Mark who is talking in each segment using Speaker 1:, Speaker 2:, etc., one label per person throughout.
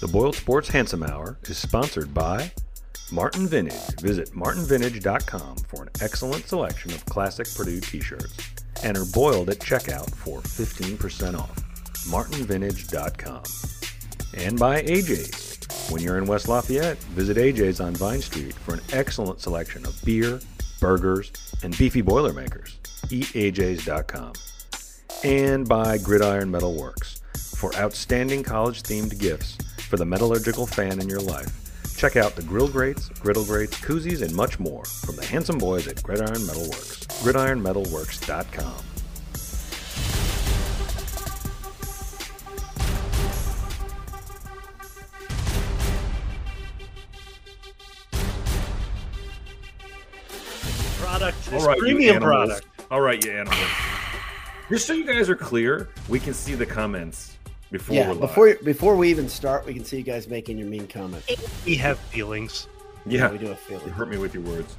Speaker 1: The Boiled Sports Handsome Hour is sponsored by Martin Vintage. Visit martinvintage.com for an excellent selection of classic Purdue t shirts and are boiled at checkout for 15% off. martinvintage.com. And by AJ's. When you're in West Lafayette, visit AJ's on Vine Street for an excellent selection of beer, burgers, and beefy Boilermakers. E EatAJ's.com. And by Gridiron Metal Works for outstanding college themed gifts for the metallurgical fan in your life. Check out the grill grates, griddle grates, koozies, and much more from the handsome boys at Gridiron Metal Works. GridironMetalWorks.com.
Speaker 2: Product. This
Speaker 1: All right, you
Speaker 2: premium
Speaker 1: animals.
Speaker 2: product.
Speaker 1: All right, you animals. Just so you guys are clear, we can see the comments before
Speaker 3: yeah,
Speaker 1: we're live.
Speaker 3: before before we even start, we can see you guys making your mean comment.
Speaker 2: We have feelings.
Speaker 1: yeah,
Speaker 3: we do have
Speaker 1: you
Speaker 3: feeling.
Speaker 1: hurt me with your words.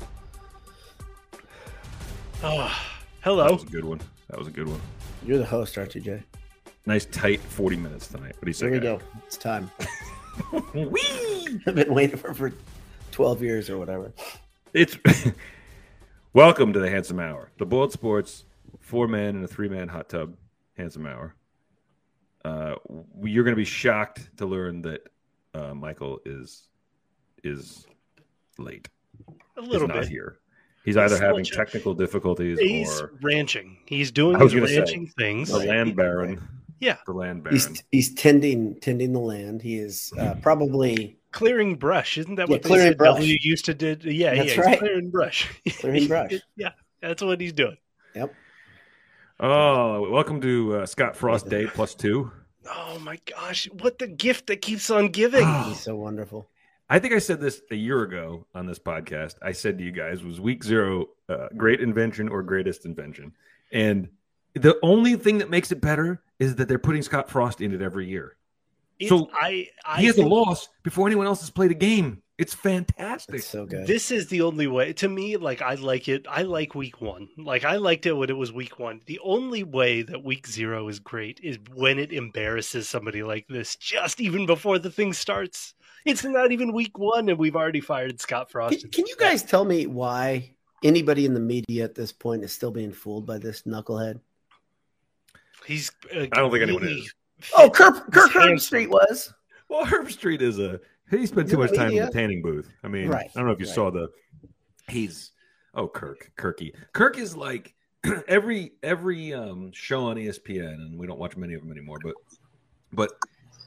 Speaker 2: Ah,
Speaker 1: That
Speaker 2: hello.
Speaker 1: was a good one. That was a good one.
Speaker 3: You're the host, aren't you, Jay?
Speaker 1: Nice tight 40 minutes tonight. What do you say?
Speaker 3: Here we go. It's time. I've been waiting for for twelve years or whatever.
Speaker 1: It's welcome to the Handsome Hour, the Boiled Sports four man and a three man hot tub Handsome Hour. Uh, w- you're going to be shocked to learn that uh, Michael is is late.
Speaker 2: A
Speaker 1: He's
Speaker 2: little
Speaker 1: not
Speaker 2: bit.
Speaker 1: here. He's
Speaker 2: He's
Speaker 1: either
Speaker 2: still
Speaker 1: having
Speaker 2: ju-
Speaker 1: technical difficulties
Speaker 2: He's
Speaker 1: or
Speaker 2: ranching. He's doing
Speaker 1: I was
Speaker 2: his
Speaker 1: gonna say.
Speaker 2: ranching things.
Speaker 1: the land baron.
Speaker 2: Yeah.
Speaker 1: the land baron.
Speaker 3: He's he's tending tending the land. He is uh,
Speaker 1: Mm-hmm.
Speaker 3: probably
Speaker 2: Clearing brush. Isn't that
Speaker 3: Yeah,
Speaker 2: what the
Speaker 3: clearing brush.
Speaker 2: W used to do? Yeah,
Speaker 3: That's
Speaker 2: yeah. he's
Speaker 3: right.
Speaker 2: Clearing brush.
Speaker 3: Clearing brush.
Speaker 2: yeah, that's what he's doing.
Speaker 1: Oh, welcome to uh, Scott Frost Day plus two.
Speaker 2: Oh my gosh. What the gift that keeps on giving.
Speaker 1: Ah,
Speaker 3: he's so wonderful.
Speaker 1: I think I said this a year ago on this podcast. I said to you guys, was week zero uh, great invention or greatest invention? And the only thing that makes it better is that they're putting Scott Frost in it every year.
Speaker 2: It's,
Speaker 1: So,
Speaker 2: I, I
Speaker 1: He has a
Speaker 2: think
Speaker 1: loss before anyone else has played a game. It's fantastic.
Speaker 3: It's so good.
Speaker 2: This is the only way to me. Like I like it. I like week one. Like I liked it when it was week one. The only way that week zero is great is when it embarrasses somebody like this, just even before the thing starts. It's not even week one, and we've already fired Scott Frost.
Speaker 3: Can, can you guys tell me why anybody in the media at this point is still being fooled by this knucklehead?
Speaker 2: He's. Uh,
Speaker 1: I don't think anyone is.
Speaker 3: Oh, Kirk Kirk
Speaker 2: handsome.
Speaker 3: Herbstreit was.
Speaker 1: Well, Herb Street is a he spent too
Speaker 3: Good
Speaker 1: much time in
Speaker 3: media.
Speaker 1: the tanning booth. I mean,
Speaker 3: Right,
Speaker 1: I don't know if you
Speaker 3: right.
Speaker 1: saw the he's oh Kirk Kirky Kirk is like every every um, show on ESPN, and we don't watch many of them anymore. But but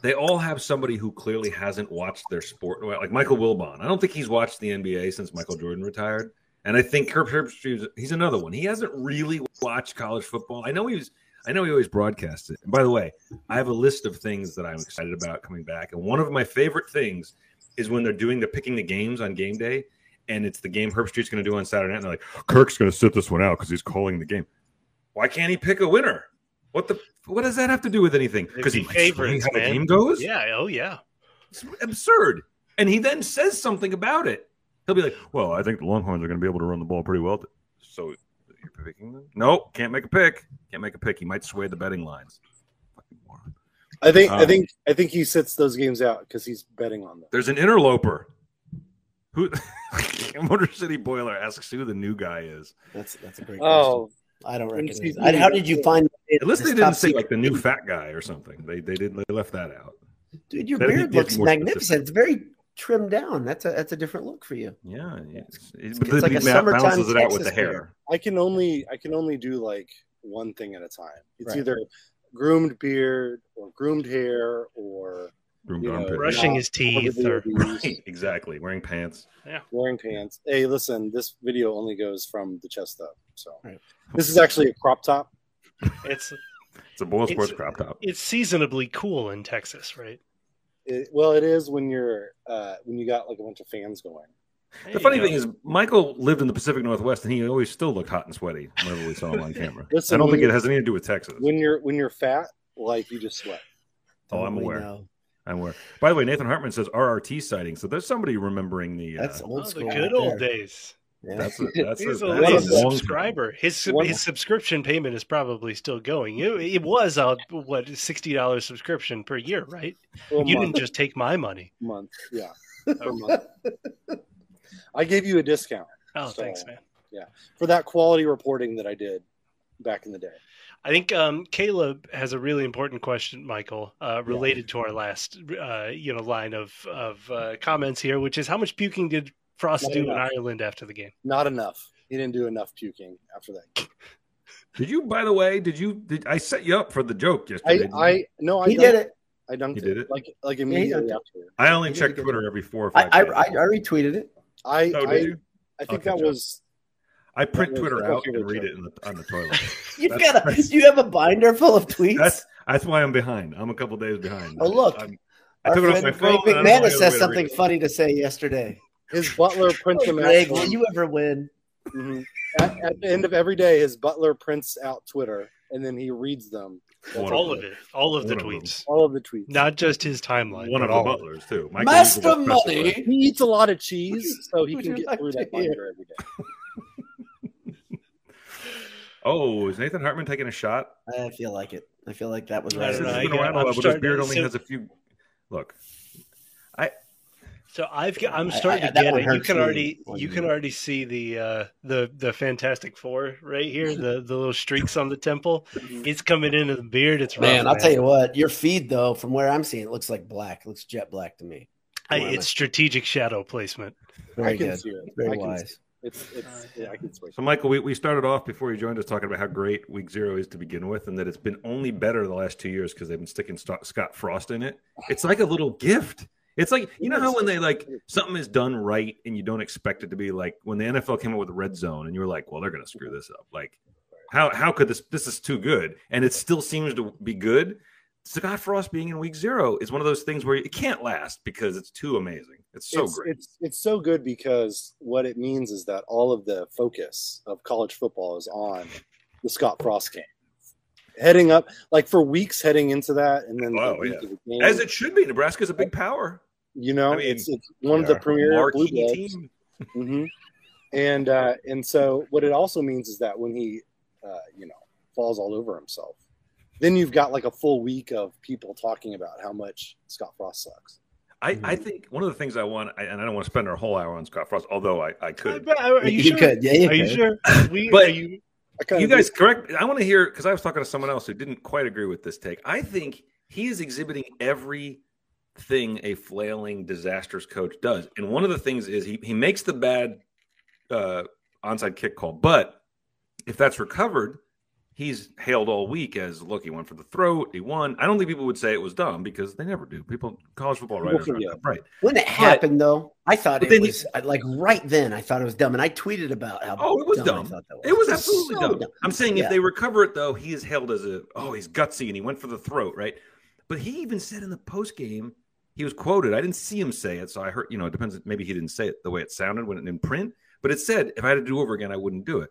Speaker 1: they all have somebody who clearly hasn't watched their sport. well, Like Michael Wilbon, I don't think he's watched the NBA since Michael Jordan retired. And I think Kirk Herbstreit, is- he's another one. He hasn't really watched college football. I know he was. I know he always broadcasts it. And by the way, I have a list of things that I'm excited about coming back. And one of my favorite things is when they're doing the picking the games on game day, and it's the game Herb Street's going to do on Saturday night. And they're like, Kirk's going to sit this one out because he's calling the game. Why can't he pick a winner? What the? What does that have to do with anything? Because he
Speaker 2: It'd be
Speaker 1: might swing
Speaker 2: favorites,
Speaker 1: how the
Speaker 2: man.
Speaker 1: game goes.
Speaker 2: Yeah. Oh yeah.
Speaker 1: It's absurd. And he then says something about it. He'll be like, "Well, I think the Longhorns are going to be able to run the ball pretty well." So you're picking them? Nope, can't make a pick. Can't make a pick. He might sway the betting lines. Fucking moron.
Speaker 4: I think I
Speaker 1: Um,
Speaker 4: think I think he sits those games out because he's betting on them.
Speaker 1: There's an interloper. Who Motor City Boiler asks who the new guy is.
Speaker 3: That's that's a great.
Speaker 4: Oh,
Speaker 3: question. I don't
Speaker 4: when
Speaker 3: recognize.
Speaker 4: she's
Speaker 3: It. I- How did you
Speaker 4: media-
Speaker 3: find? it?
Speaker 1: At least
Speaker 3: This
Speaker 1: they didn't
Speaker 3: top
Speaker 1: say
Speaker 3: secret-
Speaker 1: like the new fat guy or something. They they didn't they left that out.
Speaker 3: Dude, your
Speaker 1: That'd be
Speaker 3: beard
Speaker 1: good,
Speaker 3: looks
Speaker 1: more
Speaker 3: magnificent.
Speaker 1: specific.
Speaker 3: It's very trimmed down. That's a that's a different look for you.
Speaker 1: Yeah, it's, it's,
Speaker 3: It's like a summertime
Speaker 1: balances it out with the
Speaker 3: Texas
Speaker 1: hair.
Speaker 3: beard.
Speaker 4: I can only I can only do like one thing at a time. It's
Speaker 3: Right.
Speaker 4: either groomed beard or groomed hair or
Speaker 1: Groomed
Speaker 4: You know,
Speaker 1: armpit.
Speaker 2: Brushing
Speaker 4: not
Speaker 2: his teeth or
Speaker 1: Right, exactly. Wearing pants.
Speaker 4: wearing pants. Hey, listen, this video only goes from the chest up. So
Speaker 3: Right.
Speaker 4: this is actually a crop top.
Speaker 2: it's
Speaker 1: It's a boil
Speaker 2: It's-
Speaker 1: sports crop top.
Speaker 2: it's seasonably cool in Texas, right?
Speaker 4: It, well, it is when you're uh, when you got like a bunch of fans going.
Speaker 2: There
Speaker 1: The
Speaker 2: you
Speaker 1: funny
Speaker 2: go.
Speaker 1: thing is, Michael lived in the Pacific Northwest, and he always still looked hot and sweaty whenever we saw him on camera.
Speaker 4: Listen,
Speaker 1: I don't think
Speaker 4: when-
Speaker 1: it has anything to do with Texas.
Speaker 4: When you're when you're fat, like you just sweat.
Speaker 1: Oh, I'm
Speaker 3: Totally
Speaker 1: aware.
Speaker 3: know.
Speaker 1: I'm aware. By the way, Nathan Hartman says RRT sighting, so there's somebody remembering the. Uh,
Speaker 3: That's
Speaker 2: Oh,
Speaker 3: old
Speaker 2: the
Speaker 3: school.
Speaker 2: good
Speaker 3: right
Speaker 2: old
Speaker 3: there.
Speaker 2: days.
Speaker 3: Yeah.
Speaker 1: That's a, that's
Speaker 2: He's
Speaker 1: a,
Speaker 2: a,
Speaker 1: that's
Speaker 2: he's
Speaker 1: a
Speaker 2: a
Speaker 1: long
Speaker 2: subscriber. His sub-
Speaker 4: One-
Speaker 2: his subscription payment is probably still going. It, it was a what sixty dollars subscription per year, right?
Speaker 4: Well,
Speaker 2: you
Speaker 4: month,
Speaker 2: didn't just take my money.
Speaker 4: month, yeah, per month. I gave you a discount
Speaker 2: Oh,
Speaker 4: So-
Speaker 2: thanks, man.
Speaker 4: for that quality reporting that I did back in the day.
Speaker 2: I think um, Caleb has a really important question, Michael, uh, related to our last uh, you know line of of uh, comments here, which is how much puking did Frost
Speaker 4: Not
Speaker 2: do in
Speaker 4: enough.
Speaker 2: Ireland after the game?
Speaker 4: Not enough. He didn't do enough puking after that.
Speaker 1: Did you, by the way, did you? Did, I set you up for the joke yesterday.
Speaker 4: I,
Speaker 1: didn't
Speaker 4: I no,
Speaker 2: Oh,
Speaker 4: I
Speaker 3: he
Speaker 4: dunked-
Speaker 3: did it.
Speaker 4: I dunked
Speaker 1: He did it?
Speaker 4: like like
Speaker 3: he
Speaker 4: immediately
Speaker 3: dunked
Speaker 4: after.
Speaker 1: I only
Speaker 3: I did
Speaker 1: check
Speaker 3: it again.
Speaker 1: Twitter every four or
Speaker 3: I,
Speaker 1: five.
Speaker 3: I,
Speaker 1: days.
Speaker 3: I, I retweeted it.
Speaker 4: I
Speaker 1: Oh,
Speaker 4: I,
Speaker 1: did you?
Speaker 4: I think
Speaker 1: Okay,
Speaker 4: that
Speaker 1: Jeff.
Speaker 4: was
Speaker 1: I print
Speaker 4: that was-
Speaker 1: Twitter
Speaker 4: that was
Speaker 1: out
Speaker 4: a
Speaker 1: and
Speaker 4: good
Speaker 1: read
Speaker 4: joke.
Speaker 1: it in the, on the toilet.
Speaker 3: You've
Speaker 1: That's
Speaker 3: got a,
Speaker 1: right.
Speaker 3: you have a binder full of tweets.
Speaker 1: That's that's why I'm behind. I'm a couple days behind.
Speaker 3: Oh, look.
Speaker 1: I'm- I
Speaker 3: Our
Speaker 1: took it off
Speaker 3: friend
Speaker 1: my
Speaker 3: Greg
Speaker 1: phone. and I don't know
Speaker 3: McManus
Speaker 1: the
Speaker 3: says
Speaker 1: other way to
Speaker 3: something
Speaker 1: read it.
Speaker 3: funny to say yesterday.
Speaker 4: his butler prints
Speaker 3: Oh,
Speaker 4: him
Speaker 3: Greg,
Speaker 4: out.
Speaker 3: will you ever win?
Speaker 4: Mhm. At, at the end of every day, his butler prints out Twitter and then he reads them. That's
Speaker 1: One
Speaker 2: All of
Speaker 1: them.
Speaker 2: it, all of the
Speaker 1: One of them.
Speaker 2: tweets,
Speaker 4: All of the tweets.
Speaker 2: not just his timeline.
Speaker 1: One
Speaker 2: but
Speaker 1: of the
Speaker 2: all it.
Speaker 1: butlers too. Michael
Speaker 3: Master
Speaker 1: Eagle was pressed
Speaker 3: Money.
Speaker 4: He eats a lot of cheese, so he
Speaker 3: Would
Speaker 4: can
Speaker 3: you
Speaker 4: get
Speaker 3: like
Speaker 4: through
Speaker 3: to
Speaker 4: that
Speaker 3: hear?
Speaker 4: binder every day.
Speaker 1: away. Oh, is Nathan Hartman taking a shot?
Speaker 3: I feel like it. I feel like that was
Speaker 2: I
Speaker 1: Since
Speaker 2: don't
Speaker 1: he's
Speaker 2: know,
Speaker 1: been
Speaker 2: I-
Speaker 1: around a
Speaker 2: I'm
Speaker 1: while, but his
Speaker 2: starting to-
Speaker 1: beard only
Speaker 2: so-
Speaker 1: has a few. Look,
Speaker 2: So I've got, I'm
Speaker 3: I-
Speaker 2: starting
Speaker 3: I-
Speaker 2: to
Speaker 3: that
Speaker 2: get
Speaker 3: one
Speaker 2: it. You
Speaker 3: hurts
Speaker 2: can
Speaker 3: me
Speaker 2: already
Speaker 3: when
Speaker 2: you
Speaker 3: you-
Speaker 2: can already see the uh, the the Fantastic Four right here. The the little streaks on the temple. It's coming into the beard. It's rough,
Speaker 3: Oh, Man, I'll tell you what. Your feed though, from where I'm seeing, it looks like black. It looks jet black to me.
Speaker 2: I,
Speaker 3: Come on,
Speaker 2: it's strategic shadow placement.
Speaker 3: Very
Speaker 4: I can
Speaker 3: good.
Speaker 4: see it. I
Speaker 3: Very
Speaker 4: can see
Speaker 3: wise.
Speaker 4: it. It's, it's, yeah, I can see it.
Speaker 1: so Michael, we, we started off before you joined us talking about how great Week Zero is to begin with, and that it's been only better the last two years because they've been sticking Sto- Scott Frost in it. It's like a little gift. It's like you know how when they like something is done right and you don't expect it to be like when the NFL came up with red zone and you were like, well, they're going to screw this up. Like, how how could this this is too good and it still seems to be good. Scott Frost being in Week Zero is one of those things where it can't last because it's too amazing. It's so
Speaker 4: it's,
Speaker 1: great.
Speaker 4: It's it's so good because what it means is that all of the focus of college football is on the Scott Frost game. Heading up, like for weeks heading into that, and then the
Speaker 1: Oh,
Speaker 4: week
Speaker 1: yeah.
Speaker 4: of the game,
Speaker 1: As it should be. Nebraska's a big power.
Speaker 4: you know,
Speaker 1: I mean,
Speaker 4: it's, it's one of the
Speaker 1: They're a
Speaker 4: premier blue
Speaker 1: marquee
Speaker 4: bloods.
Speaker 1: team.
Speaker 4: hmm And uh, and so what it also means is that when he, uh, you know, falls all over himself, then you've got like a full week of people talking about how much Scott Frost sucks.
Speaker 1: I, I
Speaker 4: Mm-hmm.
Speaker 3: Mhm.
Speaker 1: think one of the things I want, I, and I don't want to spend our whole hour on Scott Frost, although I, I could.
Speaker 2: But Are, are you, sure?
Speaker 3: could. Yeah, you
Speaker 2: Are you
Speaker 3: could.
Speaker 2: sure? We,
Speaker 1: But-
Speaker 2: are you,
Speaker 4: I kinda
Speaker 1: you guys correct i want to hear because i was talking to someone else who didn't quite agree with this take i think he is exhibiting everything a flailing disastrous coach does and one of the things is he, he makes the bad uh, onside kick call but if that's recovered he's hailed all week as look he went for the throat he won i don't think people would say it was dumb because they never do people college football
Speaker 4: People
Speaker 1: writers aren't
Speaker 4: forget.
Speaker 1: that bright
Speaker 3: When it happened though, I thought
Speaker 1: But
Speaker 3: it
Speaker 1: then he-
Speaker 3: was I- like right then. I thought it was dumb, and I tweeted about how.
Speaker 1: Oh, it was
Speaker 3: I
Speaker 1: dumb.
Speaker 3: thought that
Speaker 1: It was absolutely
Speaker 3: So
Speaker 1: dumb. I'm saying
Speaker 3: Yeah.
Speaker 1: if they recover it though, he is hailed as a oh he's gutsy and he went for the throat, right? But he even said in the post game he was quoted. I didn't see him say it, so I heard you know it depends. Maybe he didn't say it the way it sounded when it in print, but it said if I had to do over again, I wouldn't do it.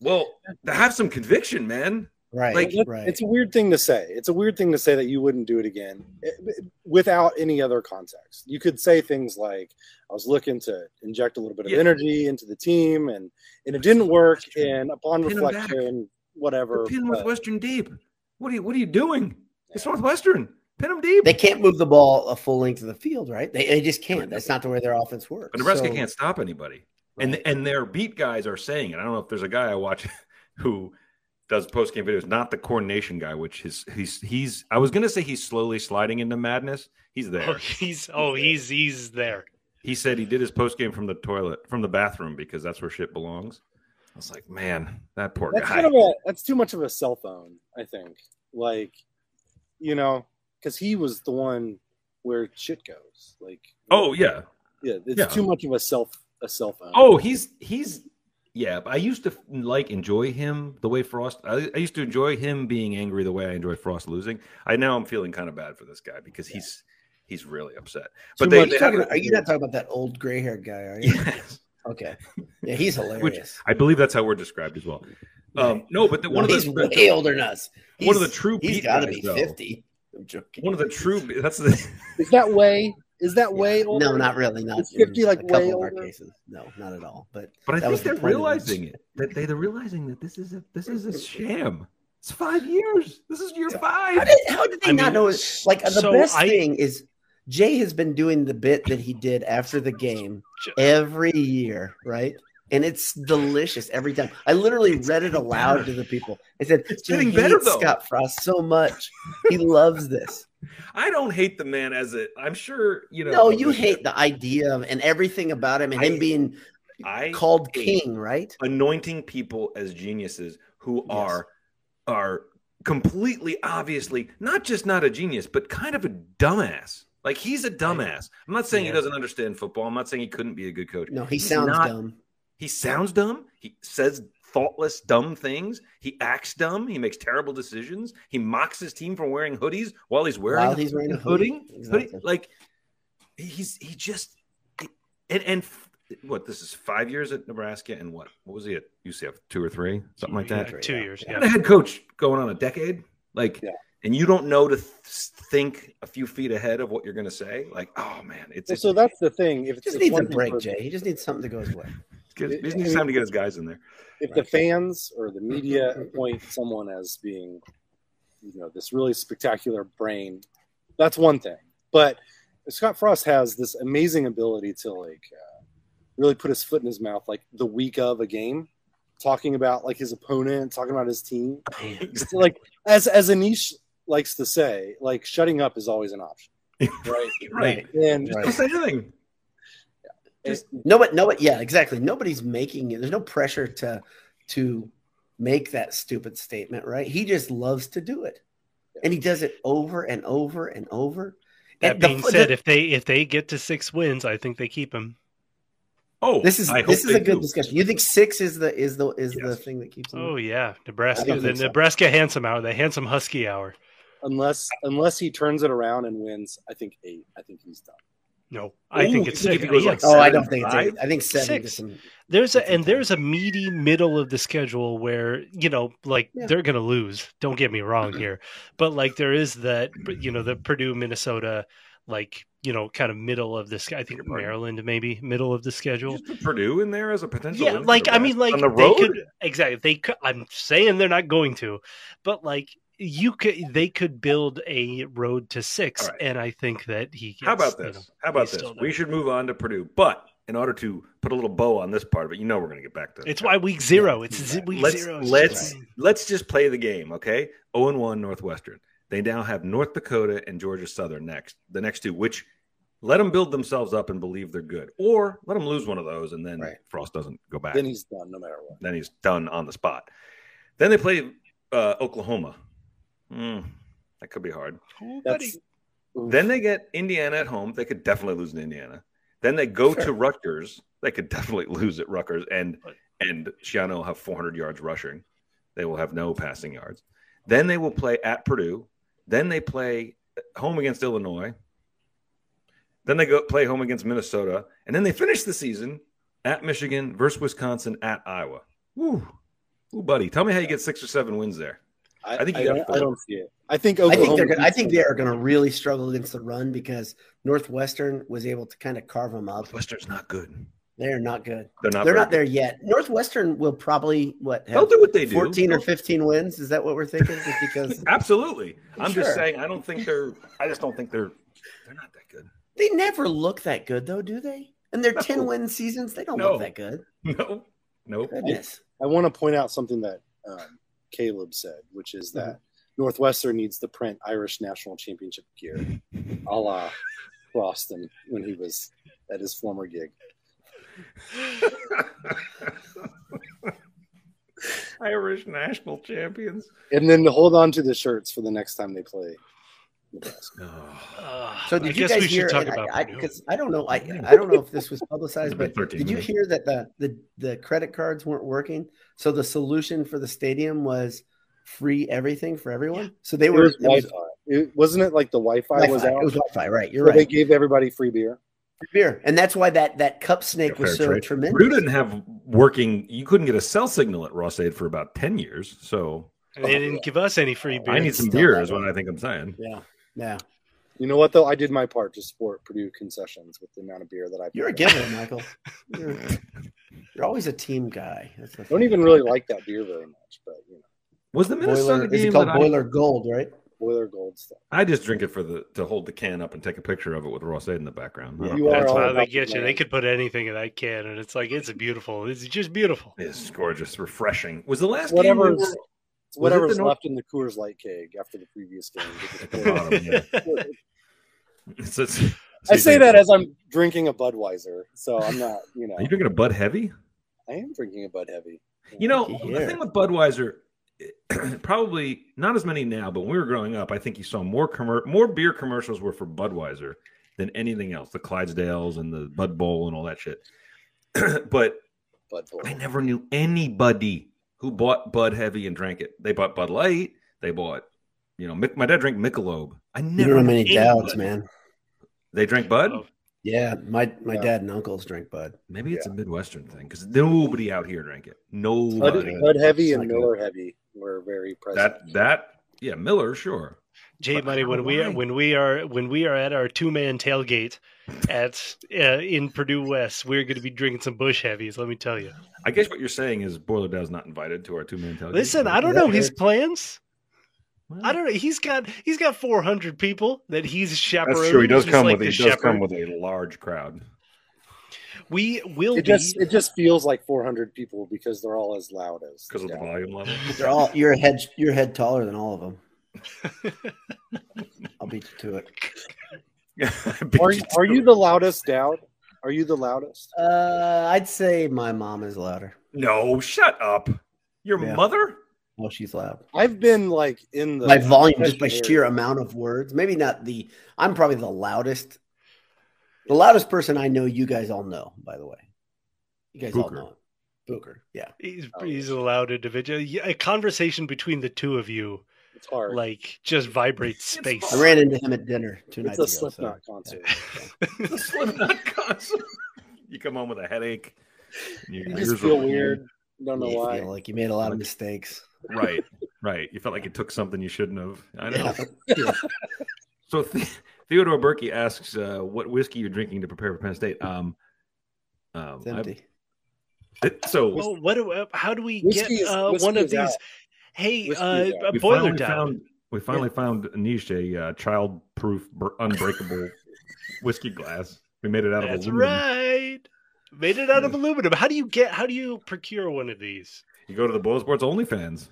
Speaker 1: Well, to have some conviction, man.
Speaker 3: Right.
Speaker 1: Like,
Speaker 4: Well,
Speaker 3: right.
Speaker 4: It's a weird thing to say. It's a weird thing to say that you wouldn't do it again eh, without any other context. You could say things like, "I was looking to inject a little bit of
Speaker 1: Yeah.
Speaker 4: energy into the team, and and it didn't work. And upon
Speaker 1: Pin 'em back.
Speaker 4: reflection, whatever."
Speaker 1: Pin
Speaker 4: but-
Speaker 1: Northwestern deep. What are you What are you doing? It's Northwestern. Pin him deep.
Speaker 3: they can't move the ball a full length of the field, right? They, they just can't. That's not the way their offense works.
Speaker 1: But Nebraska
Speaker 3: So-
Speaker 1: can't stop anybody, and and their beat guys are saying it. I don't know if there's a guy I watch who does post game videos, not the coordination guy, which is he's he's. I was gonna say he's slowly sliding into madness. He's
Speaker 2: oh,
Speaker 1: there.
Speaker 2: he's oh he's he's there.
Speaker 1: He said he did his post game from the toilet, from the bathroom, because that's where shit belongs. I was like, man, that poor
Speaker 4: that's
Speaker 1: guy.
Speaker 4: kind of a that's too much of a cell phone i think like you know because he was the one where shit goes like
Speaker 1: oh yeah.
Speaker 4: yeah it's
Speaker 1: yeah.
Speaker 4: too much of a self a cell phone
Speaker 1: Oh, he's he's. Yeah, I used to like enjoy him the way Frost. I, I used to enjoy him being angry the way I enjoy Frost losing. I now I'm feeling kind of bad for this guy because he's he's really upset. But
Speaker 4: Too
Speaker 1: they,
Speaker 3: Are
Speaker 4: much-
Speaker 3: you,
Speaker 1: they have
Speaker 3: talking, are you not talking about that old gray haired guy? Are you?
Speaker 1: Yes.
Speaker 3: Okay. Yeah, he's hilarious.
Speaker 1: I believe that's how we're described as well. Um, no, but the,
Speaker 3: No,
Speaker 1: one of
Speaker 3: he's
Speaker 1: the,
Speaker 3: way
Speaker 1: the-
Speaker 3: older than us.
Speaker 1: one of the
Speaker 3: He's-
Speaker 1: true
Speaker 3: He's
Speaker 1: beat
Speaker 3: got to
Speaker 1: guys,
Speaker 3: be
Speaker 1: though.
Speaker 3: fifty. I'm joking.
Speaker 1: one of the true that's the
Speaker 4: is that way Is that way older?
Speaker 3: No, not really. Not
Speaker 4: Is 50
Speaker 3: in
Speaker 4: like
Speaker 3: a couple
Speaker 4: way
Speaker 3: of our
Speaker 4: older?
Speaker 3: cases. No, not at all. But
Speaker 1: But I
Speaker 3: That was
Speaker 1: think they're
Speaker 3: the point of it.
Speaker 1: realizing it. That they, they're realizing that this is a this is a sham. It's five years. This is year
Speaker 3: how
Speaker 1: five.
Speaker 3: did, how did they
Speaker 2: I
Speaker 3: not
Speaker 2: mean,
Speaker 3: know? It? Like the
Speaker 2: so
Speaker 3: best
Speaker 2: I-
Speaker 3: thing is Jay has been doing the bit that he did after the game
Speaker 2: J-
Speaker 3: every year, right? And it's delicious every time. I literally read it aloud to the people. I said,
Speaker 1: It's
Speaker 3: "Jay
Speaker 1: getting better,
Speaker 3: hates
Speaker 1: though."
Speaker 3: Scott Frost so much. He loves this.
Speaker 1: I don't hate the man as it. I'm sure you know.
Speaker 3: No, you hate the idea of and everything about him and him
Speaker 1: I-
Speaker 3: being
Speaker 1: I
Speaker 3: called
Speaker 1: hate
Speaker 3: king, right?
Speaker 1: anointing people as geniuses who
Speaker 3: Yes.
Speaker 1: are are completely obviously not just not a genius but kind of a dumbass like he's a dumbass i'm not saying he
Speaker 2: Yeah.
Speaker 1: doesn't understand football i'm not saying he couldn't be a good coach
Speaker 3: No, he
Speaker 1: He's
Speaker 3: sounds
Speaker 1: not-
Speaker 3: dumb.
Speaker 1: he sounds dumb he says thoughtless dumb things he acts dumb he makes terrible decisions he mocks his team for wearing hoodies while he's wearing
Speaker 3: While he's wearing a hoodie.
Speaker 1: hoodie,
Speaker 3: Exactly.
Speaker 1: hoodie like he's he just and and f- what this is five years at nebraska and what what was he at ucf two or three something like that
Speaker 2: Yeah, two
Speaker 3: yeah.
Speaker 2: years.
Speaker 1: Got a
Speaker 2: Yeah.
Speaker 1: head coach going on a decade, like,
Speaker 4: Yeah.
Speaker 1: and you don't know to th- think a few feet ahead of what you're going to say. Like, oh man, it's
Speaker 4: Well, so that's the thing. If
Speaker 3: He
Speaker 4: it's
Speaker 3: just
Speaker 4: the
Speaker 3: needs a
Speaker 4: point
Speaker 3: break,
Speaker 4: for-
Speaker 3: Jay. He just needs something to go his way.
Speaker 1: it's, it's, it's time to get his guys in there.
Speaker 4: if the fans or
Speaker 3: Mm-hmm.
Speaker 4: the media appoint someone as being, you know, this really spectacular brain, that's one thing. But Scott Frost has this amazing ability to like uh, really put his foot in his mouth, like the week of a game, talking about like his opponent, talking about his team. It's like as as Anish likes to say, like shutting up is always an option, right?
Speaker 1: right.
Speaker 4: And
Speaker 1: Don't say anything. Just-
Speaker 3: No, but no, but yeah, exactly. Nobody's making it. There's no pressure to to make that stupid statement, right? He just loves to do it, and he does it over and over and over.
Speaker 2: That
Speaker 3: And the
Speaker 2: being
Speaker 3: fu-
Speaker 2: said,
Speaker 3: the-
Speaker 2: if they if they get to six wins, I think they keep him.
Speaker 1: Oh,
Speaker 3: this is
Speaker 1: I hope
Speaker 3: this is
Speaker 1: they
Speaker 3: a good
Speaker 1: do.
Speaker 3: discussion. You think six is the is the is the
Speaker 1: Yes.
Speaker 3: thing that keeps? him-
Speaker 2: Oh yeah,
Speaker 3: Hmm. I
Speaker 2: Nebraska,
Speaker 3: don't
Speaker 2: the
Speaker 3: think so.
Speaker 2: Nebraska handsome hour, the handsome husky hour.
Speaker 4: unless unless he turns it around and wins, I think eight. I think he's done.
Speaker 2: No, I
Speaker 1: Ooh,
Speaker 2: think
Speaker 1: you
Speaker 2: it's
Speaker 1: think
Speaker 2: six.
Speaker 1: if it goes
Speaker 2: Yeah.
Speaker 1: like
Speaker 3: Oh, I
Speaker 1: Seven,
Speaker 3: don't think it's eight. I think seven.
Speaker 2: Six.
Speaker 3: gets him-
Speaker 2: There's
Speaker 3: That's
Speaker 2: a
Speaker 3: a
Speaker 2: and
Speaker 3: tie.
Speaker 2: there's a meaty middle of the schedule where you know like
Speaker 3: Yeah.
Speaker 2: they're gonna lose. Don't get me wrong here, but like there is that you know the Purdue Minnesota like you know kind of middle of this. I think
Speaker 1: your pardon?
Speaker 2: Maryland maybe middle of the schedule.
Speaker 1: Just put Purdue in there as a potential.
Speaker 2: Yeah,
Speaker 1: win for
Speaker 2: like I
Speaker 1: Nebraska.
Speaker 2: mean, like
Speaker 1: on the
Speaker 2: they
Speaker 1: road.
Speaker 2: could exactly. They could. I'm saying they're not going to, but like you could, they could build a road to six,
Speaker 1: All right.
Speaker 2: and I think that he. Gets,
Speaker 1: How about
Speaker 2: you know,
Speaker 1: this? How about
Speaker 2: he's
Speaker 1: this?
Speaker 2: still there.
Speaker 1: We should move on to Purdue, but in order to put a little bow on this part of it, you know we're going to get back to
Speaker 2: it's why week zero.
Speaker 3: Yeah,
Speaker 2: it's
Speaker 3: he's right.
Speaker 2: week
Speaker 1: let's
Speaker 2: zero. is
Speaker 1: let's
Speaker 2: just-
Speaker 1: let's just play the game, okay? 0 and 1 Northwestern. They now have North Dakota and Georgia Southern next. The next two, which let them build themselves up and believe they're good, or let them lose one of those and then
Speaker 3: Right.
Speaker 1: Frost doesn't go back.
Speaker 4: Then he's done no matter what.
Speaker 1: Then he's done on the spot. Then they play uh, Oklahoma. Hmm, that could be hard.
Speaker 2: Oh, buddy.
Speaker 4: That's oof.
Speaker 1: Then they get Indiana at home. They could definitely lose in Indiana. Then they go to
Speaker 3: Sure.
Speaker 1: Rutgers. They could definitely lose at Rutgers, and
Speaker 2: Right.
Speaker 1: and Shiano will have 400 yards rushing. They will have no passing yards. Then they will play at Purdue. Then they play home against Illinois. Then they go play home against Minnesota, and then they finish the season at Michigan versus Wisconsin at Iowa. Ooh, ooh, buddy, tell me how you get six or seven wins there.
Speaker 4: I,
Speaker 1: I think
Speaker 4: I,
Speaker 1: you got
Speaker 4: don't,
Speaker 1: four.
Speaker 4: I don't see it. I think
Speaker 3: I
Speaker 4: Oklahoma.
Speaker 3: think they're. Gonna, I
Speaker 4: beats
Speaker 3: think
Speaker 4: them.
Speaker 3: they are going to really struggle against the run because Northwestern was able to kind of carve them up.
Speaker 1: Northwestern's not good.
Speaker 3: They're not good.
Speaker 1: They're not.
Speaker 3: They're
Speaker 1: very
Speaker 3: not there yet. Northwestern will probably what
Speaker 1: Good. They'll do what they do.
Speaker 3: 14 or
Speaker 1: They'll-
Speaker 3: 15 wins. Is that what we're thinking? Just because
Speaker 1: Absolutely. I'm
Speaker 3: Sure.
Speaker 1: just saying I don't think they're I just don't think they're they're not that good.
Speaker 3: they never look that good, though, do they? And their
Speaker 1: No.
Speaker 3: 10 win seasons, they don't
Speaker 1: No.
Speaker 3: look that good.
Speaker 1: No. Nope.
Speaker 3: Goodness.
Speaker 4: I want to point out something that um, Caleb said, which is that
Speaker 3: Mm-hmm.
Speaker 4: Northwestern needs to print Irish national championship gear, a la Boston when he was at his former gig.
Speaker 1: Irish national champions.
Speaker 4: And then to hold on to the shirts for the next time they play. Nebraska.
Speaker 2: Uh,
Speaker 3: So did
Speaker 2: I
Speaker 3: you
Speaker 2: guess
Speaker 3: guys
Speaker 2: we
Speaker 3: hear?
Speaker 2: should talk
Speaker 3: and I-
Speaker 2: about
Speaker 3: I,
Speaker 2: Purdue.
Speaker 3: because I, don't know. I, I don't know if this was publicized,
Speaker 1: It'll be
Speaker 3: but
Speaker 1: 13
Speaker 3: did you
Speaker 1: minutes.
Speaker 3: hear that the, the the credit cards weren't working? So the solution for the stadium was free everything for everyone. So they
Speaker 4: It
Speaker 3: were
Speaker 4: was
Speaker 3: it was
Speaker 4: Wi-Fi. It, wasn't it like the Wi-Fi, was
Speaker 3: Wi-Fi.
Speaker 4: out?
Speaker 3: It was Wi-Fi, right? You're
Speaker 4: So They
Speaker 3: right.
Speaker 4: gave everybody free beer.
Speaker 3: Beer, and that's why that that cup snake
Speaker 1: Fair
Speaker 3: was so
Speaker 1: trade.
Speaker 3: tremendous.
Speaker 1: Purdue didn't have working you couldn't get a cell signal at Ross Aid for about ten years. So
Speaker 2: And they didn't give us any free beer.
Speaker 1: Oh, I need some
Speaker 3: Still
Speaker 1: beer is
Speaker 3: not
Speaker 1: what I think I'm saying.
Speaker 3: Yeah, yeah.
Speaker 4: You know what though? I did my part to support Purdue concessions with the amount of beer that I.
Speaker 3: You're a
Speaker 4: poured out.
Speaker 3: giver, Michael. You're, you're always a team guy. That's the
Speaker 4: Don't
Speaker 3: thing.
Speaker 4: even really like that beer very much, but you know,
Speaker 1: Was the Minnesota
Speaker 3: boiler. Is
Speaker 1: game
Speaker 3: it called
Speaker 1: that I-
Speaker 3: Boiler Gold? Right?
Speaker 4: boiler gold stuff.
Speaker 1: I, just drink it for the to hold the can up and take a picture of it with Ross Aid in the background. I don't
Speaker 4: You
Speaker 1: know.
Speaker 4: are
Speaker 2: That's
Speaker 4: all
Speaker 2: why
Speaker 4: about
Speaker 2: they
Speaker 4: the
Speaker 2: get you. They
Speaker 4: brand.
Speaker 2: could put anything in that can, and it's like it's beautiful. It's just beautiful.
Speaker 1: It's gorgeous, refreshing. Was the last
Speaker 4: Whatever
Speaker 1: game? we
Speaker 4: is-
Speaker 1: were- Was it
Speaker 4: It's
Speaker 1: the
Speaker 4: whatever's
Speaker 1: North-
Speaker 4: left in the Coors Light keg after the previous game.
Speaker 1: At the bottom, yeah. It's- it's-
Speaker 4: I say that as I'm drinking a Budweiser, so I'm not, you know,
Speaker 1: Are you drinking a Bud Heavy?
Speaker 4: I am drinking a Bud Heavy.
Speaker 1: You know,
Speaker 3: Looky
Speaker 1: the
Speaker 3: here.
Speaker 1: thing with Budweiser, probably not as many now, but when we were growing up, I think you saw more commer- more beer commercials were for Budweiser than anything else. The Clydesdales and the Bud Bowl and all that shit. but
Speaker 4: Bud Bowl.
Speaker 1: I never knew anybody who bought Bud Heavy and drank it. They bought Bud Light. They bought, you know, Mic- my dad drank Michelob. I
Speaker 3: You
Speaker 1: never.
Speaker 3: don't have many
Speaker 1: knew
Speaker 3: doubts,
Speaker 1: Bud.
Speaker 3: man.
Speaker 1: They drank Bud.
Speaker 2: Oh.
Speaker 3: Yeah, my my
Speaker 4: Yeah.
Speaker 3: dad and uncles drink Bud.
Speaker 1: Maybe it's a Midwestern thing because nobody out here drank it.
Speaker 4: Bud,
Speaker 1: Nobody.
Speaker 4: Bud Heavy and
Speaker 3: It's not good.
Speaker 4: Miller Heavy were very present.
Speaker 1: That that yeah, Miller sure.
Speaker 2: Jay
Speaker 1: But
Speaker 2: Money,
Speaker 1: how
Speaker 2: when
Speaker 1: do
Speaker 2: we
Speaker 1: I-
Speaker 2: are when we are when we are at our two man tailgate at uh, in Purdue West, we're going to be drinking some Bush heavies. Let me tell you.
Speaker 1: I guess what you're saying is Boiler Dow's not invited to our two man tailgate.
Speaker 2: Listen, I don't know his plans. I don't know. He's got he's got four hundred people that he's chaperoning.
Speaker 1: That's true. He does
Speaker 2: He's
Speaker 1: come
Speaker 2: like
Speaker 1: with he
Speaker 2: the
Speaker 1: does come
Speaker 2: shepherd.
Speaker 1: with a large crowd.
Speaker 2: We will
Speaker 4: It
Speaker 2: be.
Speaker 4: just it just feels like 400 people because they're all as loud as
Speaker 1: Because of the
Speaker 4: Yeah.
Speaker 1: volume level.
Speaker 3: They're all you're a head you're a head taller than all of them. I'll beat you to it.
Speaker 1: I beat
Speaker 4: Are,
Speaker 1: you
Speaker 4: are
Speaker 1: to
Speaker 4: you
Speaker 1: it.
Speaker 4: the loudest, Dowd? Are you the loudest?
Speaker 3: Uh, I'd say my mom is louder.
Speaker 1: No, shut up. Your
Speaker 3: Yeah.
Speaker 1: mother?
Speaker 3: Well, she's loud.
Speaker 4: I've been like in the
Speaker 3: by volume, just by
Speaker 4: Area.
Speaker 3: sheer amount of words. Maybe not the. I'm probably the loudest. The loudest person I know. You guys all know, by the way. You guys
Speaker 1: Booker.
Speaker 3: all know. it. Booker. Yeah.
Speaker 2: He's,
Speaker 4: Oh,
Speaker 2: he's a loud individual. Yeah, A conversation between the two of you,
Speaker 4: It's hard.
Speaker 2: like, just vibrates space.
Speaker 3: I ran into him at dinner two nights
Speaker 4: it's a
Speaker 3: ago. so-
Speaker 4: Slipknot concert.
Speaker 1: The Slipknot concert. You come home with a headache. and your
Speaker 4: You
Speaker 1: ears
Speaker 4: just
Speaker 1: are
Speaker 4: feel
Speaker 1: ringing.
Speaker 4: weird. Don't know
Speaker 3: You
Speaker 4: why.
Speaker 3: feel like you made a lot
Speaker 1: Like-
Speaker 3: of mistakes.
Speaker 1: Right, right. You felt like you took something you shouldn't have. I know.
Speaker 3: Yeah.
Speaker 1: So the- Theodore Berkey asks uh, what whiskey you're drinking to prepare for Penn State. Um, um,
Speaker 3: It's
Speaker 1: I-
Speaker 3: empty.
Speaker 1: it- so
Speaker 2: Well, what do, uh, how do we
Speaker 4: Whiskey
Speaker 2: get
Speaker 4: is-
Speaker 2: uh,
Speaker 4: whiskey
Speaker 2: one of
Speaker 4: is
Speaker 2: these?
Speaker 4: out.
Speaker 2: Hey,
Speaker 4: Whiskey
Speaker 2: uh,
Speaker 4: is out.
Speaker 2: a
Speaker 1: we
Speaker 2: boiler
Speaker 1: finally
Speaker 2: down.
Speaker 1: found we finally found niche a uh, child-proof, br- unbreakable whiskey glass. We made it out
Speaker 2: That's
Speaker 1: of aluminum.
Speaker 2: right. Made it out of aluminum. How do you get? How do you procure one of these?
Speaker 1: You go to the Boyle Sports OnlyFans.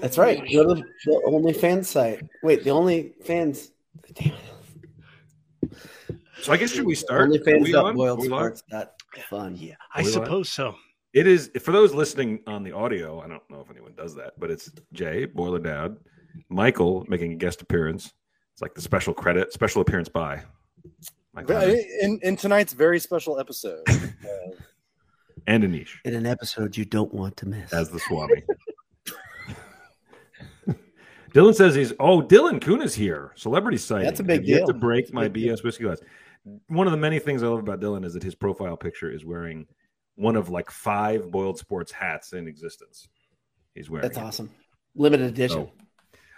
Speaker 3: That's right. Go to the, the only fan site. Wait, the only fans. Damn.
Speaker 1: So I guess should we start?
Speaker 3: Only
Speaker 1: Are
Speaker 3: fans
Speaker 1: we on?
Speaker 3: dot
Speaker 1: Are
Speaker 3: boiled
Speaker 1: we live?
Speaker 3: sports dot fun.
Speaker 2: Yeah, I
Speaker 1: Are we live?
Speaker 2: suppose so.
Speaker 1: It is for those listening on the audio. I don't know if anyone does that, but it's Jay Boiler Dad, Michael making a guest appearance. It's like the special credit, special appearance by Michael
Speaker 4: But in, in tonight's very special episode, uh,
Speaker 1: and Anish
Speaker 3: In an episode you don't want to miss.
Speaker 1: as the Swami. Dylan says he's oh Dylan Kuhn is here. Celebrity sighting.
Speaker 3: That's a big
Speaker 1: I've yet
Speaker 3: deal.
Speaker 1: To break my
Speaker 3: Big deal.
Speaker 1: BS whiskey glass. One of the many things I love about Dylan is that his profile picture is wearing one of like five boiled sports hats in existence. He's wearing
Speaker 3: That's
Speaker 1: it.
Speaker 3: awesome. Limited edition.
Speaker 1: So,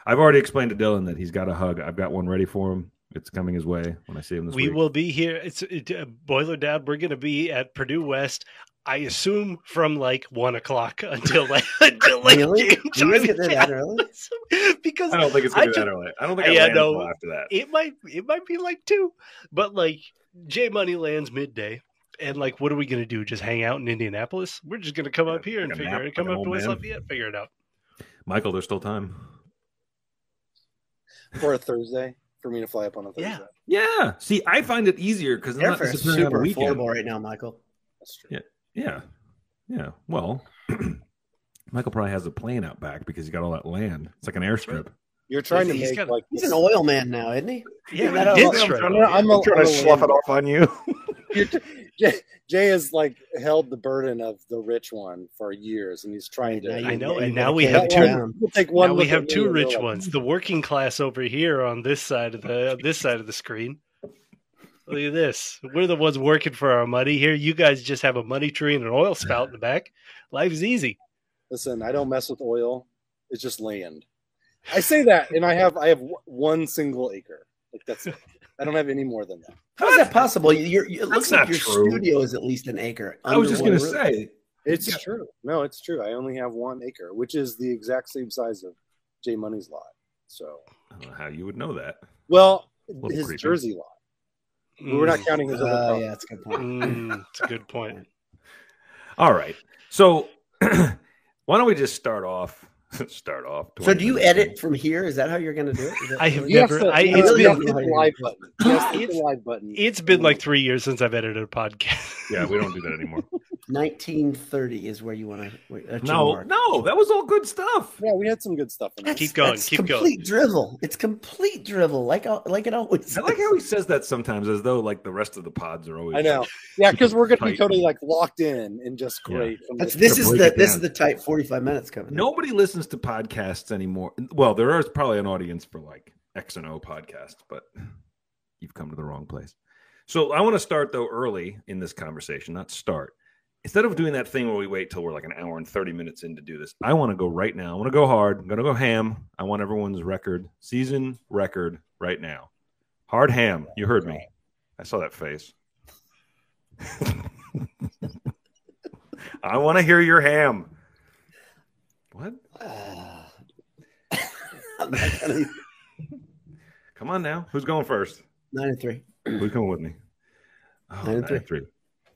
Speaker 1: I've already explained to Dylan that he's got a hug. I've got one ready for him. It's coming his way when I see him this
Speaker 2: we
Speaker 1: week.
Speaker 2: will be here. It's it, uh, boiler down. We're going to be at Purdue West. I assume from like one o'clock until like until like
Speaker 3: Really?
Speaker 2: game
Speaker 3: You guys get
Speaker 2: time.
Speaker 3: there that early?
Speaker 2: because
Speaker 1: I don't think it's gonna
Speaker 2: I
Speaker 1: be
Speaker 2: ju-
Speaker 1: that early. I don't think I,
Speaker 2: Yeah,
Speaker 1: land
Speaker 2: no.
Speaker 1: until after that.
Speaker 2: it might it might be like two, but like J Money lands midday, and like what are we gonna do? Just hang out in Indianapolis? We're just gonna come up
Speaker 1: Yeah,
Speaker 2: here
Speaker 1: take
Speaker 2: and
Speaker 1: a
Speaker 2: figure
Speaker 1: nap
Speaker 2: it.
Speaker 1: like
Speaker 2: Come
Speaker 1: an
Speaker 2: up
Speaker 1: old
Speaker 2: to West
Speaker 1: man.
Speaker 2: Lafayette, figure it out.
Speaker 1: Michael, there's still time.
Speaker 4: for a Thursday, for me to fly up on a Thursday.
Speaker 2: Yeah.
Speaker 1: Yeah. See, I find it easier because I'm not
Speaker 3: Airfare is
Speaker 1: disappearing on a
Speaker 3: super
Speaker 1: weekend.
Speaker 3: affordable right now, Michael.
Speaker 4: That's true.
Speaker 1: Yeah. Yeah. Well, Michael probably has a plane out back because he's got all that land. It's like an airstrip.
Speaker 4: You're trying to
Speaker 2: He's
Speaker 4: make
Speaker 2: got-
Speaker 4: like
Speaker 3: He's
Speaker 4: this-
Speaker 3: an oil man now, isn't he?
Speaker 2: Yeah,
Speaker 3: that
Speaker 2: we
Speaker 3: out.
Speaker 2: did strike.
Speaker 4: I'm, I'm a, I'm a land-
Speaker 1: off on you.
Speaker 4: Jay, Jay has like held the burden of the rich one for years, and he's trying to.
Speaker 3: Now you-
Speaker 2: I know,
Speaker 3: now you
Speaker 2: and
Speaker 3: gotta
Speaker 2: now we
Speaker 3: carry
Speaker 2: have
Speaker 4: That
Speaker 3: it
Speaker 2: two.
Speaker 3: around.
Speaker 4: one- we'll take one.
Speaker 2: Now we
Speaker 4: look at
Speaker 2: have
Speaker 4: me
Speaker 2: two
Speaker 4: and
Speaker 2: rich
Speaker 4: we're like,
Speaker 2: ones. The working class over here on this side of the this side of the screen. Look at this. We're the ones working for our money here. You guys just have a money tree and an oil spout in the back. Life's easy.
Speaker 4: Listen, I don't mess with oil. It's just land. I say that, and I have I have one single acre. Like that's it. I don't have any more than that.
Speaker 3: How is that possible? You're, you- it looks
Speaker 1: That's
Speaker 3: like your
Speaker 1: not true.
Speaker 3: studio is at least an acre.
Speaker 1: I was just
Speaker 3: under
Speaker 1: going to
Speaker 3: one roof.
Speaker 1: say,
Speaker 4: It's
Speaker 1: Yeah.
Speaker 4: true. No, it's true. I only have one acre, which is the exact same size of Jay Money's lot. So,
Speaker 1: I don't know how you would know that.
Speaker 4: well,
Speaker 1: Little
Speaker 4: his
Speaker 1: creepy.
Speaker 4: Jersey lot. We're not counting his other
Speaker 3: Uh,
Speaker 4: property.
Speaker 3: yeah, that's a good point.
Speaker 2: Mm, it's a good point.
Speaker 1: All right. So why don't we just start off? Start off.
Speaker 3: So,
Speaker 1: 20
Speaker 3: do you
Speaker 1: minutes in.
Speaker 3: edit from here? Is that how you're going to do it? Is that-
Speaker 2: I have
Speaker 4: You have
Speaker 2: never.
Speaker 4: to-
Speaker 2: I,
Speaker 4: you
Speaker 2: it's
Speaker 4: really have
Speaker 2: been
Speaker 4: to
Speaker 3: been-
Speaker 4: hit the live button. You have to hit the
Speaker 2: It's-
Speaker 4: live button.
Speaker 2: it's been like three years since I've edited a podcast.
Speaker 1: Yeah, we don't do that anymore.
Speaker 3: 1930 is where you want to.
Speaker 1: no, no, that was all good stuff.
Speaker 4: yeah, we had some good stuff in there.
Speaker 2: Keep going,
Speaker 3: That's
Speaker 2: keep going.
Speaker 3: complete drivel. It's complete drivel, like al- like it always.
Speaker 1: I like
Speaker 3: is.
Speaker 1: how he says that sometimes, as though like the rest of the pods are always.
Speaker 4: I know. Yeah, because we're going to be
Speaker 1: Tight.
Speaker 4: totally like locked in and just
Speaker 1: Yeah.
Speaker 4: great. from
Speaker 3: That's,
Speaker 4: this-
Speaker 3: this is
Speaker 1: break
Speaker 3: the
Speaker 1: it
Speaker 3: this
Speaker 1: down.
Speaker 3: is the tight 45 minutes coming. up.
Speaker 1: Nobody listens to podcasts anymore. Well, there is probably an audience for like X and O podcasts, but you've come to the wrong place. So I want to start though early in this conversation, not start. Instead of doing that thing where we wait till we're like an hour and 30 minutes in to do this, I want to go right now. I want to go hard. I'm going to go ham. I want everyone's record, season record right now. Hard ham. You heard me. I saw that face. I want to hear your ham. What?
Speaker 3: Ah. I'm not gonna-
Speaker 1: Come on now. Who's going first?
Speaker 3: Nine and three.
Speaker 1: Who's going with me? Oh,
Speaker 3: Nine and three.
Speaker 1: nine and three.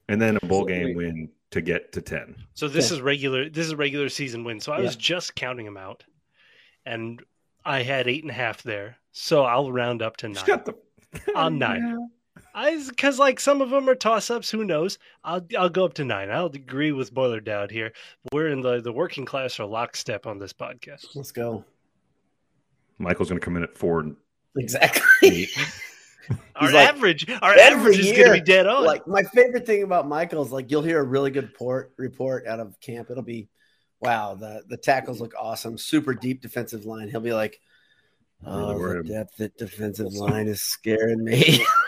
Speaker 1: And then a bowl
Speaker 4: So
Speaker 1: game
Speaker 4: three.
Speaker 1: win to get to 10.
Speaker 2: So this
Speaker 3: Yeah.
Speaker 2: is regular. This is regular season win. So I was just counting them out, and I had eight and a half there. So I'll round up to nine.
Speaker 1: Shut the.
Speaker 2: On nine. I because like some of them are toss ups. Who knows? I'll I'll go up to nine. I'll agree with Boiler Dowd here. We're in the the working class or lockstep on this podcast.
Speaker 3: Let's go.
Speaker 1: Michael's going to come in at four and
Speaker 3: Exactly.
Speaker 1: eight.
Speaker 2: Our
Speaker 3: like,
Speaker 2: average, our
Speaker 3: every
Speaker 2: average is going to
Speaker 3: year,
Speaker 2: be dead on.
Speaker 3: like my favorite thing about Michael is like you'll hear a really good port report out of camp. It'll be, wow, the the tackles look awesome, super deep defensive line. He'll be like,
Speaker 1: I'm really
Speaker 3: oh, the
Speaker 1: worried.
Speaker 3: depth at defensive line is scaring me.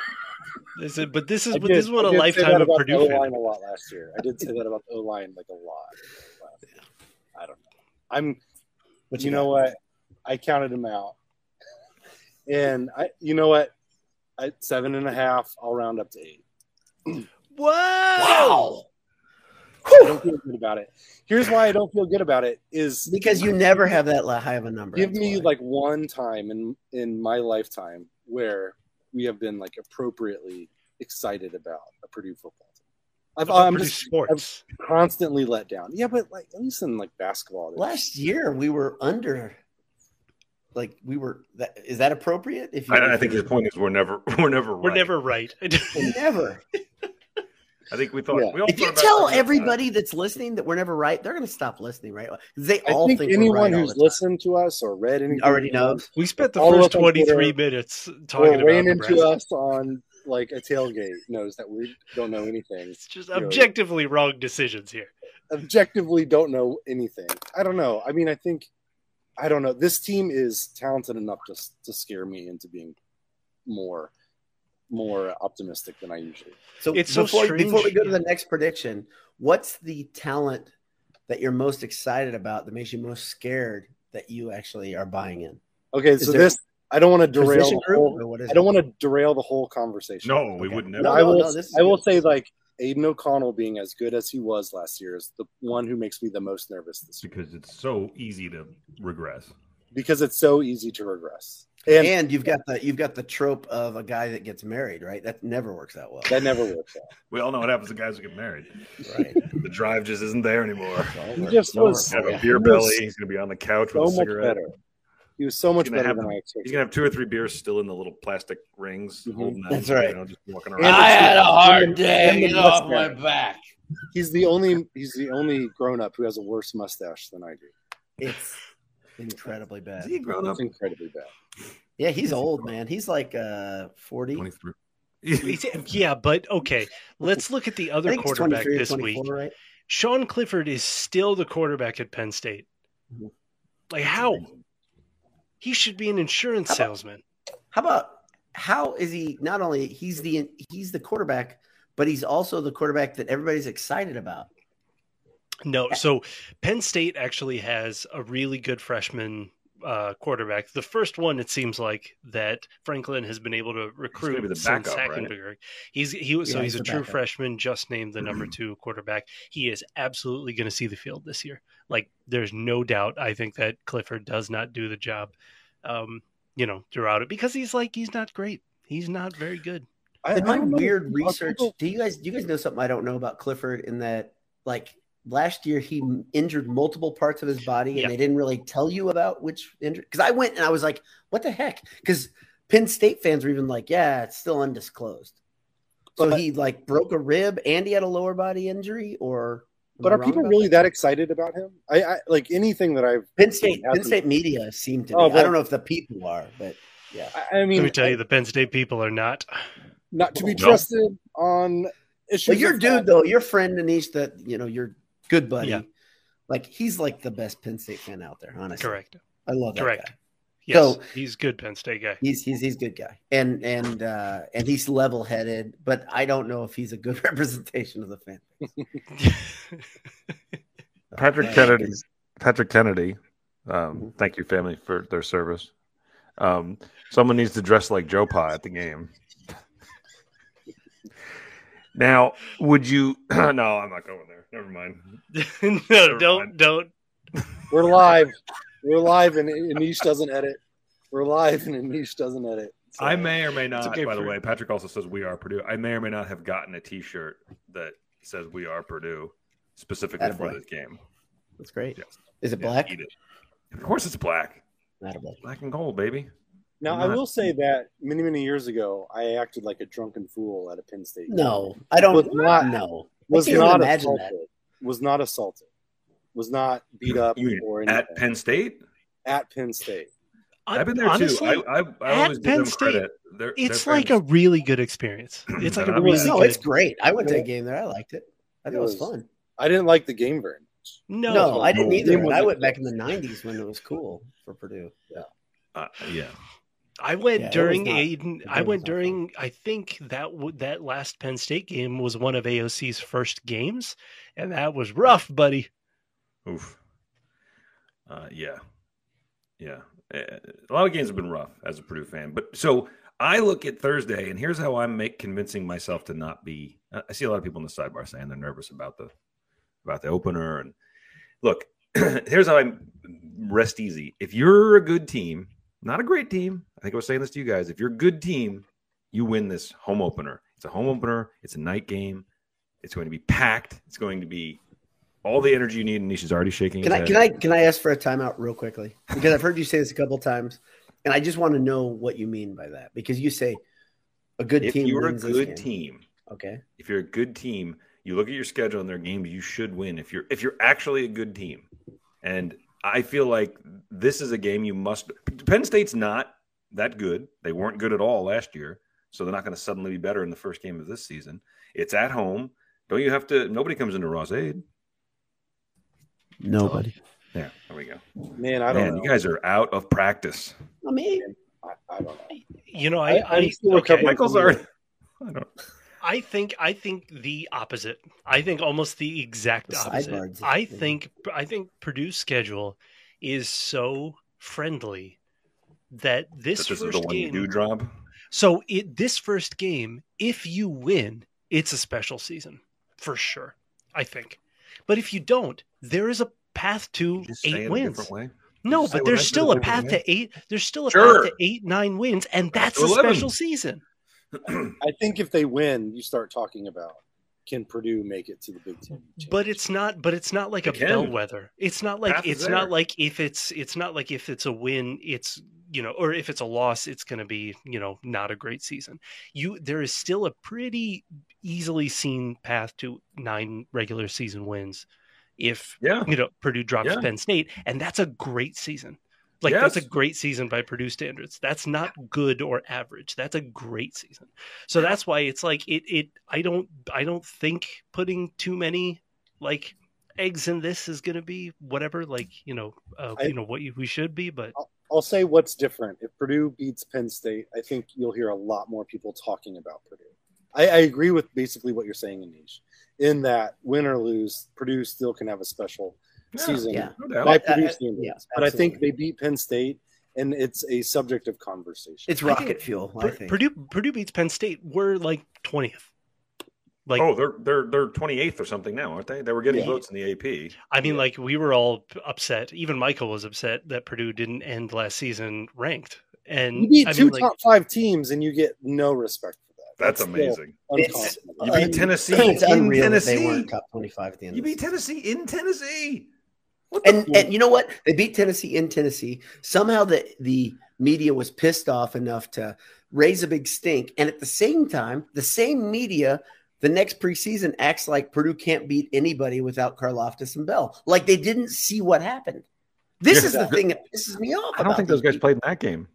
Speaker 2: This is- but this is
Speaker 4: I
Speaker 2: this is
Speaker 4: did-
Speaker 2: what
Speaker 4: I
Speaker 2: a
Speaker 4: did say that
Speaker 2: lifetime of
Speaker 4: about the
Speaker 2: Purdue.
Speaker 4: O-line
Speaker 2: Fan.
Speaker 4: a lot last year. I did say that about the O line like a lot. I don't know. I'm, but you know what? I counted them out, and I, you know what? At seven and a half, I'll round up to eight.
Speaker 2: Wow!
Speaker 4: I don't feel good about it. Here's why I don't feel good about it: is
Speaker 3: because you never have that li- high of a number.
Speaker 4: give
Speaker 3: that's
Speaker 4: me
Speaker 3: why.
Speaker 4: like one time in in my lifetime where we have been like appropriately excited about a Purdue football team. I've, I'm
Speaker 2: Purdue
Speaker 4: just
Speaker 2: sports.
Speaker 4: constantly let down. Yeah, but like at least in like basketball, there's-
Speaker 3: last year, we were under. Like we were. That, is that appropriate? If
Speaker 1: I, I think your point is we're never, we're never,
Speaker 2: We're
Speaker 1: right.
Speaker 2: never right.
Speaker 3: never.
Speaker 1: I think we thought.
Speaker 4: Yeah.
Speaker 1: We all
Speaker 3: If you
Speaker 1: thought about
Speaker 3: tell
Speaker 1: that.
Speaker 3: everybody that's listening that we're never right, they're going to stop listening, right? They
Speaker 4: I
Speaker 3: all
Speaker 4: think,
Speaker 3: think, we're
Speaker 4: anyone
Speaker 3: right all the
Speaker 4: who's
Speaker 3: time.
Speaker 4: listened to us or read anything
Speaker 3: already
Speaker 4: from us
Speaker 3: knows.
Speaker 2: we spent the
Speaker 4: Follow
Speaker 2: first
Speaker 4: up on
Speaker 2: twenty three
Speaker 4: Twitter.
Speaker 2: minutes
Speaker 4: or
Speaker 2: talking about
Speaker 4: ran into
Speaker 2: Nebraska.
Speaker 4: us on like a tailgate knows that we don't know anything.
Speaker 2: It's just
Speaker 4: you know,
Speaker 2: objectively wrong decisions here.
Speaker 4: Objectively, don't know anything. I don't know. I mean, I think I don't know. This team is talented enough to to scare me into being more more optimistic than I usually.
Speaker 3: So
Speaker 2: It's so
Speaker 3: before,
Speaker 2: strange.
Speaker 3: before we go to the next prediction, what's the talent that you're most excited about that makes you most scared that you actually are buying in?
Speaker 4: Okay,
Speaker 3: Is
Speaker 4: so
Speaker 3: there
Speaker 4: this I don't want to derail
Speaker 3: Position
Speaker 4: the
Speaker 3: group
Speaker 4: whole.
Speaker 3: or what is
Speaker 4: I don't
Speaker 3: it?
Speaker 4: want to derail the whole conversation.
Speaker 1: No, we
Speaker 3: Okay.
Speaker 1: wouldn't.
Speaker 3: No,
Speaker 1: Have.
Speaker 4: No, I will.
Speaker 3: no, this is
Speaker 4: I will
Speaker 3: good.
Speaker 4: say like Aiden O'Connell being as good as he was last year is the one who makes me the most nervous this year
Speaker 1: Because it's so easy to regress.
Speaker 4: because it's so easy to regress, and,
Speaker 3: And you've got the you've got the trope of a guy that gets married, right? That never works out well.
Speaker 4: that never works out.
Speaker 1: We all know what happens to guys who get married.
Speaker 3: right.
Speaker 1: The drive just isn't there anymore.
Speaker 4: He just
Speaker 3: Don't
Speaker 4: was
Speaker 1: Have
Speaker 3: worry.
Speaker 1: a
Speaker 4: so
Speaker 3: Yeah.
Speaker 1: beer
Speaker 4: He
Speaker 1: belly.
Speaker 4: was
Speaker 1: He's going to be on the couch with a
Speaker 4: much
Speaker 1: cigarette.
Speaker 4: better. He was so much
Speaker 1: gonna
Speaker 4: better
Speaker 1: have
Speaker 4: than
Speaker 1: the-
Speaker 4: I
Speaker 1: He's
Speaker 4: expected.
Speaker 1: gonna have two or three beers still in the little plastic rings,
Speaker 4: Mhm.
Speaker 1: holding that.
Speaker 3: Mm-hmm. That's right.
Speaker 1: You know, just walking
Speaker 4: And
Speaker 1: around.
Speaker 5: I had a hard
Speaker 4: and
Speaker 5: day.
Speaker 4: the
Speaker 5: Get off my
Speaker 4: mustache.
Speaker 5: back.
Speaker 4: He's the only he's the only grown up who has a worse mustache than I do.
Speaker 3: It's incredibly
Speaker 1: Is
Speaker 3: bad.
Speaker 1: he grown up?
Speaker 4: It's incredibly bad.
Speaker 3: Yeah, he's old, man. He's like uh 40.
Speaker 1: Twenty three.
Speaker 2: yeah, but okay. Let's look at the
Speaker 3: I
Speaker 2: other
Speaker 3: think he's
Speaker 2: quarterback
Speaker 3: 23 or
Speaker 2: this
Speaker 3: 24,
Speaker 2: week.
Speaker 3: right?
Speaker 2: Sean Clifford is still the quarterback at Penn State.
Speaker 3: Mhm.
Speaker 2: Like how?
Speaker 1: Oh,
Speaker 2: He should be an insurance
Speaker 3: How about-
Speaker 2: salesman.
Speaker 3: How about how is he not only he's the he's the quarterback, but he's also the quarterback that everybody's excited about.
Speaker 2: No, so Penn State actually has a really good freshman uh, quarterbacks. The first one, it seems like that Franklin has been able to recruit
Speaker 1: be the
Speaker 2: since
Speaker 1: backup, right?
Speaker 2: Hackenberg. He's he was so
Speaker 3: Yeah,
Speaker 2: he's,
Speaker 3: he's
Speaker 2: a
Speaker 3: the
Speaker 2: true
Speaker 3: backup.
Speaker 2: freshman, just named the number two quarterback. He is absolutely going to see the field this year. Like there's no doubt. I think that Clifford does not do the job. Um, you know, throughout it because he's like he's not great. He's not very good.
Speaker 4: I,
Speaker 3: In
Speaker 4: I
Speaker 3: my
Speaker 4: don't know.
Speaker 3: weird
Speaker 4: Are
Speaker 3: research,
Speaker 4: people-
Speaker 3: do you guys do you guys know something I don't know about Clifford? In that, like last year, he m- injured multiple parts of his body, and
Speaker 2: Yeah.
Speaker 3: they didn't really tell you about which injury. Because I went and I was like, "What the heck?" Because Penn State fans were even like, "Yeah, it's still undisclosed." So
Speaker 4: But-
Speaker 3: he like broke a rib, and he had a lower body injury, or am
Speaker 4: but
Speaker 3: I
Speaker 4: are
Speaker 3: wrong
Speaker 4: people
Speaker 3: about
Speaker 4: really that excited about him? I, I like anything that I've.
Speaker 3: Penn State?
Speaker 4: Yeah,
Speaker 3: Penn State media seemed to. Be.
Speaker 4: Oh,
Speaker 3: I
Speaker 4: well-
Speaker 3: don't know if the people are, but yeah,
Speaker 4: I, I mean,
Speaker 2: Let me tell you, the Penn State people are not.
Speaker 4: not to be
Speaker 1: No.
Speaker 4: trusted on issues.
Speaker 3: But your
Speaker 4: of-
Speaker 3: dude, though, your friend Anish, that you know, your good buddy,
Speaker 2: Yeah.
Speaker 3: like he's like the best Penn State fan out there. Honestly,
Speaker 2: Correct.
Speaker 3: I love that
Speaker 2: Correct.
Speaker 3: guy.
Speaker 2: Yes,
Speaker 3: So-
Speaker 2: he's good Penn State guy.
Speaker 3: He's he's he's a good guy, and and uh and he's level headed. But I don't know if he's a good representation of the fan.
Speaker 1: Patrick
Speaker 3: Yeah.
Speaker 1: Kennedy. Patrick Kennedy. Um,
Speaker 3: Mhm.
Speaker 1: thank you, family, for their service. Um, someone needs to dress like Joe Pie at the game. now, would you? no, I'm not going there. Never mind.
Speaker 2: no, don't don't.
Speaker 4: We're live. We're live, and Anish doesn't edit. We're live, and Anish doesn't edit. So-
Speaker 1: I may or may not.
Speaker 2: okay
Speaker 1: by the
Speaker 2: for-
Speaker 1: way, Patrick also says we are Purdue. I may or may not have gotten a T-shirt that says we are Purdue specifically for
Speaker 3: Attaboy.
Speaker 1: this game.
Speaker 3: That's great.
Speaker 1: Yes.
Speaker 3: Is it
Speaker 1: Yeah,
Speaker 3: black?
Speaker 1: eat it. Of course, it's black.
Speaker 3: Not a black.
Speaker 1: Black and gold, baby.
Speaker 4: Now, I
Speaker 1: Not-
Speaker 4: will say that many, many years ago, I acted like a drunken fool at a Penn State. game.
Speaker 3: No, I don't.
Speaker 4: Was not-
Speaker 3: no,
Speaker 4: was
Speaker 3: I can't
Speaker 4: not
Speaker 3: imagine
Speaker 4: assaulted. Was not assaulted. Was not beat up
Speaker 1: You mean
Speaker 4: or anything
Speaker 1: At Penn State,
Speaker 4: At Penn State.
Speaker 1: I've been there
Speaker 2: honestly,
Speaker 1: too. I, I, I
Speaker 2: at
Speaker 1: always give
Speaker 2: Penn
Speaker 1: them
Speaker 2: State,
Speaker 1: credit. They're,
Speaker 2: It's
Speaker 1: they're
Speaker 2: like a
Speaker 1: famous.
Speaker 2: really good experience. It's like a
Speaker 1: I'm
Speaker 2: really
Speaker 4: not-
Speaker 3: No,
Speaker 2: good.
Speaker 3: it's great. I went to
Speaker 4: Yeah.
Speaker 3: a game there. I liked it. I thought it
Speaker 4: It
Speaker 3: was
Speaker 4: was-
Speaker 3: fun.
Speaker 4: I didn't like the game very much.
Speaker 2: no,
Speaker 3: No,
Speaker 4: no,
Speaker 3: I didn't
Speaker 4: no.
Speaker 3: either.
Speaker 4: It
Speaker 3: but I
Speaker 4: was-
Speaker 3: went back in the '90s when it was cool for Purdue. Yeah.
Speaker 1: Uh, yeah.
Speaker 2: I went
Speaker 3: Yeah, it was
Speaker 2: during
Speaker 3: not-
Speaker 2: Aiden.
Speaker 3: the
Speaker 2: I went
Speaker 3: game was not fun.
Speaker 2: during. I think that w- that last Penn State game was one of AOC's first games, and that was rough, buddy.
Speaker 1: Oof. Uh, yeah. Yeah. Eh, A lot of games have been rough as a Purdue fan. But so I look at Thursday, and here's how I'm make, convincing myself to not be. I I see a lot of people in the sidebar saying they're nervous about the about the opener. And look, here's how I rest easy. If you're a good team, not a great team, I think I was saying this to you guys. If you're a good team, you win this home opener. It's a home opener. It's a night game. It's going to be packed. It's going to be all the energy you need. And Nisha's already shaking.
Speaker 3: Can
Speaker 1: his
Speaker 3: I
Speaker 1: head.
Speaker 3: can I can I ask for a timeout real quickly? Because I've heard you say this a couple times, and I just want to know what you mean by that. Because you say a good
Speaker 1: if
Speaker 3: team.
Speaker 1: you're a
Speaker 3: wins this
Speaker 1: good
Speaker 3: game.
Speaker 1: team,
Speaker 3: okay.
Speaker 1: if you're a good team, you look at your schedule and their games you should win. If you're if you're actually a good team, and I feel like this is a game you must. Penn State's not that good. They weren't good at all last year, so they're not going to suddenly be better in the first game of this season. It's at home. Don't you have to? Nobody comes into Ross Aid.
Speaker 3: Nobody.
Speaker 1: There, there we go.
Speaker 4: Man, I don't
Speaker 1: Man,
Speaker 4: know.
Speaker 1: you guys are out of practice.
Speaker 3: I mean,
Speaker 4: I, I don't know.
Speaker 2: You know, I
Speaker 4: I-
Speaker 2: I,
Speaker 4: I'm still
Speaker 2: okay.
Speaker 4: recovering.
Speaker 1: Michael's already. I don't.
Speaker 2: I think I think the opposite. I think almost the exact
Speaker 3: The
Speaker 2: opposite.
Speaker 3: sidebars.
Speaker 2: I think I think Purdue's schedule is so friendly that this,
Speaker 1: This is
Speaker 2: first
Speaker 1: the one you
Speaker 2: game
Speaker 1: do drop.
Speaker 2: So it this first game, if you win, it's a special season for sure. I think, but if you don't, there is a path to
Speaker 1: Just say it
Speaker 2: eight
Speaker 1: a
Speaker 2: wins.
Speaker 1: different way.
Speaker 2: No,
Speaker 1: Say
Speaker 2: but
Speaker 1: what I
Speaker 2: there's
Speaker 1: said
Speaker 2: still a
Speaker 1: over
Speaker 2: path
Speaker 1: here.
Speaker 2: to eight. There's still a
Speaker 1: Sure.
Speaker 2: path to eight, nine wins, and that's
Speaker 1: to
Speaker 2: a
Speaker 1: 11.
Speaker 2: special season.
Speaker 4: I think if they win, you start talking about can Purdue make it to the Big Ten?
Speaker 2: But it's not. But it's not like a
Speaker 1: It can.
Speaker 2: bellwether. It's not like
Speaker 1: Path is
Speaker 2: it's not
Speaker 1: there.
Speaker 2: like if it's it's not like if it's a win, it's you know, or if it's a loss, it's going to be you know not a great season. You there is still a pretty easily seen path to nine regular season wins if
Speaker 1: Yeah.
Speaker 2: you know Purdue drops
Speaker 1: Yeah.
Speaker 2: Penn State, and that's a great season. Like
Speaker 1: Yes.
Speaker 2: that's a great season by Purdue standards. That's not good or average. That's a great season. So that's why it's like it. It. I don't. I don't think putting too many like eggs in this is going to be whatever. Like you know, uh,
Speaker 4: I-
Speaker 2: you know what you, we should be. But
Speaker 4: I'll say what's different. If Purdue beats Penn State, I think you'll hear a lot more people talking about Purdue. I, I agree with basically what you're saying, Anish, in that win or lose, Purdue still can have a special season
Speaker 3: yeah.
Speaker 1: No doubt.
Speaker 3: Uh,
Speaker 4: by
Speaker 3: uh,
Speaker 4: produced the
Speaker 3: yeah,
Speaker 4: Indians. but I think
Speaker 3: absolutely.
Speaker 4: they beat Penn State, and it's a subject of conversation.
Speaker 3: it's rocket fuel. Oh, I
Speaker 2: Pur-
Speaker 3: think.
Speaker 2: Purdue Purdue beats Penn State. We're like twentieth. Like
Speaker 1: oh, they're they're they're 28th or something now, aren't they? They were getting
Speaker 4: Yeah.
Speaker 1: votes in the AP.
Speaker 2: I mean, like we were all p- upset. Even Michael was upset that Purdue didn't end last season ranked. And
Speaker 4: you beat
Speaker 2: I
Speaker 4: two
Speaker 2: mean, like,
Speaker 4: top five teams, and you get no respect for that.
Speaker 1: That's
Speaker 4: still uh,
Speaker 1: amazing.
Speaker 3: It's-
Speaker 4: unconscionable.
Speaker 1: You beat
Speaker 3: un-
Speaker 1: Tennessee
Speaker 3: It's
Speaker 1: in
Speaker 3: unreal that
Speaker 1: Tennessee.
Speaker 3: they weren't top twenty-five at the end.
Speaker 1: You
Speaker 3: of the
Speaker 1: beat Tennessee in Tennessee. What the?
Speaker 3: and and you know what? They beat Tennessee in Tennessee. Somehow the the media was pissed off enough to raise a big stink, and at the same time, the same media the next preseason acts like Purdue can't beat anybody without Karloftis and Bell, like they didn't see what happened. This
Speaker 1: Yeah.
Speaker 3: is the thing that pisses me off.
Speaker 1: I don't
Speaker 3: about
Speaker 1: think
Speaker 3: these
Speaker 1: those guys
Speaker 3: people.
Speaker 1: played in that game.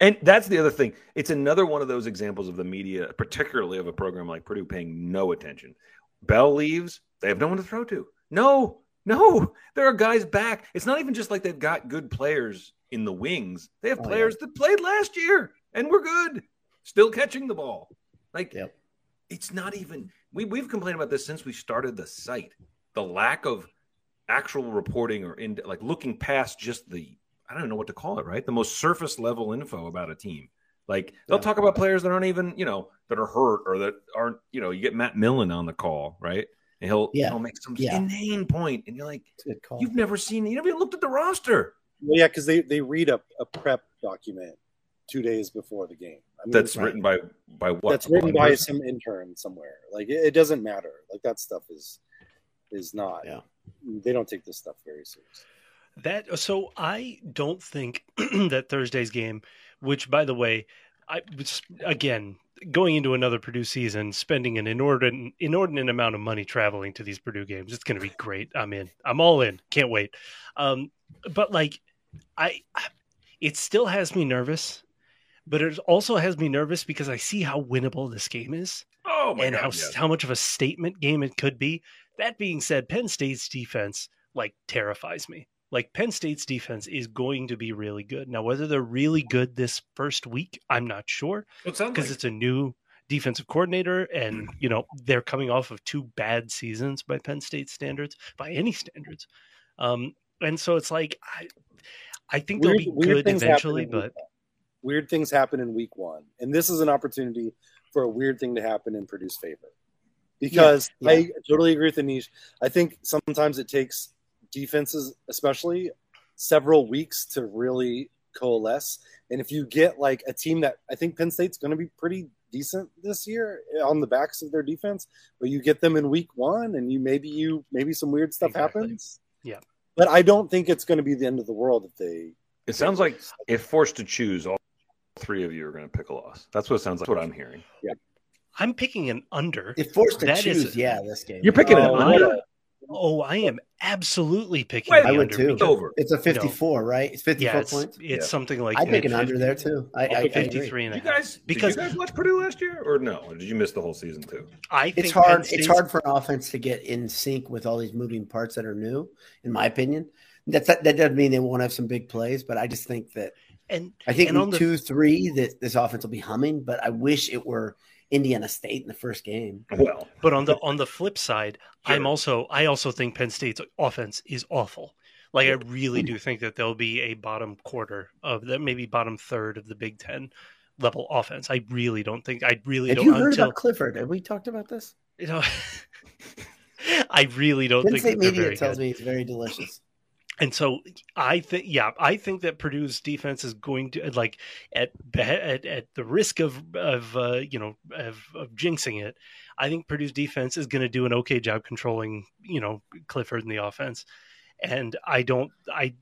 Speaker 1: And that's the other thing. It's another one of those examples of the media, particularly of a program like Purdue, paying no attention. Bell leaves. They have no one to throw to. No, no. There are guys back. It's not even just like they've got good players in the wings. They have
Speaker 3: Oh, yeah.
Speaker 1: players that played last year and were good, still catching the ball. Like,
Speaker 3: Yep.
Speaker 1: it's not even. We, we've complained about this since we started the site. The lack of actual reporting or in like looking past just the I don't know what to call it, right? The most surface level info about a team. Like they'll
Speaker 4: Yeah.
Speaker 1: talk about players that aren't even, you know, that are hurt or that aren't, you know, you get Matt Millen on the call, right? And he'll
Speaker 3: Yeah.
Speaker 1: he'll make some
Speaker 3: Yeah.
Speaker 1: inane point and you're like,
Speaker 3: It's a good call.
Speaker 1: you've never seen you never even looked at the roster.
Speaker 4: Well, yeah, because they, they read a, a prep document two days before the game. I mean,
Speaker 1: That's
Speaker 3: right.
Speaker 1: written by by what?
Speaker 4: that's written
Speaker 1: One
Speaker 4: by
Speaker 1: person?
Speaker 4: some intern somewhere. Like it, it doesn't matter. Like that stuff is is not.
Speaker 3: Yeah.
Speaker 4: They don't take this stuff very seriously.
Speaker 2: That uh, so I don't think that Thursday's game, which by the way, I was- again going into another Purdue season, spending an inordinate inordinate amount of money traveling to these Purdue games. It's going to be great. I'm in. I'm all in. Can't wait. Um, but like, I, I- it still has me nervous. But it also has me nervous because I see how winnable this game is
Speaker 1: Oh my
Speaker 2: and
Speaker 1: god.
Speaker 2: how
Speaker 1: yes.
Speaker 2: how much of a statement game it could be. That being said, Penn State's defense like terrifies me. Like Penn State's defense is going to be really good. Now, whether they're really good this first week, I'm not sure
Speaker 1: Well, it sounds
Speaker 2: because
Speaker 1: like-
Speaker 2: it's a new defensive coordinator, and you know they're coming off of two bad seasons by Penn State standards, by any standards. Um, and so it's like I, I think they'll
Speaker 4: Weird-
Speaker 2: be
Speaker 4: weird
Speaker 2: good
Speaker 4: things happen
Speaker 2: eventually,
Speaker 4: in week
Speaker 2: but
Speaker 4: one. weird things happen in week one, and this is an opportunity for a weird thing to happen in Purdue's favor. Because
Speaker 3: Yeah, yeah.
Speaker 4: I totally agree with Anish. I think sometimes it takes defenses, especially, several weeks to really coalesce. And if you get like a team that I think Penn State's going to be pretty decent this year on the backs of their defense, but you get them in week one, and you maybe you maybe some weird stuff
Speaker 2: Exactly.
Speaker 4: happens.
Speaker 2: Yeah.
Speaker 4: but I don't think it's going to be the end of the world if they
Speaker 1: it sounds like if forced to choose, all three of you are gonna pick a loss. That's what it sounds like. That's what I'm hearing.
Speaker 2: I'm picking an under.
Speaker 3: If forced to
Speaker 2: That is-
Speaker 3: choose, yeah, this game.
Speaker 1: You're picking an
Speaker 4: Oh,
Speaker 1: under?
Speaker 4: what
Speaker 2: Oh, I am absolutely picking.
Speaker 1: Wait,
Speaker 2: the
Speaker 1: I
Speaker 3: would
Speaker 2: under
Speaker 3: too.
Speaker 2: because-
Speaker 1: Over.
Speaker 3: It's a fifty-four, right? It's fifty-four
Speaker 2: yeah, it's,
Speaker 3: points.
Speaker 2: it's
Speaker 1: Yeah.
Speaker 2: something like
Speaker 3: I pick an
Speaker 2: mid-
Speaker 3: under there too. I, I,
Speaker 4: I'll
Speaker 3: I
Speaker 4: pick
Speaker 3: agree.
Speaker 2: 53 and a
Speaker 1: You
Speaker 2: half.
Speaker 1: guys,
Speaker 2: Because-
Speaker 1: did you guys watch Purdue last year, or no? Or did you miss the whole season too?
Speaker 2: I think
Speaker 3: it's hard.
Speaker 2: Penn
Speaker 3: It's
Speaker 2: State's-
Speaker 3: hard for an offense to get in sync with all these moving parts that are new, in my opinion. That's that, that doesn't mean they won't have some big plays, but I just think that
Speaker 2: And
Speaker 3: I think
Speaker 2: And on
Speaker 3: week
Speaker 2: the-
Speaker 3: two, three that this offense will be humming. But I wish it were Indiana State in the first game.
Speaker 1: Well,
Speaker 2: but on the on the flip side, I'm
Speaker 1: Sure.
Speaker 2: also I also think Penn State's offense is awful. Like I really do think that there'll be a bottom quarter of the maybe bottom third of the Big Ten level offense. I really don't think I really
Speaker 3: Have
Speaker 2: don't
Speaker 3: you heard
Speaker 2: until
Speaker 3: about Clifford? Have we talked about this?
Speaker 2: you know I really don't
Speaker 3: Penn
Speaker 2: think
Speaker 3: State
Speaker 2: that they're
Speaker 3: media
Speaker 2: very
Speaker 3: tells
Speaker 2: good.
Speaker 3: me it's very delicious.
Speaker 2: And so I think, yeah, I think that Purdue's defense is going to like at be- at, at the risk of of uh, you know of, of jinxing it. I think Purdue's defense is going to do an okay job controlling you know Clifford and the offense, and I don't I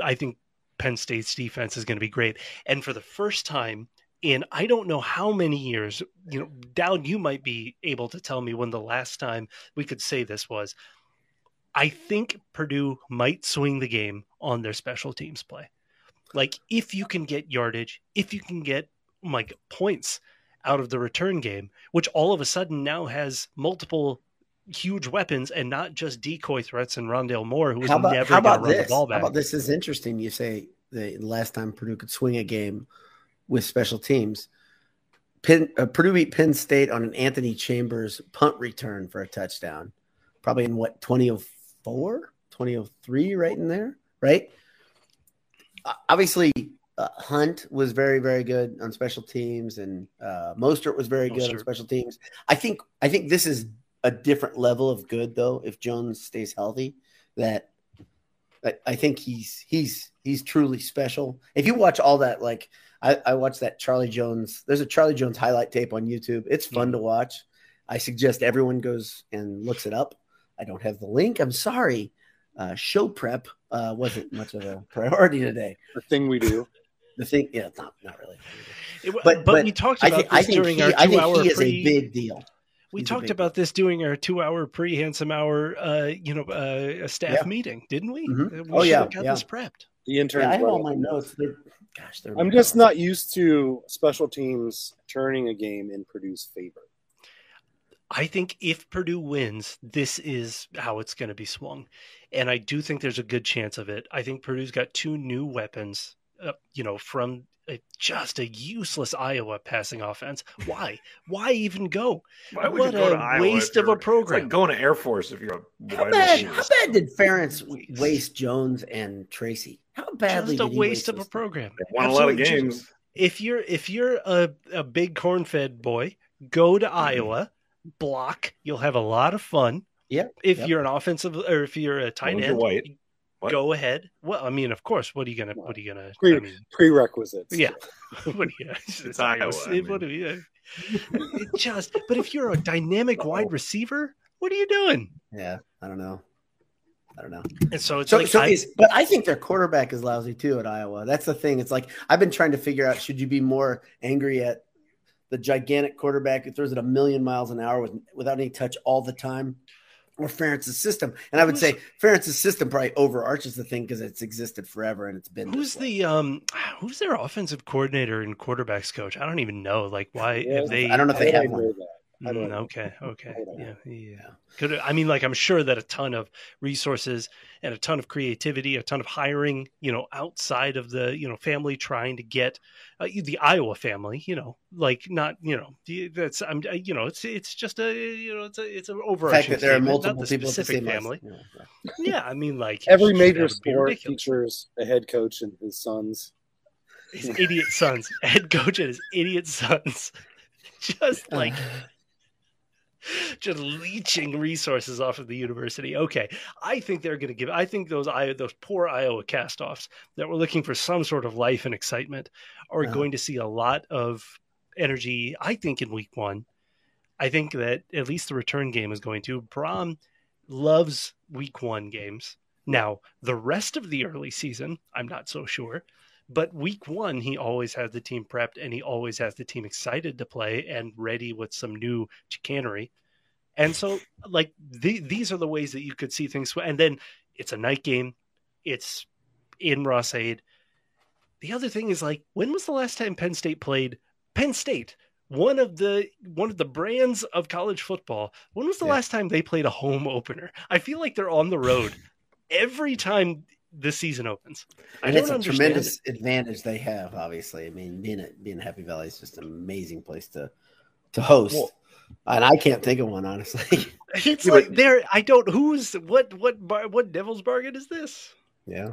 Speaker 2: I think Penn State's defense is going to be great. And for the first time in I don't know how many years, you know, Dowd, you might be able to tell me when the last time we could say this was. I think Purdue might swing the game on their special teams play. Like if you can get yardage, if you can get like points out of the return game, which all of a sudden now has multiple huge weapons and not just decoy threats and Rondale Moore, who was
Speaker 3: How about
Speaker 2: never
Speaker 3: how
Speaker 2: going to
Speaker 3: about
Speaker 2: run the
Speaker 3: this? How
Speaker 2: ball back.
Speaker 3: about this is interesting. You say the last time Purdue could swing a game with special teams. Penn, uh, Purdue beat Penn State on an oh Anthony Chambers punt return for a touchdown, probably in what 2004, 2003, right in there, right? Uh, obviously, uh, Hunt was very, very good on special teams, and uh, Mostert was very good on
Speaker 2: Mostert.
Speaker 3: special teams. I think, I think this is a different level of good though. If Jones stays healthy, that I, I think he's he's he's truly special. If you watch all that, like I, I watched that Charlie Jones. There's a Charlie Jones highlight tape on YouTube. It's fun to watch. I suggest everyone goes and looks it up. I don't have the link. I'm sorry. Uh, show prep uh, wasn't much of a priority today.
Speaker 4: The thing we do.
Speaker 3: The thing, yeah, not not really.
Speaker 2: It- but,
Speaker 3: But- but
Speaker 2: we talked
Speaker 3: I
Speaker 2: about
Speaker 3: think I
Speaker 2: this
Speaker 3: think
Speaker 2: during
Speaker 3: he,
Speaker 2: our
Speaker 3: I think
Speaker 2: two-hour
Speaker 3: he is
Speaker 2: pre.
Speaker 3: a big deal.
Speaker 2: we
Speaker 3: he's a
Speaker 2: talked
Speaker 3: big
Speaker 2: about this during our two-hour pre-handsome hour, uh, you know, uh, staff
Speaker 3: Yeah.
Speaker 2: meeting, didn't we? Uh,
Speaker 3: Mhm.
Speaker 2: We
Speaker 3: Oh,
Speaker 2: should have
Speaker 3: yeah,
Speaker 2: got
Speaker 3: yeah.
Speaker 2: this prepped.
Speaker 4: The interns.
Speaker 3: Yeah, I have
Speaker 4: brought
Speaker 3: all
Speaker 4: up
Speaker 3: my
Speaker 4: the
Speaker 3: notes. They're, gosh, they're
Speaker 4: I'm just not used to special teams turning a game in Purdue's favor.
Speaker 2: I think if Purdue wins, this is how it's going to be swung. And I do think there's a good chance of it. I think Purdue's got two new weapons, uh, you know, from a, just a useless Iowa passing offense. Why? Why even go?
Speaker 1: Why
Speaker 2: What a waste of a program.
Speaker 1: like going to Air Force if you're a
Speaker 3: How
Speaker 1: wide
Speaker 3: bad,
Speaker 1: receiver.
Speaker 3: how bad did Ference waste Jones and Tracy? How badly
Speaker 2: Just a
Speaker 3: did he
Speaker 2: waste of a
Speaker 3: those?
Speaker 2: program.
Speaker 1: They won a lot of
Speaker 2: Absolutely just-
Speaker 1: games.
Speaker 2: if you're if you're a, a big corn-fed boy, go to
Speaker 3: Mm-hmm.
Speaker 2: Iowa, block. You'll have a lot of fun.
Speaker 3: Yep,
Speaker 2: If
Speaker 3: yep.
Speaker 2: you're an offensive or if you're a tight
Speaker 1: long as
Speaker 2: end,
Speaker 1: you're white. What?
Speaker 2: go ahead. Well, I mean, of course. What are you gonna? What are you gonna?
Speaker 4: Pre-
Speaker 2: I mean,
Speaker 4: Prerequisites.
Speaker 2: yeah. what are you? It's,
Speaker 1: Iowa, I
Speaker 2: State, what are you? It just. But if you're a dynamic wide receiver, what are you doing?
Speaker 3: Yeah, I don't know. I don't know.
Speaker 2: And so it's
Speaker 3: So,
Speaker 2: like
Speaker 3: so
Speaker 2: I-
Speaker 3: is, but I think their quarterback is lousy too at Iowa. That's the thing. It's like I've been trying to figure out should you be more angry at the gigantic quarterback who throws it a million miles an hour with, without any touch all the time, or Ferentz's system? And I would say Ferentz's system probably overarches the thing because it's existed forever and it's been. this
Speaker 2: Who's
Speaker 3: way.
Speaker 2: the um? Who's their offensive coordinator and quarterbacks coach? I don't even know. Like, why have they?
Speaker 3: I don't know if
Speaker 4: I
Speaker 3: they have
Speaker 4: don't
Speaker 3: one.
Speaker 4: know that. I don't
Speaker 2: Mm,
Speaker 4: know.
Speaker 2: okay, okay,
Speaker 4: I don't
Speaker 2: yeah,
Speaker 4: know.
Speaker 2: yeah. Could I mean, like, I'm sure that a ton of resources and a ton of creativity, a ton of hiring, you know, outside of the you know family trying to get uh, the Iowa family, you know, like not you know the- that's I'm you know it's it's just a you know it's a it's an
Speaker 3: The
Speaker 2: overarching
Speaker 3: fact that there are
Speaker 2: statement, not
Speaker 3: multiple
Speaker 2: the
Speaker 3: people at the
Speaker 2: specific
Speaker 3: same
Speaker 2: family.
Speaker 3: Yeah, yeah.
Speaker 2: Yeah, I mean, like shit,
Speaker 4: Every
Speaker 2: that
Speaker 4: major
Speaker 2: would be
Speaker 4: sport
Speaker 2: ridiculous.
Speaker 4: features a head coach and his sons.
Speaker 2: his idiot sons, head coach and his idiot sons,
Speaker 3: Uh-huh.
Speaker 2: just like just leeching resources off of the university. Okay, I think they're going to give. I think those Iowa, those poor Iowa castoffs that were looking for some sort of life and excitement are
Speaker 3: Uh-huh.
Speaker 2: going to see a lot of energy. I think in week one, I think that at least the return game is going to. Brom loves week one games. Now the rest of the early season, I'm not so sure. But week one, he always has the team prepped and he always has the team excited to play and ready with some new chicanery. And so, like, the, these are the ways that you could see things. And then it's a night game, it's in Ross Aid. The other thing is, like, when was the last time Penn State played Penn State? One of the one of the brands of college football. When was the
Speaker 3: Yeah.
Speaker 2: last time they played a home opener? I feel like they're on the road every time the season opens. I
Speaker 3: and
Speaker 2: don't
Speaker 3: it's a
Speaker 2: understand it.
Speaker 3: tremendous advantage they have. Obviously, I mean, being at being Happy Valley is just an amazing place to to host,
Speaker 1: Well-
Speaker 3: and I can't think of one honestly.
Speaker 2: It's
Speaker 1: Yeah,
Speaker 2: like
Speaker 1: but-
Speaker 2: there. I don't. Who's what? What? Bar, what devil's bargain is this?
Speaker 3: yeah,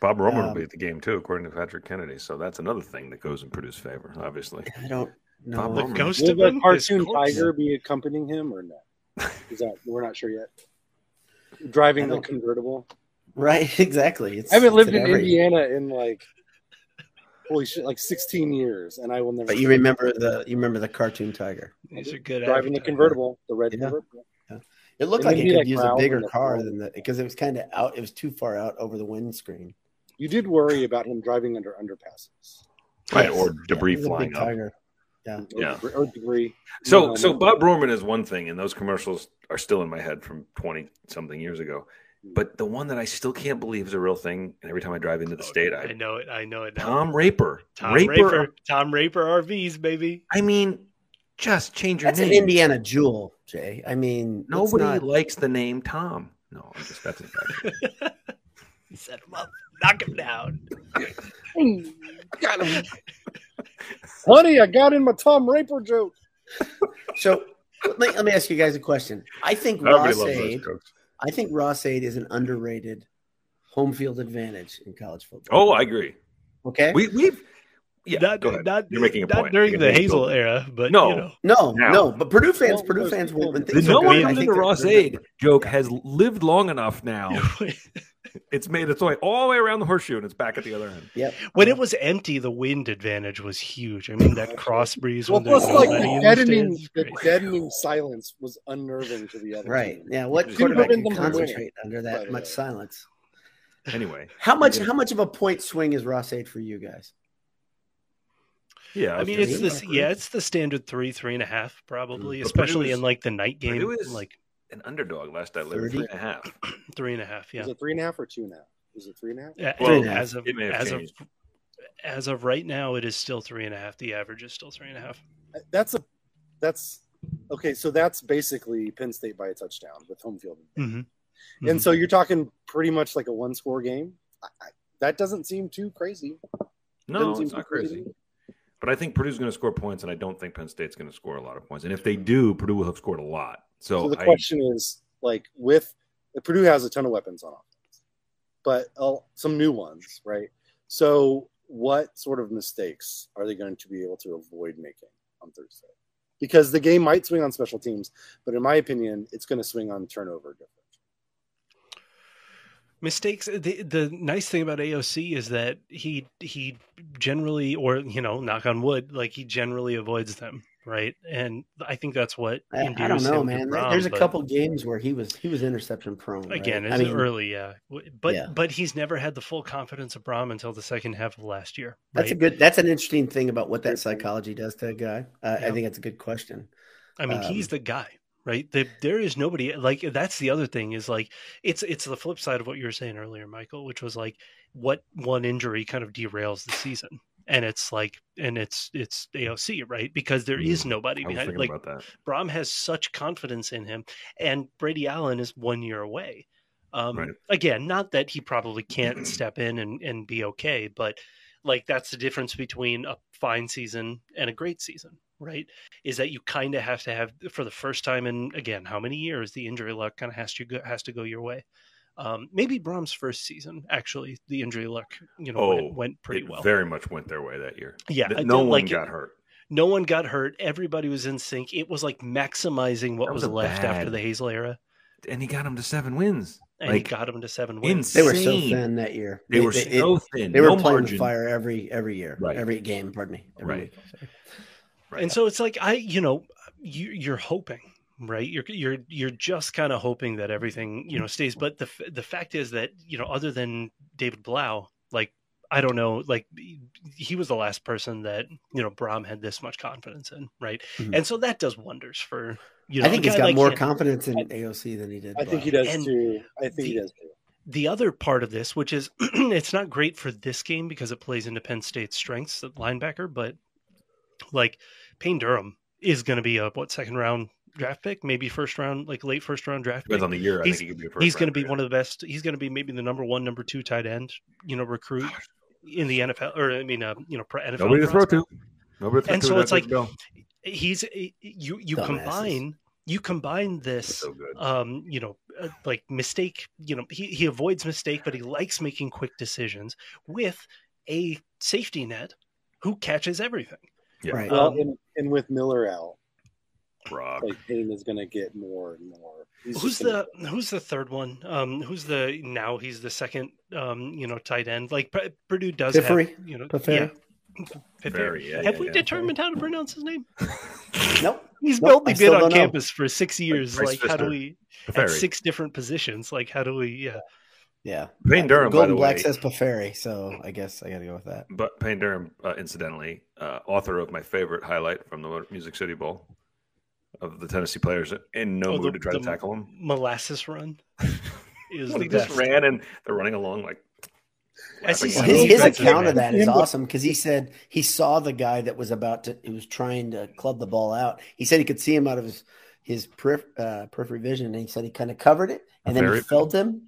Speaker 1: Bob Roman will
Speaker 3: Um,
Speaker 1: be at the game too, according to Patrick Kennedy. So that's another thing that goes in Purdue's favor, obviously.
Speaker 3: I don't know.
Speaker 1: Bob
Speaker 2: The
Speaker 1: Roman.
Speaker 2: ghost
Speaker 4: Will
Speaker 2: of
Speaker 4: the
Speaker 2: him, his
Speaker 4: cartoon
Speaker 2: corpse?
Speaker 4: tiger be accompanying him or no? Is that we're not sure yet. Driving
Speaker 3: I
Speaker 4: the
Speaker 3: don't-
Speaker 4: convertible.
Speaker 3: Right? Exactly. It's,
Speaker 4: I haven't
Speaker 3: it's
Speaker 4: lived in
Speaker 3: every-
Speaker 4: Indiana in like holy shit, like 16 years, and I will never.
Speaker 3: but you remember the you remember the cartoon tiger.
Speaker 2: These are good.
Speaker 4: driving the
Speaker 2: advertising.
Speaker 4: convertible, the red
Speaker 3: Yeah.
Speaker 4: convertible.
Speaker 3: It looked
Speaker 4: And
Speaker 3: like it
Speaker 4: maybe
Speaker 3: could
Speaker 4: like
Speaker 3: use a
Speaker 4: Ralph
Speaker 3: bigger
Speaker 4: and the
Speaker 3: car
Speaker 4: Frog.
Speaker 3: than the because it was kind of out. It was too far out over the windscreen.
Speaker 4: You did worry about him driving under underpasses.
Speaker 1: Right,
Speaker 3: Yes.
Speaker 1: or debris
Speaker 3: it was a
Speaker 1: flying
Speaker 3: big
Speaker 1: up.
Speaker 3: Tiger.
Speaker 4: Or
Speaker 1: Yeah.
Speaker 4: debris- Or debris.
Speaker 1: So,
Speaker 4: No,
Speaker 1: so
Speaker 4: no.
Speaker 1: Bob Roman is one thing, and those commercials are still in my head from twenty something years ago. But the one that I still can't believe is a real thing, and every time I drive into the state,
Speaker 2: Oh, I
Speaker 1: I
Speaker 2: know it. I know it. Now.
Speaker 1: Tom Raper,
Speaker 2: Tom Raper. Tom Raper RVs, baby.
Speaker 1: I mean, just change your
Speaker 3: That's an
Speaker 1: name.
Speaker 3: Indiana jewel, Jay. I mean, let's
Speaker 1: Nobody
Speaker 3: not-
Speaker 1: likes the name Tom. No, I'm just that's a
Speaker 2: Set him up. Knock him down.
Speaker 4: got him. Honey, I got in my Tom Raper joke.
Speaker 3: So let me, let me ask you guys a question. I think
Speaker 1: Everybody
Speaker 3: Ross
Speaker 1: loves
Speaker 3: Aid,
Speaker 1: those jokes.
Speaker 3: I think Ross Aid is an underrated home field advantage in college football.
Speaker 1: Oh, I agree.
Speaker 3: okay.
Speaker 1: We we've yeah.
Speaker 2: not,
Speaker 1: go ahead.
Speaker 2: not-
Speaker 1: You're making a
Speaker 2: not
Speaker 1: point.
Speaker 2: during
Speaker 1: You're
Speaker 2: the
Speaker 1: making a
Speaker 2: Hazel
Speaker 1: point.
Speaker 2: era, but
Speaker 1: No.
Speaker 2: you know,
Speaker 3: no,
Speaker 1: Now-
Speaker 3: no, but Purdue fans,
Speaker 4: Well,
Speaker 3: Purdue
Speaker 4: those
Speaker 3: fans
Speaker 4: people-
Speaker 3: will. When
Speaker 1: The
Speaker 3: things
Speaker 1: no
Speaker 3: are good,
Speaker 1: one
Speaker 3: I
Speaker 1: lives in
Speaker 3: think
Speaker 1: the
Speaker 3: they're-
Speaker 1: Ross
Speaker 3: they're
Speaker 1: Aid
Speaker 3: different.
Speaker 1: joke
Speaker 3: Yeah.
Speaker 1: has lived long enough now. It's made its way all the way around the horseshoe and it's back at the other end.
Speaker 3: Yep.
Speaker 2: when it
Speaker 3: Yeah.
Speaker 2: was empty, the wind advantage was huge. I mean, that cross breeze.
Speaker 4: Well,
Speaker 2: when there's
Speaker 4: plus, like
Speaker 2: nobody
Speaker 4: the
Speaker 2: in
Speaker 4: deadening,
Speaker 2: stands,
Speaker 4: the
Speaker 2: great.
Speaker 4: deadening silence was unnerving to the other.
Speaker 3: Right.
Speaker 4: team.
Speaker 3: Yeah. What
Speaker 1: Could've
Speaker 3: quarterback
Speaker 4: been
Speaker 3: can
Speaker 4: them winning. uh,
Speaker 3: concentrate under that
Speaker 4: Right,
Speaker 3: much
Speaker 4: right.
Speaker 3: silence?
Speaker 1: Anyway,
Speaker 3: How much? How much of a point swing is Ross Aid for you guys?
Speaker 1: yeah.
Speaker 2: I mean,
Speaker 1: was
Speaker 2: it's
Speaker 1: just-
Speaker 2: this. Yeah, it's the standard three, three and a half, probably,
Speaker 1: Mm. But
Speaker 2: especially
Speaker 1: Purdue's-
Speaker 2: in like the night game,
Speaker 1: Purdue is-
Speaker 2: like
Speaker 1: an underdog last I lived
Speaker 3: 30?
Speaker 1: three and a half.
Speaker 2: three and a half. Yeah,
Speaker 4: Was it three and a half or two and a half? Was it three and a half?
Speaker 2: Yeah,
Speaker 1: Well,
Speaker 2: and
Speaker 3: it
Speaker 2: as of
Speaker 1: it may have
Speaker 2: as of
Speaker 1: changed.
Speaker 2: as of right now, it is still three and a half. The average is still three and a half.
Speaker 4: That's a. That's okay. So that's basically Penn State by a touchdown with home field. And so you're talking pretty much like a one score game. I, I, that doesn't seem too crazy. Doesn't
Speaker 1: No,
Speaker 4: seem
Speaker 1: it's
Speaker 4: too
Speaker 1: not crazy. But I think Purdue's going to score points, and I don't think Penn State's going to score a lot of points. And if they do, Purdue will have scored a lot. So,
Speaker 4: So the
Speaker 1: I,
Speaker 4: question is, like, with Purdue has a ton of weapons on offense, but uh, some new ones, right? So, what sort of mistakes are they going to be able to avoid making on Thursday? Because the game might swing on special teams, but in my opinion, it's going to swing on turnover. difference.
Speaker 2: mistakes. The, the nice thing about AOC is that he he generally, or you know, knock on wood, like he generally avoids them, right? And I think that's what
Speaker 3: I, I don't
Speaker 2: endears
Speaker 3: know,
Speaker 2: him to
Speaker 3: man. There-
Speaker 2: Rom,
Speaker 3: There's a
Speaker 2: but
Speaker 3: couple games where he was he was interception prone. right?
Speaker 2: Again, it's
Speaker 3: I mean,
Speaker 2: early, yeah. W- But
Speaker 3: Yeah.
Speaker 2: but he's never had the full confidence of Brom until the second half of last year.
Speaker 3: That's a
Speaker 2: right?
Speaker 3: good. That's an interesting thing about what that
Speaker 4: Good point.
Speaker 3: psychology does to a guy. Uh, I
Speaker 2: Yeah.
Speaker 3: think that's a good question.
Speaker 2: I mean, he's
Speaker 3: Um,
Speaker 2: the guy, right? The, there is nobody like that's the other thing is like it's it's the flip side of what you were saying earlier, Michael, which was like what one injury kind of derails the season. And it's like and it's it's AOC, right? Because there is nobody
Speaker 1: Mm-hmm. I was
Speaker 2: behind
Speaker 1: thinking
Speaker 2: like
Speaker 1: about that.
Speaker 2: Brom has such confidence in him and Brady Allen is one year away. Um
Speaker 1: Right.
Speaker 2: again, not that he probably can't step in and, and be okay, but like that's the difference between a fine season and a great season, right? is that you kind of have to have for the first time in again how many years the injury luck kind of has to go, has to go your way. Um, maybe Brom's first season actually the injury luck you know
Speaker 1: Oh,
Speaker 2: went, went pretty
Speaker 1: it
Speaker 2: well.
Speaker 1: very much went their way that year.
Speaker 2: yeah,
Speaker 1: Th-
Speaker 2: I
Speaker 1: no one
Speaker 2: don't like it.
Speaker 1: got hurt.
Speaker 2: No one got hurt. Everybody was in sync. It was like maximizing what
Speaker 1: That was
Speaker 2: was,
Speaker 1: a
Speaker 2: left after
Speaker 1: bad-
Speaker 2: the Hazel era,
Speaker 1: And he got them to seven wins.
Speaker 2: and
Speaker 1: like,
Speaker 2: he got him to seven wins.
Speaker 1: insane.
Speaker 3: They were so thin that year.
Speaker 1: They were
Speaker 3: it-
Speaker 1: so thin.
Speaker 3: they
Speaker 1: no
Speaker 3: were playing with
Speaker 1: margin.
Speaker 3: fire every every year,
Speaker 1: Right.
Speaker 3: every game. Pardon me. Every
Speaker 1: Right.
Speaker 3: week.
Speaker 1: Right.
Speaker 2: And so it's like I, you know, you, you're hoping, right? You're you're you're just kind of hoping that everything you know stays. But the f- the fact is that you know, other than David Blau, like I don't know, like he was the last person that you know Brom had this much confidence in, right?
Speaker 3: Mhm.
Speaker 2: And so that does wonders for you know.
Speaker 3: I think
Speaker 2: a
Speaker 3: he's
Speaker 2: guy
Speaker 3: got
Speaker 2: like
Speaker 3: more
Speaker 2: him.
Speaker 3: confidence in AOC than he did.
Speaker 4: I think he
Speaker 3: Blau.
Speaker 4: does
Speaker 2: And
Speaker 4: too. I think he
Speaker 2: the-
Speaker 4: does too.
Speaker 2: the other part of this, which is it's not great for this game because it plays into Penn State's strengths at linebacker, but like Payne Durham is going to be a what second round draft pick, maybe first round, like late first round draft pick.
Speaker 1: Depends on the year. I
Speaker 2: He's-
Speaker 1: think he could be a first
Speaker 2: He's going to
Speaker 1: rounder,
Speaker 2: be
Speaker 1: yeah.
Speaker 2: one of the best. He's going to be maybe the number one, number two tight end, you know, recruit in the NFL or I mean, uh, you know, pro- NFL.
Speaker 1: Nobody to throw
Speaker 2: prospect
Speaker 1: to. Nobody to throw
Speaker 2: And
Speaker 1: to
Speaker 2: so
Speaker 1: without
Speaker 2: it's like-
Speaker 1: Bill.
Speaker 2: he's eh, you you
Speaker 3: Dumbasses.
Speaker 2: combine you combine this
Speaker 1: so good.
Speaker 2: um you know uh, like mistake you know he, he avoids mistake but he likes making quick decisions with a safety net who catches everything
Speaker 1: Yeah.
Speaker 3: Right.
Speaker 4: Well,
Speaker 2: um,
Speaker 4: and, and with Miller out,
Speaker 1: Brock.
Speaker 4: like Payne is going to get more and more. He's
Speaker 2: who's
Speaker 4: just gonna-
Speaker 2: the who's the third one um who's the now he's the second um you know tight end like P- Purdue does have
Speaker 3: Pifferi?
Speaker 2: you know
Speaker 3: Pifferi?
Speaker 2: yeah Pifferi.
Speaker 1: Very, yeah,
Speaker 2: have
Speaker 1: yeah,
Speaker 2: we
Speaker 1: yeah.
Speaker 2: determined how to pronounce his name
Speaker 3: Nope.
Speaker 2: he's
Speaker 3: Nope, I
Speaker 2: only
Speaker 3: still
Speaker 2: been on
Speaker 3: don't know.
Speaker 2: campus for six years
Speaker 1: Bryce
Speaker 2: like how do
Speaker 1: Fister.
Speaker 2: we at
Speaker 1: Ferry.
Speaker 2: six different positions. Like, how do we? Yeah,
Speaker 3: Yeah.
Speaker 1: Payne Durham, by
Speaker 3: Golden
Speaker 1: the
Speaker 3: Black
Speaker 1: way.
Speaker 3: says Paferi, so I guess I got to go with that.
Speaker 1: But Payne Durham, uh, incidentally, uh, author of my favorite highlight from the Music City Bowl of the Tennessee players in no
Speaker 2: Oh,
Speaker 1: mood
Speaker 2: the-
Speaker 1: to try to
Speaker 2: the-
Speaker 1: tackle him.
Speaker 2: molasses run is
Speaker 1: Well,
Speaker 2: the
Speaker 1: he just
Speaker 2: best.
Speaker 1: ran and they're running along like.
Speaker 2: SEC
Speaker 1: laughing
Speaker 3: His,
Speaker 1: at
Speaker 3: his
Speaker 1: him.
Speaker 2: defensive
Speaker 3: account
Speaker 2: end.
Speaker 3: of that is awesome because he said he saw the guy that was about to, who was trying to club the ball out. He said he could see him out of his his perif- uh, periphery vision, and he said he kind of covered it, and then he
Speaker 1: Very-
Speaker 3: felt him.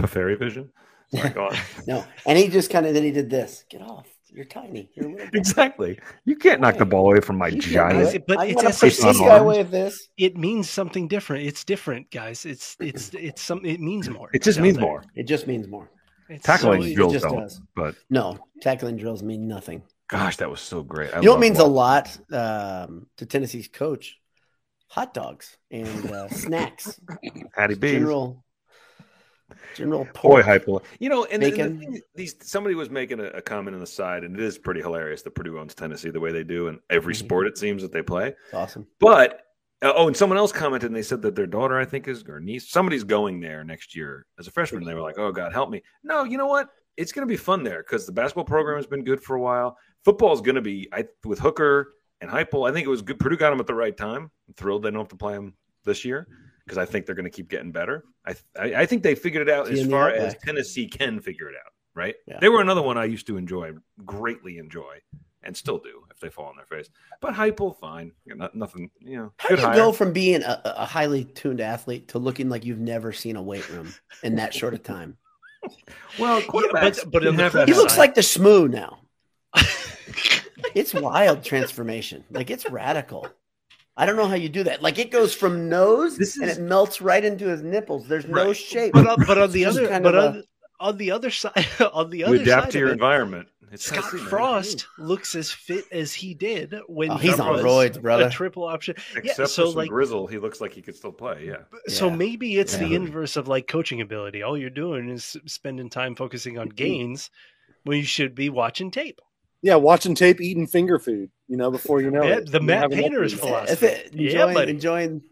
Speaker 1: Paferi vision. Oh my God.
Speaker 3: No, and he just kind of then he did this. Get off! You're tiny. You're a little guy.
Speaker 1: Exactly. You can't knock the ball away from my
Speaker 3: You Oh. can't
Speaker 1: giant.
Speaker 3: do it.
Speaker 2: But
Speaker 3: I'm
Speaker 2: it's
Speaker 3: gonna
Speaker 2: SEC
Speaker 3: push this guy
Speaker 1: unarmed.
Speaker 3: away with this.
Speaker 2: It means something different. It's different, guys. It's it's it's some. It means more.
Speaker 1: It just
Speaker 2: down
Speaker 1: means
Speaker 2: there.
Speaker 1: more.
Speaker 3: It just means more.
Speaker 2: It's
Speaker 1: Tackling
Speaker 2: so-
Speaker 3: it
Speaker 1: drills
Speaker 3: just
Speaker 1: don't.
Speaker 3: does.
Speaker 1: But
Speaker 3: No, tackling drills mean nothing.
Speaker 1: gosh, that was so great. I
Speaker 3: you know
Speaker 1: love
Speaker 3: what means a
Speaker 1: watching-
Speaker 3: lot um, to Tennessee's coach? Hot dogs and uh, snacks.
Speaker 1: Patty B's.
Speaker 3: General, general
Speaker 1: Boy,
Speaker 3: pork.
Speaker 1: hypo. You know, and, and the
Speaker 3: Bacon.
Speaker 1: thing- these somebody was making a, a comment on the side, and it is pretty hilarious that Purdue owns Tennessee the way they do in every
Speaker 3: Mhm.
Speaker 1: sport it seems that they play.
Speaker 3: It's awesome.
Speaker 1: But uh, oh, and someone else commented, and they said that their daughter, I think, is or niece, somebody's going there next year as a freshman. And they were like, "Oh God, help me!" No, you know what? It's going to be fun there because the basketball program has been good for a while. Football's going to be I, with Hooker and Heupel. I think it was good. Purdue got them at the right time. I'm thrilled they don't have to play them this year because I think they're going to keep getting better. I, I I think they figured it out
Speaker 3: See you
Speaker 1: as
Speaker 3: in the
Speaker 1: far
Speaker 3: outback.
Speaker 1: as Tennessee can figure it out. Right?
Speaker 3: Yeah.
Speaker 1: They were another one I used to enjoy, greatly enjoy, and still do if they fall on their face. But Heupel, fine, Yeah, not, nothing. You know,
Speaker 3: How
Speaker 1: good
Speaker 3: do you
Speaker 1: hire.
Speaker 3: go from being a, a highly tuned athlete to looking like you've never seen a weight room in that short of time?
Speaker 1: Well, quarterbacks,
Speaker 2: but
Speaker 1: can
Speaker 2: on the
Speaker 1: have
Speaker 2: flip
Speaker 1: that
Speaker 3: He looks
Speaker 1: side.
Speaker 3: like the Shmoo now. It's wild transformation. Like it's radical. I don't know how you do that. Like it goes from nose
Speaker 1: This
Speaker 3: and
Speaker 1: is-
Speaker 3: it melts right into his nipples. There's no
Speaker 1: Right.
Speaker 3: shape.
Speaker 2: But on, but on the
Speaker 3: Just
Speaker 2: other,
Speaker 3: kind
Speaker 2: but
Speaker 3: of
Speaker 2: on, on the other side, on the
Speaker 1: you
Speaker 2: other
Speaker 1: adapt
Speaker 2: side
Speaker 1: to your
Speaker 2: of it,
Speaker 1: environment. It's
Speaker 2: Scott
Speaker 1: Tennessee, man.
Speaker 2: Frost looks as fit as he did when
Speaker 3: Oh,
Speaker 2: he
Speaker 3: he's on
Speaker 2: was
Speaker 3: roids, brother.
Speaker 2: A triple option.
Speaker 1: except
Speaker 2: so,
Speaker 1: for some
Speaker 2: like-
Speaker 1: grizzle, he looks like he could still play. Yeah,
Speaker 2: So
Speaker 3: Yeah.
Speaker 2: maybe it's the
Speaker 1: Yeah.
Speaker 2: inverse of like coaching ability. All you're doing is spending time focusing
Speaker 3: Mm-hmm.
Speaker 2: on gains when you should be watching tape.
Speaker 4: Yeah, watching tape, eating finger food. You know, before you know
Speaker 2: Yeah,
Speaker 4: it,
Speaker 2: the
Speaker 4: You
Speaker 2: Matt
Speaker 4: have enough
Speaker 2: Painter's
Speaker 4: food.
Speaker 2: philosophy.
Speaker 3: If it,
Speaker 2: Yeah,
Speaker 3: enjoying,
Speaker 2: buddy.
Speaker 3: enjoying.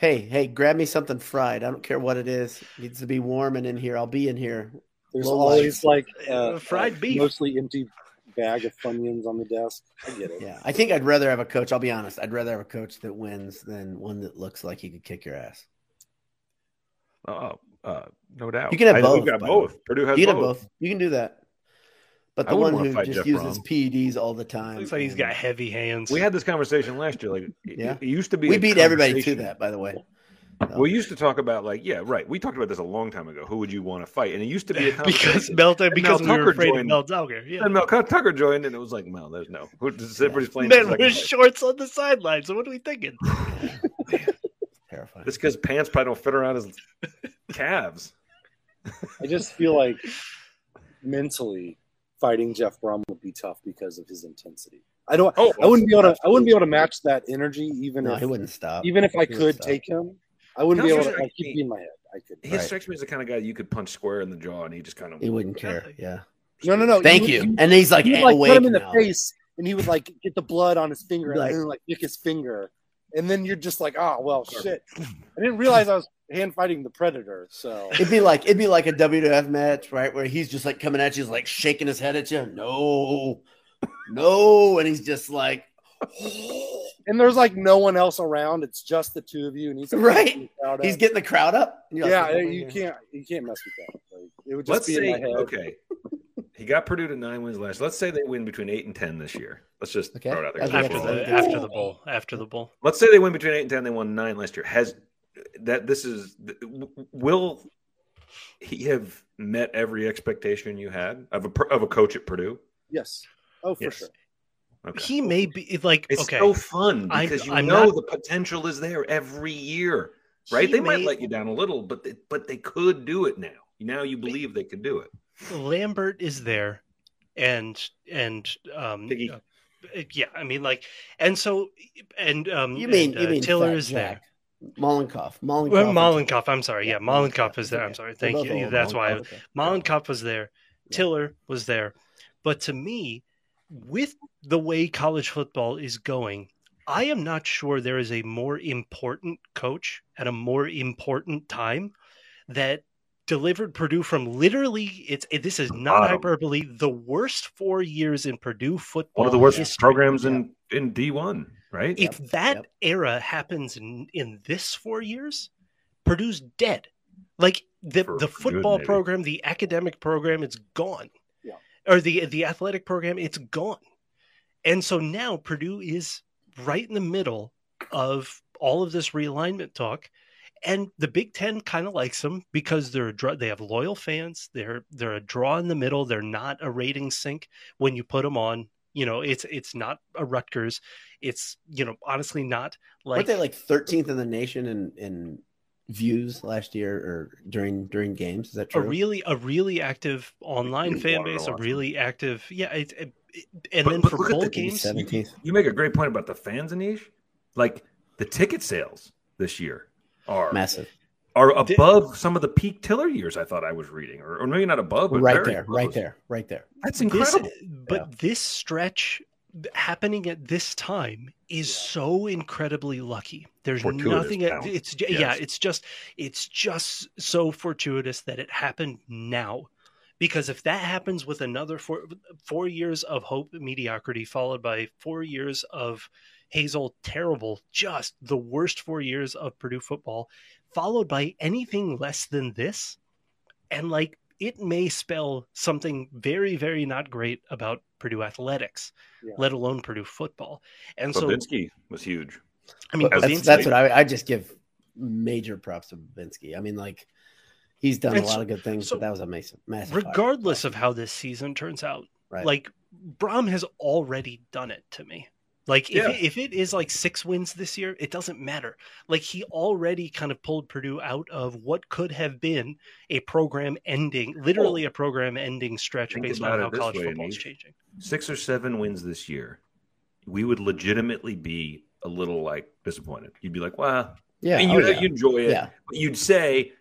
Speaker 3: Hey, hey, grab me something fried. I don't care what it is. It needs to be warm and in here. I'll be in here.
Speaker 4: There's
Speaker 3: Low
Speaker 4: always like
Speaker 2: Uh, fried
Speaker 4: a
Speaker 2: beef.
Speaker 4: mostly empty bag of funyuns on the desk. I get it.
Speaker 3: Yeah, I think I'd rather have a coach. I'll be honest. I'd rather have a coach that wins than one that looks like he could kick your ass.
Speaker 1: oh, uh, no doubt.
Speaker 3: You can have
Speaker 1: I-
Speaker 3: both,
Speaker 1: We've got
Speaker 3: by the way.
Speaker 1: both. Purdue has
Speaker 3: You can have
Speaker 1: both.
Speaker 3: both. You can do that. But
Speaker 1: I
Speaker 3: the
Speaker 1: wouldn't
Speaker 3: one
Speaker 1: wanna
Speaker 3: who
Speaker 1: fight
Speaker 3: just
Speaker 1: Jeff
Speaker 3: uses
Speaker 1: Brom.
Speaker 3: PEDs all the time.
Speaker 2: Looks like he's
Speaker 3: and-
Speaker 2: got heavy hands.
Speaker 1: We had this conversation last year. Like, it-
Speaker 3: Yeah.
Speaker 1: it, used to be.
Speaker 3: We
Speaker 1: a
Speaker 3: beat everybody to
Speaker 1: conversation.
Speaker 3: that, by the way.
Speaker 1: We used to talk about like, yeah, right. We talked about this a long time ago. Who would you want to fight? And it used to be a
Speaker 2: because
Speaker 1: conversation.
Speaker 2: Mel, because we
Speaker 1: Tucker
Speaker 2: were afraid of
Speaker 1: joined-
Speaker 2: Mel Tucker. Yeah.
Speaker 1: and Mel Tucker joined, and it was like, Mel, there's no. Who, everybody's playing.
Speaker 2: Man,
Speaker 1: second
Speaker 2: we're
Speaker 1: place.
Speaker 2: shorts on the sideline. So what are we thinking?
Speaker 3: Terrifying.
Speaker 1: That's because pants probably don't fit around his calves.
Speaker 4: I just feel like mentally fighting Jeff Brom would be tough because of his intensity. I don't.
Speaker 1: Oh,
Speaker 4: I wouldn't be able to. I wouldn't be able to match that energy, even
Speaker 3: No,
Speaker 4: if
Speaker 3: he wouldn't stop.
Speaker 4: even if I
Speaker 3: He
Speaker 4: could
Speaker 3: was, uh,
Speaker 4: take him. I wouldn't be
Speaker 1: Counselor
Speaker 4: able to. I
Speaker 1: Strike
Speaker 4: keep
Speaker 1: me.
Speaker 4: in my head. I could.
Speaker 1: He
Speaker 3: Right.
Speaker 1: strikes me as the kind of guy you could punch square in the jaw, and he just kind of.
Speaker 3: He wouldn't care. Yeah.
Speaker 4: No, no, no.
Speaker 3: Thank you. And he's like,
Speaker 4: He
Speaker 3: eh,
Speaker 4: would, like
Speaker 3: awake
Speaker 4: put him in the
Speaker 3: now.
Speaker 4: face, and he would like get the blood on his finger,
Speaker 3: Like-
Speaker 4: and then like lick his finger, and then you're just like, oh well, shit. I didn't realize I was hand fighting the predator. So
Speaker 3: It'd be like it'd be like a WWF match, right? Where he's just like coming at you, he's like shaking his head at you. No, no, and he's just like,
Speaker 4: and there's like no one else around. It's just the two of you, and he's like,
Speaker 3: Right.
Speaker 4: freaking out.
Speaker 3: he's getting the crowd up. And you're
Speaker 4: yeah. eh,
Speaker 3: like,
Speaker 4: you can't you can't mess with that. Like, it would just
Speaker 1: Let's
Speaker 4: be
Speaker 1: say
Speaker 4: in my head.
Speaker 1: okay. He got Purdue to nine wins last. Let's say they win between eight and ten this year. Let's just
Speaker 3: Okay.
Speaker 1: throw it out there.
Speaker 3: I'd like
Speaker 2: after
Speaker 3: to
Speaker 1: Overall.
Speaker 2: the
Speaker 3: that.
Speaker 2: after the bowl. After the bowl.
Speaker 1: Let's say they win between eight and ten. They won nine last year. Has that? This is will he have met every expectation you had of a per- of a coach at Purdue?
Speaker 4: Yes. Oh, for
Speaker 1: Yes.
Speaker 4: sure.
Speaker 1: Okay.
Speaker 2: He may be like
Speaker 1: it's
Speaker 2: okay.
Speaker 1: so fun
Speaker 2: I-
Speaker 1: because you
Speaker 2: I'm
Speaker 1: know
Speaker 2: not-
Speaker 1: the potential is there every year, right?
Speaker 2: He
Speaker 1: they might
Speaker 2: may-
Speaker 1: let you down a little, but they, but they could do it now. Now you believe they could do it.
Speaker 2: Lambert is there, and and um,
Speaker 1: Piggy.
Speaker 2: uh, yeah, I mean like, and so and um,
Speaker 3: you mean
Speaker 2: and,
Speaker 3: you
Speaker 2: uh,
Speaker 3: mean
Speaker 2: Tiller
Speaker 3: Fat
Speaker 2: is
Speaker 3: Jack. Molenkoff, Molenkoff,
Speaker 2: there. Well, Molenkoff, I'm sorry, yeah,
Speaker 3: Yeah,
Speaker 2: Molenkoff is
Speaker 3: It's
Speaker 2: there.
Speaker 3: okay.
Speaker 2: I'm sorry,
Speaker 3: They're
Speaker 2: thank
Speaker 3: both
Speaker 2: you.
Speaker 3: old,
Speaker 2: That's why I,
Speaker 3: Molenkoff, okay.
Speaker 2: Molenkoff was there. Tiller was there, but to me, with the way college football is going. I am not sure there is a more important coach at a more important time that delivered Purdue from literally it's it, this is not
Speaker 1: Bottom.
Speaker 2: hyperbole the worst 4 years in Purdue football
Speaker 1: One of the worst
Speaker 2: history.
Speaker 1: programs in in D one, right?
Speaker 3: Yeah.
Speaker 2: if that
Speaker 3: yep.
Speaker 2: era happens in, in this 4 years Purdue's dead like the
Speaker 1: For-
Speaker 2: the
Speaker 1: for good,
Speaker 2: football
Speaker 1: maybe.
Speaker 2: program the academic program it's gone
Speaker 4: Yeah.
Speaker 2: or the the athletic program it's gone and so now Purdue is right in the middle of all of this realignment talk and the Big Ten kind of likes them because they're a draw, they have loyal fans. They're they're a draw in the middle. They're not a rating sink when you put them on. You know, it's it's not a Rutgers. It's you know honestly not
Speaker 3: Weren't
Speaker 2: like
Speaker 3: they like 13th in the nation in, in views last year or during during games? Is that
Speaker 2: a
Speaker 3: true?
Speaker 2: really a really active online
Speaker 5: really
Speaker 2: fan
Speaker 5: wanted to
Speaker 2: base. A
Speaker 5: watch them.
Speaker 2: really active yeah. It, it, it- and
Speaker 1: But-
Speaker 2: then
Speaker 1: but
Speaker 2: for
Speaker 1: look at
Speaker 2: bowl
Speaker 1: the
Speaker 2: games,
Speaker 3: 17th.
Speaker 1: You make a great point about the fans, Anish. Like the ticket sales this year are
Speaker 3: Massive.
Speaker 1: are
Speaker 2: Di-
Speaker 1: above some of the peak Tiller years. I thought I was reading, or, or maybe not above, but
Speaker 3: Right
Speaker 1: very
Speaker 3: there, right
Speaker 1: close.
Speaker 3: there, right there.
Speaker 1: That's
Speaker 2: This-
Speaker 1: incredible.
Speaker 2: but this stretch happening at this time is so incredibly lucky. There's
Speaker 1: Fortuitous
Speaker 2: nothing.
Speaker 1: bounce.
Speaker 2: It's ju-
Speaker 1: Yes.
Speaker 2: yeah. It's just it's just so fortuitous that it happened now. Because if that happens with another four, four years of hope mediocrity, followed by four years of Hazel terrible, just the worst four years of Purdue football, followed by anything less than this, and like it may spell something very, very not great about Purdue athletics,
Speaker 4: Yeah.
Speaker 2: let alone Purdue football. And so,
Speaker 1: Babinski was huge.
Speaker 2: I mean,
Speaker 1: As-
Speaker 3: That's,
Speaker 2: Babinski,
Speaker 3: that's what I, I just give major props to Babinski. I mean, like he's done a
Speaker 2: And so-
Speaker 3: lot of good things,
Speaker 2: so
Speaker 3: but that was a massive, massive. hire.
Speaker 2: regardless of how this season turns out,
Speaker 3: Right.
Speaker 2: like Brom has already done it to me. Like if,
Speaker 1: Yeah.
Speaker 2: it, if it is like six wins this year, it doesn't matter. Like he already kind of pulled Purdue out of what could have been a program ending, literally a program ending stretch
Speaker 1: Think
Speaker 2: based
Speaker 1: about
Speaker 2: on
Speaker 1: it
Speaker 2: how
Speaker 1: this
Speaker 2: college
Speaker 1: way,
Speaker 2: football is
Speaker 1: Anish.
Speaker 2: changing.
Speaker 1: Six or seven wins this year, we would legitimately be a little like disappointed. You'd be like, "Wow,"
Speaker 3: yeah,
Speaker 1: I mean,
Speaker 3: oh,
Speaker 1: you
Speaker 3: yeah.
Speaker 1: you enjoy it,
Speaker 3: Yeah.
Speaker 1: but you'd say,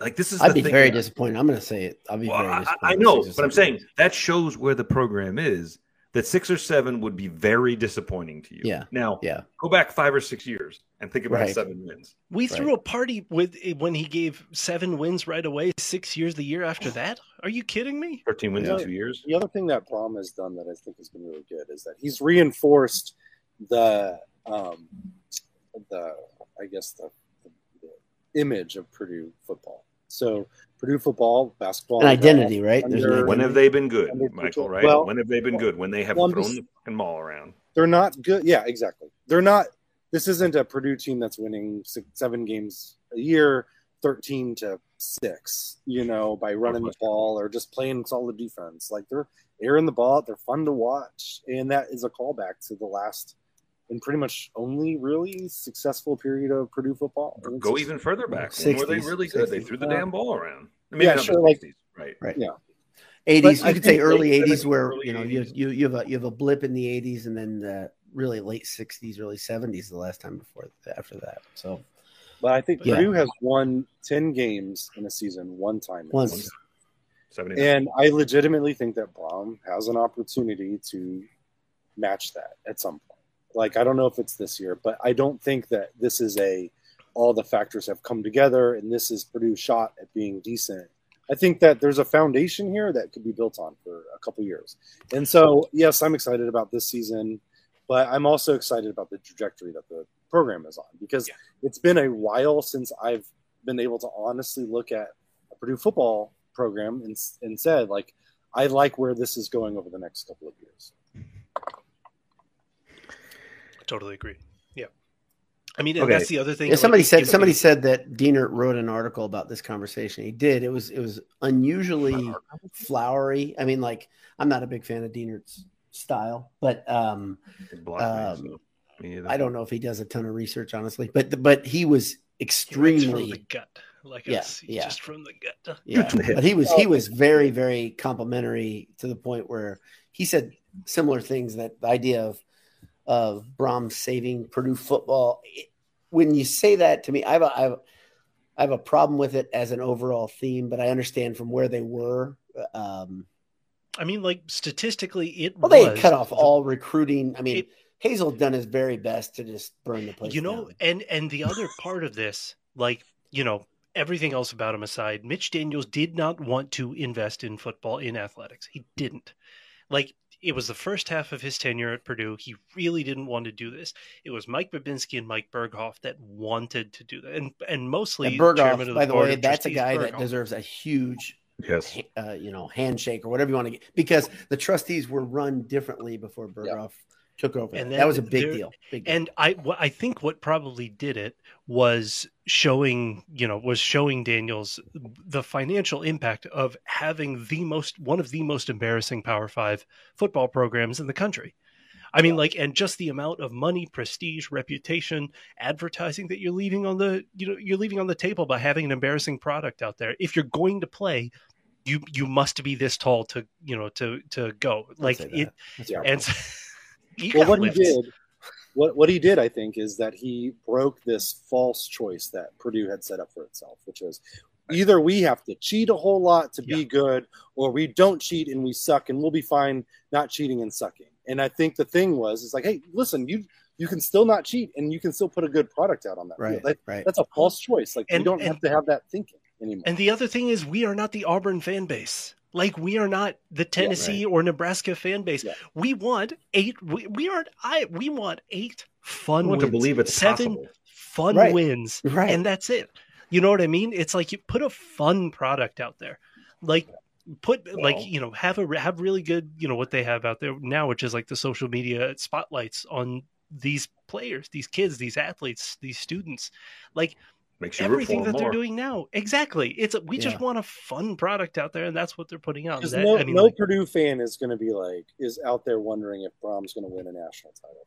Speaker 1: "Like this is."
Speaker 3: I'd
Speaker 1: the
Speaker 3: be
Speaker 1: thing
Speaker 3: very
Speaker 1: that-
Speaker 3: disappointed. I'm going to say it. I'll be
Speaker 1: Well,
Speaker 3: very
Speaker 1: I,
Speaker 3: disappointed.
Speaker 1: I
Speaker 3: if
Speaker 1: know,
Speaker 3: it's just
Speaker 1: but I'm
Speaker 3: like-
Speaker 1: saying that shows where the program is. That six or seven would be very disappointing to you.
Speaker 3: Yeah.
Speaker 1: Now,
Speaker 3: Yeah.
Speaker 1: go back five or six years and think about
Speaker 3: Right.
Speaker 1: seven wins.
Speaker 2: We
Speaker 3: Right.
Speaker 2: threw a party with eh, when he gave seven wins right away, six years the year after that. Are you kidding me?
Speaker 1: 13 wins in
Speaker 4: Yeah.
Speaker 1: two years.
Speaker 4: The other thing that Brom has done that I think has been really good is that he's reinforced the um, the I guess the, the, the image of Purdue football. So Purdue football, basketball,
Speaker 3: An identity, right? There's an
Speaker 4: Under-
Speaker 3: identity.
Speaker 1: When have they been good,
Speaker 4: And they-
Speaker 1: Michael, right?
Speaker 4: well,
Speaker 1: when have they been good? When they have
Speaker 4: well, I'm
Speaker 1: thrown
Speaker 4: just-
Speaker 1: the fucking ball around.
Speaker 4: they're not good. Yeah, exactly. They're not. This isn't a Purdue team that's winning six, seven games a year, thirteen to six. You know, by running the ball or just playing solid defense. Like they're airing the ball. out, They're fun to watch, and that is a callback to the last and pretty much only really successful period of Purdue football.
Speaker 1: Or Go even further back. when were they
Speaker 3: 60s,
Speaker 1: really good? They threw the
Speaker 4: 60s.
Speaker 1: damn ball around. Maybe
Speaker 4: yeah,
Speaker 1: not the
Speaker 4: sure, like-
Speaker 1: 60s, right?
Speaker 3: eighties.
Speaker 4: But
Speaker 3: You
Speaker 4: I
Speaker 3: could say
Speaker 4: think
Speaker 3: early
Speaker 1: they-
Speaker 3: eighties, where
Speaker 1: early
Speaker 3: you know you
Speaker 1: 80s.
Speaker 3: you you have a you have a blip in the eighties, and then the really late sixties, early seventies, the last time before after that. So
Speaker 4: But I think
Speaker 3: Yeah.
Speaker 4: Purdue has won ten games in a season one time.
Speaker 3: once,
Speaker 1: 79.
Speaker 4: And I legitimately think that Brom has an opportunity to match that at some point. Like I don't know if it's this year, but I don't think that this is a all the factors have come together and this is Purdue's shot at being decent. I think that there's a foundation here that could be built on for a couple years. And so, yes, I'm excited about this season, but I'm also excited about the trajectory that the program is on because
Speaker 2: Yeah.
Speaker 4: it's been a while since I've been able to honestly look at a Purdue football program and, and said, like, I like where this is going over the next couple of years.
Speaker 2: Totally agree. Yeah. I mean, and
Speaker 1: Okay.
Speaker 2: that's the other thing.
Speaker 3: yeah,
Speaker 2: like,
Speaker 3: somebody
Speaker 2: it-
Speaker 3: said
Speaker 2: it-
Speaker 3: somebody said that Diener wrote an article about this conversation. He did. It was it was unusually flowery. I mean, like I'm not a big fan of Diener's style, but um,
Speaker 1: They blocked me,
Speaker 3: um,
Speaker 1: so me either.
Speaker 3: I don't know if he does a ton of research, honestly. But but he was
Speaker 2: it writes from the
Speaker 3: extremely.
Speaker 2: gut, like
Speaker 3: Yeah,
Speaker 2: us,
Speaker 3: yeah.
Speaker 2: just from the gut.
Speaker 3: Yeah,
Speaker 1: from the hip.
Speaker 3: but he was he was very very complimentary to the point where he said similar things. That the idea of of Brom saving Purdue football. It- when you say that to me, I have a, I have, I have a problem with it as an overall theme, but I understand from where they were. Um,
Speaker 2: I mean, like statistically, it
Speaker 3: well, they had
Speaker 2: was
Speaker 3: cut off
Speaker 2: the-
Speaker 3: all recruiting. I mean,
Speaker 2: It-
Speaker 3: Hazel done his very best to just burn the place.
Speaker 2: you know
Speaker 3: down.
Speaker 2: and and the other part of this like you know everything else about him aside mitch daniels did not want to invest in football in athletics he didn't like it was the first half of his tenure at purdue he really didn't want to do this it was mike babinski and mike berghoff that wanted to do that and and mostly
Speaker 3: and
Speaker 2: chairman
Speaker 3: Berghoff,
Speaker 2: of
Speaker 3: by the
Speaker 2: board
Speaker 3: way,
Speaker 2: of
Speaker 3: that's a
Speaker 2: trustees,
Speaker 3: guy that
Speaker 2: Berghoff.
Speaker 3: deserves a huge
Speaker 1: Yes.
Speaker 3: uh, you know, handshake or whatever you want to get, because the trustees were run differently before Berghoff took over.
Speaker 2: And
Speaker 3: And
Speaker 2: then
Speaker 3: that was a big
Speaker 2: there-
Speaker 3: deal. Big deal.
Speaker 2: And I, wh- I think what probably did it was showing you know was showing daniels the financial impact of having the most one of the most embarrassing power five football programs in the country i mean like and just the amount of money prestige reputation advertising that you're leaving on the you know you're leaving on the table by having an embarrassing product out there if you're going to play you you must be this tall to you know to to go like
Speaker 3: say that.
Speaker 2: it
Speaker 4: Yeah.
Speaker 2: and so- you
Speaker 4: well,
Speaker 2: got
Speaker 4: what
Speaker 2: lifts.
Speaker 4: he did, what what he did, I think, is that he broke this false choice that Purdue had set up for itself, which was either we have to cheat a whole lot to be
Speaker 2: Yeah.
Speaker 4: good, or we don't cheat and we suck, and we'll be fine not cheating and sucking. And I think the thing was, it's like, hey, listen, you you can still not cheat, and you can still put a good product out on that.
Speaker 3: Right.
Speaker 4: field. That-
Speaker 3: right.
Speaker 4: that's a false choice. Like we
Speaker 2: And-
Speaker 4: don't
Speaker 2: and-
Speaker 4: have to have that thinking anymore.
Speaker 2: And the other thing is, we are not the Auburn fan base. Like we are not the Tennessee or Nebraska fan base.
Speaker 4: Yeah.
Speaker 2: We want eight. We, we aren't. I. We want eight fun.
Speaker 1: I want to
Speaker 2: wins.
Speaker 1: believe it's
Speaker 2: seven
Speaker 1: possible.
Speaker 2: fun
Speaker 3: Right.
Speaker 2: wins,
Speaker 3: Right.
Speaker 2: and that's it. You know what I mean? It's like you put a fun product out there, like put like
Speaker 1: Well-
Speaker 2: you know have a have really good you know what they have out there now, which is like the social media spotlights on these players, these kids, these athletes, these students. Like
Speaker 1: Makes you root for
Speaker 2: everything
Speaker 1: 'em
Speaker 2: that
Speaker 1: more.
Speaker 2: they're doing now. Exactly. It's a, we
Speaker 3: Yeah.
Speaker 2: just want a fun product out there, and that's what they're putting out.
Speaker 4: Because
Speaker 2: That-
Speaker 4: no,
Speaker 2: I mean,
Speaker 4: no
Speaker 2: like,
Speaker 4: Purdue fan is going to be like is out there wondering if Brom's going to win a national title.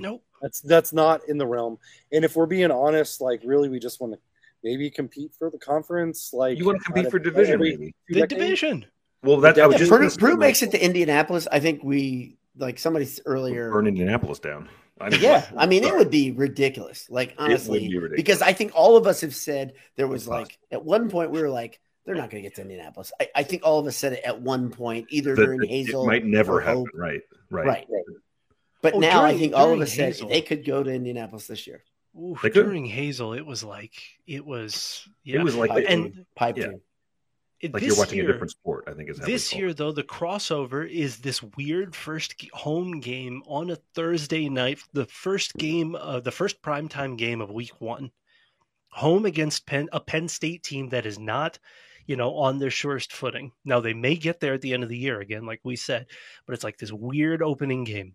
Speaker 2: no,
Speaker 4: That's that's not in the realm. And if we're being honest, like really, we just want to maybe compete for the conference. Like
Speaker 1: You want to compete
Speaker 4: out
Speaker 1: for
Speaker 4: of-
Speaker 1: division,
Speaker 4: every
Speaker 1: maybe.
Speaker 4: two
Speaker 2: the
Speaker 4: decades.
Speaker 2: division.
Speaker 1: Well, that I was
Speaker 3: Yeah,
Speaker 1: just
Speaker 3: Purdue,
Speaker 1: gonna say,
Speaker 3: Purdue
Speaker 1: like,
Speaker 3: makes it to Indianapolis. I think we like somebody s- earlier.
Speaker 1: burn Indianapolis down. I mean,
Speaker 3: yeah, I mean it
Speaker 1: sorry.
Speaker 3: would be ridiculous. Like
Speaker 1: would
Speaker 3: honestly,
Speaker 1: be ridiculous.
Speaker 3: because I think all of us have said there was
Speaker 1: It's possible.
Speaker 3: like at one point we were like they're not going to get to Indianapolis. I, I think all of us said it at one point either
Speaker 1: That-
Speaker 3: during
Speaker 1: that
Speaker 3: Hazel,
Speaker 1: it might never
Speaker 3: or
Speaker 1: happen.
Speaker 3: Hope.
Speaker 1: Right, right,
Speaker 3: right?
Speaker 4: Right.
Speaker 3: But
Speaker 2: Oh,
Speaker 3: now I
Speaker 2: during-
Speaker 3: think all of
Speaker 2: during
Speaker 3: us
Speaker 2: Hazel.
Speaker 3: said they could go to Indianapolis this year.
Speaker 2: Oof,
Speaker 1: They could.
Speaker 2: during Hazel, it was like it was. Yeah,
Speaker 1: It was like
Speaker 3: Pipe
Speaker 2: And-
Speaker 3: dream. pipe
Speaker 1: yeah.
Speaker 3: dream.
Speaker 2: It-
Speaker 1: like
Speaker 2: this
Speaker 1: you're watching
Speaker 2: year,
Speaker 1: a different sport. I think is how we
Speaker 2: This
Speaker 1: call it.
Speaker 2: year, though, the crossover is this weird first g- home game on a Thursday night, the first game, uh, the first primetime game of week one, home against Penn, a Penn State team that is not, you know, on their surest footing. Now, they may get there at the end of the year again, like we said, but it's like this weird opening game.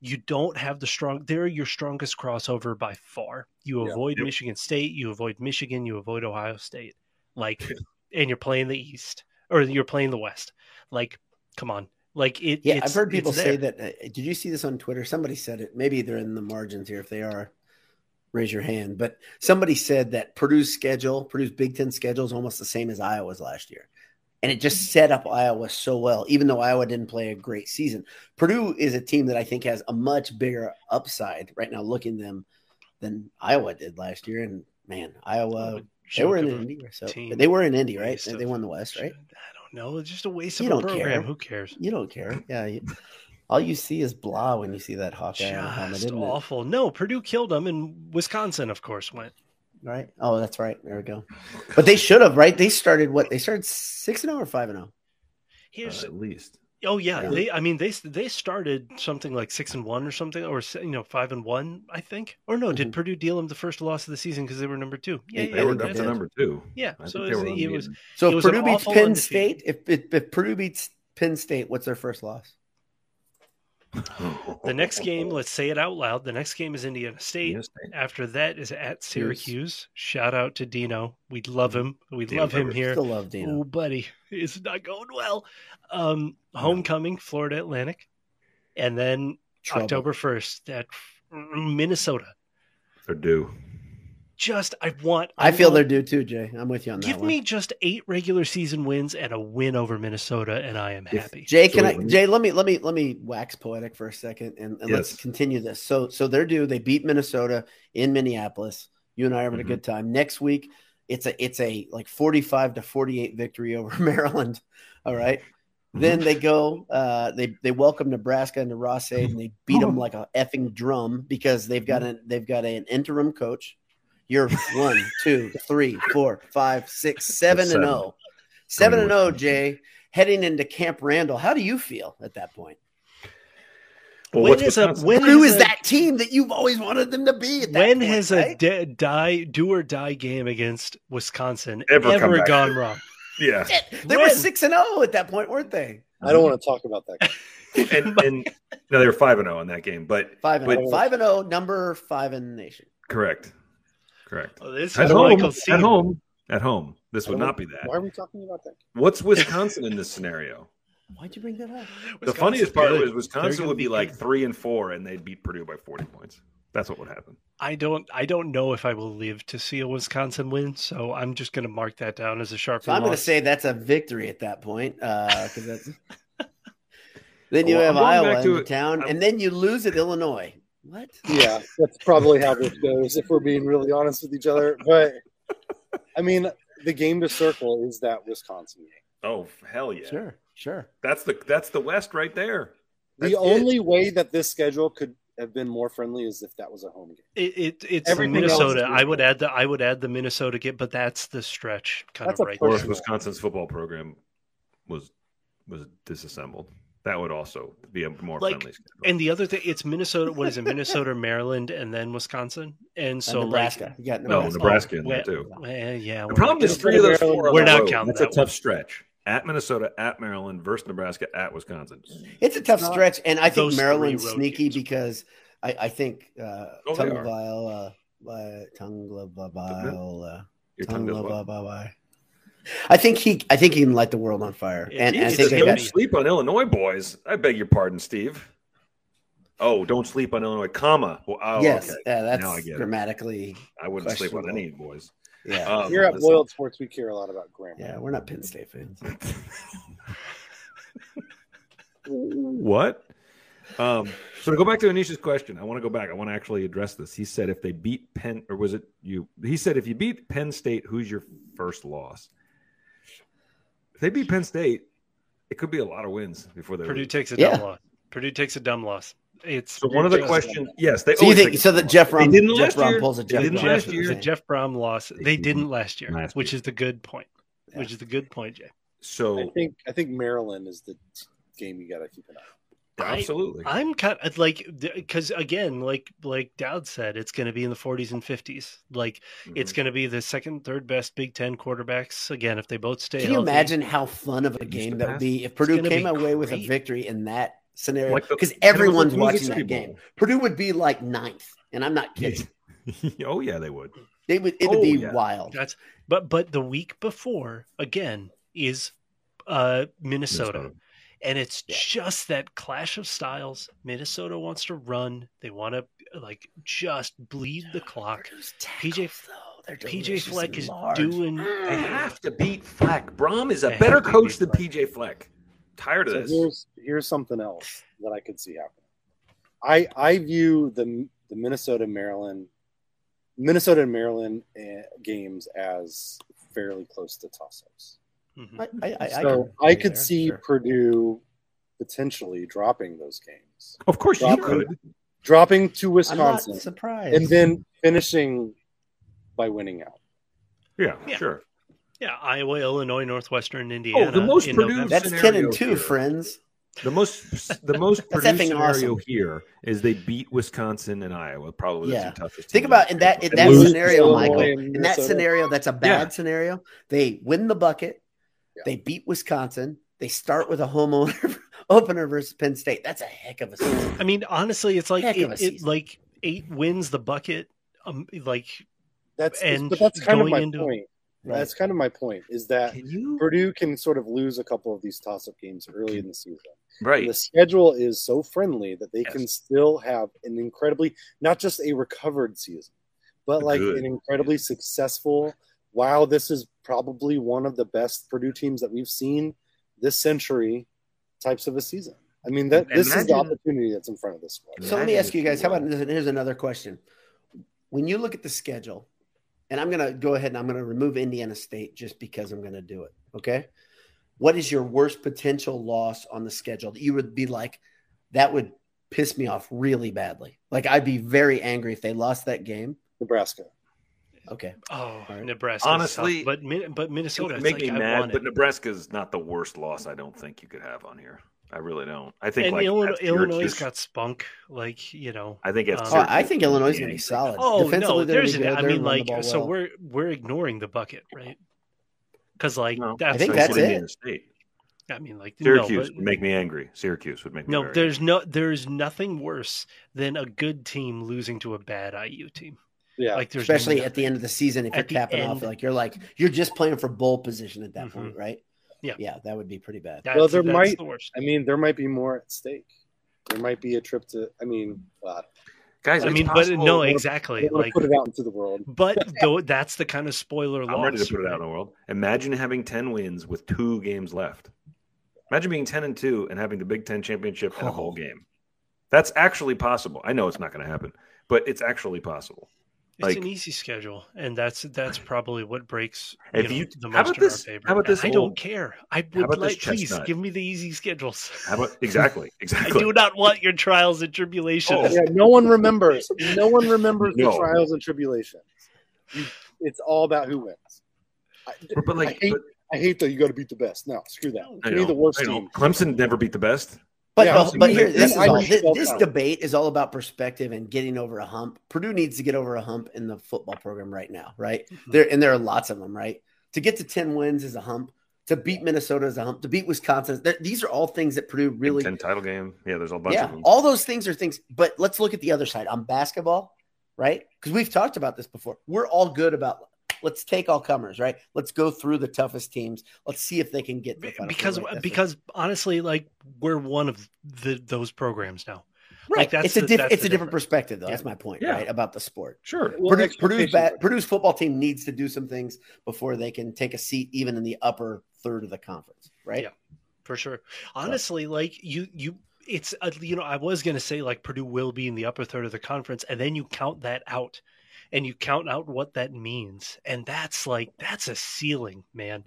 Speaker 2: You don't have the strong, they're your strongest crossover by far. You
Speaker 4: Yeah.
Speaker 2: avoid
Speaker 1: Yep.
Speaker 2: Michigan State, you avoid Michigan, you avoid Ohio State. Like, and you're playing the East or you're playing the West. Like, come on. Like it.
Speaker 3: Yeah,
Speaker 2: it's-
Speaker 3: I've heard people
Speaker 2: it's
Speaker 3: say
Speaker 2: there.
Speaker 3: that. Uh, did you see this on Twitter? Somebody said it. Maybe they're in the margins here. If they are, raise your hand. But somebody said that Purdue's schedule, Purdue's Big Ten schedule, is almost the same as Iowa's last year, and it just set up Iowa so well. Even though Iowa didn't play a great season, Purdue is a team that I think has a much bigger upside right now. Looking them than Iowa did last year, and man, Iowa. They were in
Speaker 2: Joke of a-
Speaker 3: Indy, so
Speaker 2: team.
Speaker 3: they were in Indy, right?
Speaker 2: Waste
Speaker 3: They
Speaker 2: of-
Speaker 3: won the West,
Speaker 2: I
Speaker 3: right?
Speaker 2: don't know. It's just a waste
Speaker 3: You
Speaker 2: of a
Speaker 3: don't
Speaker 2: program.
Speaker 3: care.
Speaker 2: Who cares?
Speaker 3: You don't care. Yeah. You, all you see is blah when you see that Hawkeye helmet,
Speaker 2: Just
Speaker 3: isn't it?
Speaker 2: awful. No, Purdue killed them, and Wisconsin, of course, went.
Speaker 3: Right? Oh, that's right. There we go.
Speaker 1: Uh,
Speaker 3: But they should have, right? They started what? They started 6 and 0 or 5 and oh. 0.
Speaker 2: Here's
Speaker 1: Uh, at least.
Speaker 2: oh yeah,
Speaker 1: yeah.
Speaker 2: they. I mean they they started something like six and one or something, or you know five and one, I think. Or no, did
Speaker 3: Mhm.
Speaker 2: Purdue deal them the first loss of the season because they were number two? Yeah,
Speaker 3: They-
Speaker 2: yeah,
Speaker 1: They were
Speaker 2: that's
Speaker 1: up to
Speaker 2: it.
Speaker 1: number two.
Speaker 2: Yeah,
Speaker 1: I
Speaker 2: so
Speaker 1: think they
Speaker 2: it was,
Speaker 1: were
Speaker 2: it was
Speaker 1: unbeaten.
Speaker 3: So
Speaker 2: It
Speaker 3: if
Speaker 2: was an
Speaker 3: Purdue beats
Speaker 2: awful
Speaker 3: Penn
Speaker 2: undefeated.
Speaker 3: State, if, if if Purdue beats Penn State, what's their first loss?
Speaker 2: the next game. Let's say it out loud. The next game is Indiana State.
Speaker 1: Yes, they-
Speaker 2: After that is at Syracuse. Shout out to Dino. We love him. We
Speaker 1: Dino
Speaker 2: love him
Speaker 1: Babers.
Speaker 2: here.
Speaker 3: Still love Dana.
Speaker 2: Oh, buddy, it's not going well. Um, homecoming, Florida Atlantic, and then
Speaker 3: Trouble.
Speaker 2: October first at Minnesota.
Speaker 1: they're due.
Speaker 2: Just I want.
Speaker 3: I feel
Speaker 2: want-
Speaker 3: they're due too, Jay. I'm with you on that
Speaker 2: Give
Speaker 3: one.
Speaker 2: me just eight regular season wins and a win over Minnesota, and I am
Speaker 1: If-
Speaker 2: happy.
Speaker 3: Jay, can
Speaker 1: So
Speaker 3: I?
Speaker 1: wait,
Speaker 3: Jay, let me let me let me wax poetic for a second, and, and let's
Speaker 1: Yes.
Speaker 3: continue this. So, so they're due. They beat Minnesota in Minneapolis. You and I are having
Speaker 1: Mhm.
Speaker 3: a good time. Next week, it's a it's a like forty five to forty eight victory over Maryland. All right.
Speaker 2: Mm-hmm.
Speaker 3: Then they go. Uh, they they welcome Nebraska into Ross Aid, and they beat
Speaker 2: Oh.
Speaker 3: them like a effing drum because they've got an they've got an interim coach. You're one, two, three, four, five, six, seven,
Speaker 1: Seven.
Speaker 3: and zero. Seven and
Speaker 1: Going
Speaker 3: zero,
Speaker 1: with-
Speaker 3: Jay. Heading into Camp Randall, how do you feel at that point?
Speaker 1: Well,
Speaker 2: when
Speaker 1: what's
Speaker 2: is a
Speaker 1: Wisconsin?
Speaker 2: when
Speaker 3: Who
Speaker 2: is
Speaker 3: is
Speaker 2: a-
Speaker 3: that team that you've always wanted them to be? At that
Speaker 2: when
Speaker 3: point,
Speaker 2: has a
Speaker 3: right?
Speaker 2: de- die do or die game against Wisconsin
Speaker 1: Ever
Speaker 2: ever,
Speaker 1: come back.
Speaker 2: gone wrong?
Speaker 1: Yeah,
Speaker 3: they were
Speaker 2: when?
Speaker 3: six and zero at that point, weren't they?
Speaker 4: I don't want to talk about that. game.
Speaker 1: and, and no, they were five and zero in that game, but
Speaker 3: Five and oh,
Speaker 1: But-
Speaker 3: zero, five and zero, number five in the nation.
Speaker 1: correct. Correct.
Speaker 2: Oh, this
Speaker 1: At
Speaker 2: is
Speaker 1: home,
Speaker 2: Michael
Speaker 1: at
Speaker 2: Seaman.
Speaker 1: home. At home. This would not be
Speaker 4: Why
Speaker 1: that.
Speaker 4: are we talking about that?
Speaker 1: What's Wisconsin in this scenario?
Speaker 3: Why'd you bring that up?
Speaker 1: The funniest part
Speaker 2: Wisconsin's
Speaker 1: was
Speaker 2: good.
Speaker 1: Wisconsin
Speaker 2: They're
Speaker 1: would
Speaker 2: gonna
Speaker 1: be like
Speaker 2: good.
Speaker 1: three and four, and they'd beat Purdue by forty points. That's what would happen.
Speaker 2: I don't I don't know if I will live to see a Wisconsin win, so I'm just going to mark that down as a sharp.
Speaker 3: So I'm going to
Speaker 2: loss.
Speaker 3: say that's a victory at that point because that's. then you
Speaker 1: Well,
Speaker 3: have
Speaker 1: I'm going back
Speaker 3: Iowa
Speaker 1: to
Speaker 3: in
Speaker 1: it.
Speaker 3: town,
Speaker 1: I'm-
Speaker 3: and then you lose at Illinois. What?
Speaker 4: Yeah, that's probably how this goes if we're being really honest with each other. But I mean, the game to circle is that Wisconsin game.
Speaker 1: Oh hell yeah!
Speaker 3: Sure, sure.
Speaker 1: That's the that's the West right there.
Speaker 4: The
Speaker 1: That's it.
Speaker 4: only way that this schedule could have been more friendly is if that was a home game.
Speaker 2: It, it it's
Speaker 4: Everything else is
Speaker 2: Minnesota. I
Speaker 4: neutral.
Speaker 2: would add the I would add the Minnesota get, but that's the stretch kind
Speaker 4: That's a
Speaker 2: of right.
Speaker 1: Or
Speaker 4: push.
Speaker 1: if Wisconsin's football program was was disassembled, that would also be a more
Speaker 2: Like,
Speaker 1: friendly schedule.
Speaker 2: And the other thing, it's Minnesota. What is it? Minnesota, Maryland, and then Wisconsin, and so
Speaker 3: So Nebraska, you got
Speaker 1: no, Nebraska
Speaker 3: Nebraska.
Speaker 1: in there
Speaker 2: well-
Speaker 1: too.
Speaker 2: like eh, yeah.
Speaker 1: The
Speaker 2: we're
Speaker 1: problem
Speaker 2: not
Speaker 1: is
Speaker 2: doing-
Speaker 1: three of those four. are
Speaker 2: We're
Speaker 1: on
Speaker 2: not
Speaker 1: the road.
Speaker 2: counting
Speaker 1: That's a
Speaker 2: that
Speaker 1: tough
Speaker 2: one.
Speaker 1: stretch. At Minnesota, at Maryland, versus Nebraska, at Wisconsin.
Speaker 3: It's a tough
Speaker 4: Not
Speaker 3: stretch, and I think
Speaker 2: those three
Speaker 3: Maryland's
Speaker 2: road
Speaker 3: sneaky
Speaker 2: games.
Speaker 3: because I, I think uh,
Speaker 1: Oh, they are.
Speaker 3: Tungvile, uh, uh, Tungvile, uh,
Speaker 1: Your tongue goes wild.
Speaker 3: Tungvile. I think he, I think he can light the world on fire,
Speaker 2: Yeah,
Speaker 3: and, and I
Speaker 2: Jesus,
Speaker 1: Jesus,
Speaker 3: think
Speaker 2: they
Speaker 3: they
Speaker 2: him
Speaker 1: don't
Speaker 3: got
Speaker 2: got-
Speaker 1: sleep on Illinois, boys. I beg your pardon, Steve. Oh, don't sleep on Illinois, comma. Well, oh,
Speaker 3: yes,
Speaker 1: okay.
Speaker 3: yeah, that's
Speaker 1: Now I get it.
Speaker 3: grammatically.
Speaker 1: I wouldn't sleep on any boys.
Speaker 3: Yeah,
Speaker 1: Um,
Speaker 4: Here at
Speaker 1: listen.
Speaker 4: Boiled Sports, we care a lot about grammar.
Speaker 3: yeah, we're not Penn State fans.
Speaker 1: what? Um, so to go back to Anisha's question, I want to go back. I want to actually address this. He said if they beat Penn, or was it you? He said if you beat Penn State, who's your first loss? If they beat Penn State, it could be a lot of wins before they
Speaker 2: Purdue
Speaker 1: lose.
Speaker 2: takes a
Speaker 3: Yeah.
Speaker 2: dumb loss. Purdue takes a dumb loss. It's
Speaker 1: So one of the
Speaker 2: ridiculous.
Speaker 1: questions, yes, they.
Speaker 3: So you
Speaker 1: always
Speaker 3: think
Speaker 1: take-
Speaker 3: so that Jeff
Speaker 1: They
Speaker 3: Rom,
Speaker 1: didn't
Speaker 3: Jeff
Speaker 1: last
Speaker 3: Rom
Speaker 1: year.
Speaker 3: pulls a
Speaker 1: They
Speaker 3: Jeff
Speaker 1: didn't
Speaker 3: Rom
Speaker 1: last
Speaker 3: is what
Speaker 1: year.
Speaker 3: I'm
Speaker 2: The
Speaker 3: saying.
Speaker 2: Jeff Brom loss. They didn't last year,
Speaker 1: Last
Speaker 2: which
Speaker 1: year.
Speaker 2: is the good point.
Speaker 3: Yeah.
Speaker 2: Which is the good point, Jay.
Speaker 4: I
Speaker 1: So
Speaker 4: think I think Maryland is the game you got to keep an eye. on.
Speaker 2: I-
Speaker 1: absolutely,
Speaker 2: I'm kind of like because again, like like Dowd said, it's going to be in the 40s and 50s. Like
Speaker 1: Mm-hmm.
Speaker 2: it's going to be the second, third best Big Ten quarterbacks again if they both stay.
Speaker 3: Can you
Speaker 2: healthy.
Speaker 3: imagine how fun of a
Speaker 1: It used to
Speaker 3: game that would
Speaker 1: pass.
Speaker 3: be if Purdue
Speaker 2: gonna
Speaker 3: came
Speaker 2: be
Speaker 3: away with a
Speaker 2: great.
Speaker 3: victory in that scenario?
Speaker 1: Like the-
Speaker 3: Because
Speaker 1: like
Speaker 3: everyone's
Speaker 1: the Music
Speaker 3: watching
Speaker 1: City
Speaker 3: that game.
Speaker 1: Bowl.
Speaker 3: Purdue would be like ninth, and I'm not kidding.
Speaker 1: oh yeah, they would.
Speaker 3: They would. It would
Speaker 1: Oh,
Speaker 3: be
Speaker 1: yeah.
Speaker 3: wild.
Speaker 2: That's but but the week before again is uh Minnesota.
Speaker 1: Minnesota.
Speaker 2: And it's
Speaker 3: Yeah.
Speaker 2: just that clash of styles. Minnesota wants to run. They want to like just bleed the clock.
Speaker 3: Purdue's
Speaker 2: PJ
Speaker 3: tackles, though, they're
Speaker 2: PJ
Speaker 3: delicious
Speaker 2: Fleck
Speaker 3: and
Speaker 2: is
Speaker 3: large.
Speaker 2: doing
Speaker 1: They
Speaker 3: Mm.
Speaker 1: have to beat Fleck. Brom is a
Speaker 2: They
Speaker 1: better
Speaker 2: have to
Speaker 1: coach
Speaker 2: beat
Speaker 1: than
Speaker 2: Fleck.
Speaker 1: PJ Fleck. Tired of
Speaker 4: So
Speaker 1: this.
Speaker 4: here's here's something else that I could see happening. I I view the the Minnesota Maryland Minnesota and Maryland eh, games as fairly close to toss ups.
Speaker 2: Mhm.
Speaker 3: I, I, I, I
Speaker 4: So
Speaker 3: can
Speaker 4: I,
Speaker 3: agree
Speaker 4: could
Speaker 3: there,
Speaker 4: see
Speaker 3: sure.
Speaker 4: Purdue potentially dropping those games,
Speaker 1: Of course you
Speaker 4: Robert.
Speaker 1: could.
Speaker 4: dropping to
Speaker 3: I'm not
Speaker 4: Wisconsin,
Speaker 3: surprised.
Speaker 4: and then finishing by winning out.
Speaker 1: Yeah,
Speaker 2: Yeah.
Speaker 1: sure.
Speaker 2: Yeah, Iowa, Illinois, Northwestern, Indiana.
Speaker 1: Oh, most
Speaker 2: in
Speaker 1: Purdue-
Speaker 2: November.
Speaker 3: that's ten
Speaker 1: scenario
Speaker 3: and two,
Speaker 1: here.
Speaker 3: friends.
Speaker 1: The most the most
Speaker 3: That's
Speaker 1: produced
Speaker 3: effing
Speaker 1: scenario
Speaker 3: awesome.
Speaker 1: here is they beat Wisconsin and Iowa, probably the
Speaker 3: Yeah.
Speaker 1: two toughest.
Speaker 3: Think
Speaker 1: teams.
Speaker 3: about in that in
Speaker 1: And
Speaker 3: that
Speaker 1: lose
Speaker 3: scenario,
Speaker 1: to
Speaker 3: Michael.
Speaker 1: Illinois.
Speaker 4: and
Speaker 3: In that
Speaker 4: Minnesota.
Speaker 3: scenario, that's a bad
Speaker 1: Yeah.
Speaker 3: scenario. They win the bucket.
Speaker 4: Yeah.
Speaker 3: They beat Wisconsin. They start with a homeowner opener versus Penn State. That's a heck of a season.
Speaker 2: I mean, honestly, it's like
Speaker 3: Heck of a
Speaker 2: it, it-
Speaker 3: season.
Speaker 2: like eight wins the bucket. Um, like
Speaker 4: That's
Speaker 2: and
Speaker 4: but that's kind of
Speaker 2: going
Speaker 4: my
Speaker 2: into-
Speaker 4: point.
Speaker 3: Right?
Speaker 4: That's kind of my point is that
Speaker 1: Can you
Speaker 4: Purdue can sort of lose a couple of these toss up games early in the season. And the
Speaker 1: right?
Speaker 4: schedule is so friendly that they
Speaker 1: Yes.
Speaker 4: can still have an incredibly, not just a recovered season, but like
Speaker 1: Good.
Speaker 4: an incredibly successful. Wow, this is probably one of the best Purdue teams that we've seen this century types of a season. I mean, that this is the
Speaker 1: Imagine-
Speaker 4: opportunity that's in front of this squad.
Speaker 3: so let me
Speaker 1: Imagine
Speaker 3: ask you
Speaker 1: if
Speaker 3: guys.
Speaker 1: you
Speaker 3: How
Speaker 1: won.
Speaker 3: about this? Here's another question. When you look at the schedule, and I'm going to go ahead and I'm going to remove Indiana State just because I'm going to do it. Okay. What is your worst potential loss on the schedule that you would be like, that would piss me off really badly? Like, I'd be very angry if they lost that game.
Speaker 4: Nebraska.
Speaker 3: Okay.
Speaker 2: oh,
Speaker 3: Right.
Speaker 2: Nebraska.
Speaker 1: Honestly,
Speaker 2: sucked, but Min- but
Speaker 1: It
Speaker 2: Minnesota.
Speaker 1: would
Speaker 2: it's
Speaker 1: make
Speaker 2: like,
Speaker 1: me
Speaker 2: I
Speaker 1: mad,
Speaker 2: want it.
Speaker 1: but Nebraska's not the worst loss I don't think you could have on here. I really don't. I think
Speaker 2: and
Speaker 1: like
Speaker 2: Illinois,
Speaker 1: at
Speaker 2: Illinois
Speaker 1: Syracuse-
Speaker 2: got spunk. Like you know.
Speaker 1: I think
Speaker 2: Oh,
Speaker 1: it's.
Speaker 3: Oh, I think Illinois is going to be solid.
Speaker 2: Oh
Speaker 3: Defensively,
Speaker 2: no,
Speaker 3: they're
Speaker 2: there's
Speaker 3: gonna be
Speaker 2: an.
Speaker 3: good.
Speaker 2: I
Speaker 3: They're
Speaker 2: mean,
Speaker 3: gonna run the
Speaker 2: like,
Speaker 3: ball
Speaker 2: so
Speaker 3: well.
Speaker 2: we're we're ignoring the bucket, right? Because like
Speaker 1: No.
Speaker 2: that's
Speaker 3: I think
Speaker 2: the
Speaker 3: that's
Speaker 2: point.
Speaker 3: it.
Speaker 1: State.
Speaker 2: I mean, like no,
Speaker 1: Syracuse
Speaker 2: but-
Speaker 1: would make me angry. Syracuse would make me.
Speaker 2: No,
Speaker 1: very
Speaker 2: there's no there's nothing worse than a good team losing to a bad IU team.
Speaker 4: Yeah.
Speaker 2: Like there's
Speaker 3: especially
Speaker 2: nothing.
Speaker 3: at the end of the season if
Speaker 2: At
Speaker 3: you're
Speaker 2: the
Speaker 3: capping off
Speaker 2: end.
Speaker 3: like you're like you're just playing for bowl position at that
Speaker 2: Mhm.
Speaker 3: point right
Speaker 2: Yeah.
Speaker 3: yeah that would be pretty bad
Speaker 2: That's,
Speaker 4: Well, there
Speaker 2: that's
Speaker 4: might-
Speaker 2: the worst.
Speaker 4: I mean, there might be more at stake. There might be a trip to. I mean, uh,
Speaker 1: Guys,
Speaker 2: I
Speaker 1: it's
Speaker 2: mean, but
Speaker 1: possible-
Speaker 2: no,
Speaker 4: we're-
Speaker 2: exactly.
Speaker 4: I wanna
Speaker 2: Like,
Speaker 4: put it out into the world.
Speaker 2: but though that's the kind of spoiler
Speaker 1: I'm
Speaker 2: loss.
Speaker 1: ready to put it out in
Speaker 2: right?
Speaker 1: the world. Imagine having 10 wins with two games left. Imagine being 10 and 2 and having the Big Ten championship and a bowl game. That's actually possible. I know it's not going to happen, but it's actually possible.
Speaker 2: It's
Speaker 1: Like-
Speaker 2: an easy schedule, and that's that's probably what breaks
Speaker 1: If
Speaker 2: know,
Speaker 1: you-
Speaker 2: the
Speaker 1: how
Speaker 2: most
Speaker 1: about
Speaker 2: of
Speaker 1: this-
Speaker 2: our favor.
Speaker 1: how about
Speaker 2: And
Speaker 1: this
Speaker 2: I don't
Speaker 1: old-
Speaker 2: care. I
Speaker 1: about
Speaker 2: would
Speaker 1: this
Speaker 2: like please
Speaker 1: chestnut?
Speaker 2: give me the easy schedules.
Speaker 1: How about exactly?
Speaker 2: I
Speaker 1: Exactly.
Speaker 2: do not want your trials and tribulations.
Speaker 1: Oh,
Speaker 4: Yeah, no one remembers. No one remembers
Speaker 1: No.
Speaker 4: the trials and tribulations. You- It's all about who wins. I,
Speaker 1: But, but
Speaker 4: I
Speaker 1: like,
Speaker 4: hate-
Speaker 1: but-
Speaker 4: I hate that you got to beat the best. No, screw that.
Speaker 1: I
Speaker 4: Give me
Speaker 1: know,
Speaker 4: the worst
Speaker 1: I know.
Speaker 4: team.
Speaker 1: Clemson never beat the best.
Speaker 3: but
Speaker 4: Yeah,
Speaker 3: but, but here
Speaker 1: absolutely.
Speaker 3: this is
Speaker 1: I
Speaker 3: all,
Speaker 4: would
Speaker 3: this,
Speaker 4: still
Speaker 3: this
Speaker 4: count.
Speaker 3: debate is all about perspective and getting over a hump purdue needs to get over a hump in the football program right now right
Speaker 2: Mm-hmm.
Speaker 3: there and there are lots of them right to get to 10 wins is a hump to beat minnesota is a hump to beat wisconsin there- these are all things that purdue
Speaker 1: Big
Speaker 3: really
Speaker 1: Ten title game. Yeah, there's a bunch
Speaker 3: yeah,
Speaker 1: of them.
Speaker 3: all those things are things. But let's look at the other side on basketball, right? Because we've talked about this before. We're all good about let's take all comers, right? Let's go through the toughest teams. Let's see if they can get to the
Speaker 2: Be-
Speaker 3: Final Four,
Speaker 2: because
Speaker 3: right? That's what-
Speaker 2: because honestly, like we're one of the those programs now.
Speaker 3: right,
Speaker 2: like, that's
Speaker 3: it's a
Speaker 2: the-
Speaker 3: diff-
Speaker 2: that's
Speaker 3: it's
Speaker 2: the
Speaker 3: a different
Speaker 2: difference.
Speaker 3: perspective though.
Speaker 2: Yeah.
Speaker 3: That's my point,
Speaker 1: Yeah.
Speaker 3: right? About the sport.
Speaker 1: Sure.
Speaker 4: Well,
Speaker 3: Purdue, Purdue's,
Speaker 4: expectations
Speaker 3: ba-
Speaker 4: are-
Speaker 3: Purdue's football team needs to do some things before they can take a seat, even in the upper third of the conference, right?
Speaker 2: Yeah. for sure honestly like you you it's uh, you know i was going to say like purdue will be in the upper third of the conference and then you count that out and you count out what that means and that's like that's a ceiling man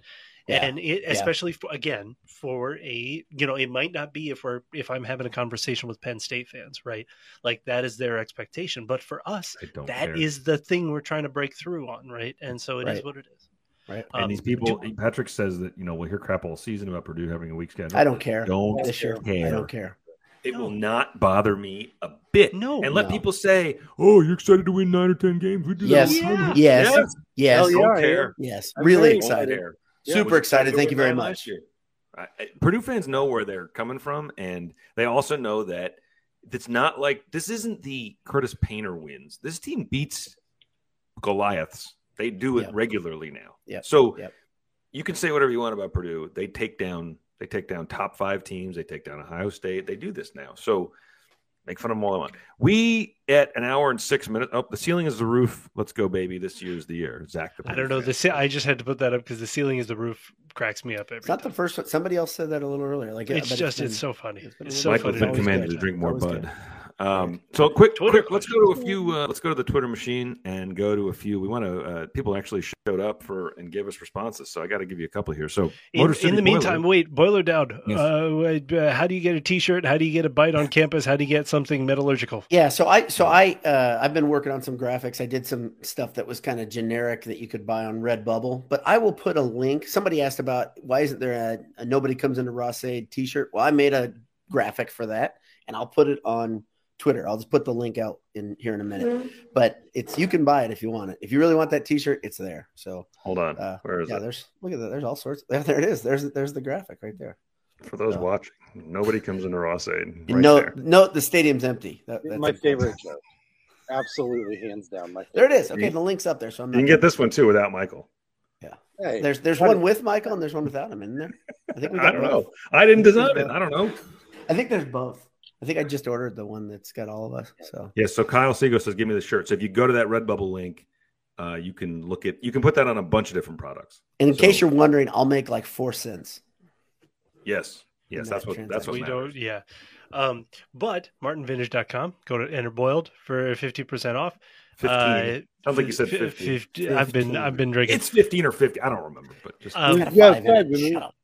Speaker 3: Yeah.
Speaker 2: and it especially for, again for a you know it might not be if we're if i'm having a conversation with penn state fans right like that is their expectation but for us
Speaker 1: I don't
Speaker 2: that is
Speaker 1: care.
Speaker 2: the thing we're trying to break through on right and so it is
Speaker 3: Right.
Speaker 2: what it is
Speaker 3: Right.
Speaker 1: and
Speaker 2: Um,
Speaker 1: these people,
Speaker 2: do-
Speaker 1: Patrick says that you know we'll hear crap all season about Purdue having a weak schedule.
Speaker 3: I don't care
Speaker 1: Don't
Speaker 3: this year. I
Speaker 1: care.
Speaker 3: don't care.
Speaker 1: It
Speaker 2: No.
Speaker 1: will not bother me a bit.
Speaker 2: No.
Speaker 1: and let
Speaker 3: No.
Speaker 1: people say, "Oh, you're excited to win nine or ten games." We do
Speaker 3: Yes.
Speaker 1: that. all the time."
Speaker 3: Yes. Yes.
Speaker 4: Hell yeah.
Speaker 1: Don't care.
Speaker 3: Yes.
Speaker 4: I'm
Speaker 3: really
Speaker 4: very
Speaker 3: excited.
Speaker 1: Don't care.
Speaker 4: Yeah.
Speaker 3: Super excited. Thank you very
Speaker 1: Last
Speaker 3: much.
Speaker 1: year. I- I- Purdue fans know where they're coming from, and they also know that it's not like this isn't the Curtis Painter wins. This team beats Goliaths. They do it
Speaker 3: Yeah.
Speaker 1: regularly now.
Speaker 3: Yeah.
Speaker 1: So
Speaker 3: Yep.
Speaker 1: you can say whatever you want about Purdue. They take down they take down top five teams. They take down Ohio State. They do this now. So make fun of them all I want. We at an hour and six minutes. Oh, the ceiling is the roof. Let's go, baby. This year's the year. Zach. The
Speaker 2: i don't know
Speaker 1: Purdue
Speaker 2: this
Speaker 1: fan.
Speaker 2: i just had to put that up because the ceiling is the roof cracks me up every
Speaker 3: It's not
Speaker 2: time.
Speaker 3: the first one. Somebody else said that a little earlier. Like
Speaker 2: it's
Speaker 3: but
Speaker 2: just
Speaker 3: been-
Speaker 2: it's so funny.
Speaker 3: it's
Speaker 2: It's,
Speaker 3: been a
Speaker 2: so
Speaker 3: little
Speaker 1: Michael's
Speaker 2: funny.
Speaker 3: bit
Speaker 1: been
Speaker 3: Always
Speaker 1: commanded
Speaker 3: good.
Speaker 1: to drink more
Speaker 3: Always
Speaker 1: Bud.
Speaker 3: good.
Speaker 1: Um, so quick,
Speaker 2: Twitter
Speaker 1: quick. Let's
Speaker 2: question.
Speaker 1: go to a few. Uh, let's go to the Twitter machine and go to a few. We want to. Uh, people actually showed up for and gave us responses. So I got to give you a couple here. So
Speaker 2: In,
Speaker 1: Motor
Speaker 2: in
Speaker 1: City
Speaker 2: the
Speaker 1: Boiler-
Speaker 2: meantime, wait, boiler down.
Speaker 1: Yes.
Speaker 2: Uh, wait, uh, how do you get a T-shirt? How do you get a bite on campus? How do you get something metallurgical?
Speaker 3: yeah. So I so I uh, I've been working on some graphics. I did some stuff that was kind of generic that you could buy on Redbubble. But I will put a link. Somebody asked about why isn't there a, a nobody comes into Ross Aid T-shirt? Well, I made a graphic for that, and I'll put it on Twitter. I'll just put the link out in here in a
Speaker 1: Mm-hmm.
Speaker 3: minute. But it's you can buy it if you want it. If you really want that T-shirt, it's there. So
Speaker 1: hold on.
Speaker 3: uh,
Speaker 1: Where is
Speaker 3: yeah,
Speaker 1: it?
Speaker 3: there's look at that. There's all sorts. There, there it is. There's there's the graphic right there.
Speaker 1: For those
Speaker 3: no.
Speaker 1: watching, nobody comes into Ross Aid. Right
Speaker 3: no,
Speaker 1: there.
Speaker 3: no, the stadium's empty. That- that's
Speaker 4: my
Speaker 3: important.
Speaker 4: favorite joke. Absolutely, hands down. My favorite.
Speaker 3: There it is. Okay,
Speaker 1: You-
Speaker 3: the link's up there, so I'm
Speaker 1: you
Speaker 3: not.
Speaker 1: can get this one too without Michael.
Speaker 4: Hey,
Speaker 3: There's there's
Speaker 4: What
Speaker 3: one
Speaker 4: is-
Speaker 3: with Michael and there's one without him in there. I think we got
Speaker 1: I don't
Speaker 3: both.
Speaker 1: know. I didn't design it. I don't know.
Speaker 3: I think there's both. I think I just ordered the one that's got all of us. So
Speaker 1: Yeah, so Kyle Segal says, "Give me the shirt." So if you go to that Redbubble link, uh, you can look at you can put that on a bunch of different products.
Speaker 3: and in
Speaker 1: So-
Speaker 3: case you're wondering, I'll make like four cents.
Speaker 1: Yes, yes,
Speaker 3: that
Speaker 1: that's what that's what
Speaker 2: we
Speaker 1: matters.
Speaker 2: don't. Yeah. Um, but martinvintage.com. Go to enter boiled for fifty percent off.
Speaker 1: 15.
Speaker 2: Uh,
Speaker 1: Sounds like you said
Speaker 2: fif-
Speaker 1: 15.
Speaker 2: fifty- I've been I've been drinking
Speaker 1: it's 15 or 50. I don't remember, but just
Speaker 2: Um,
Speaker 3: You got a
Speaker 4: yeah,
Speaker 3: five in it.
Speaker 4: five, really.
Speaker 3: Shut up.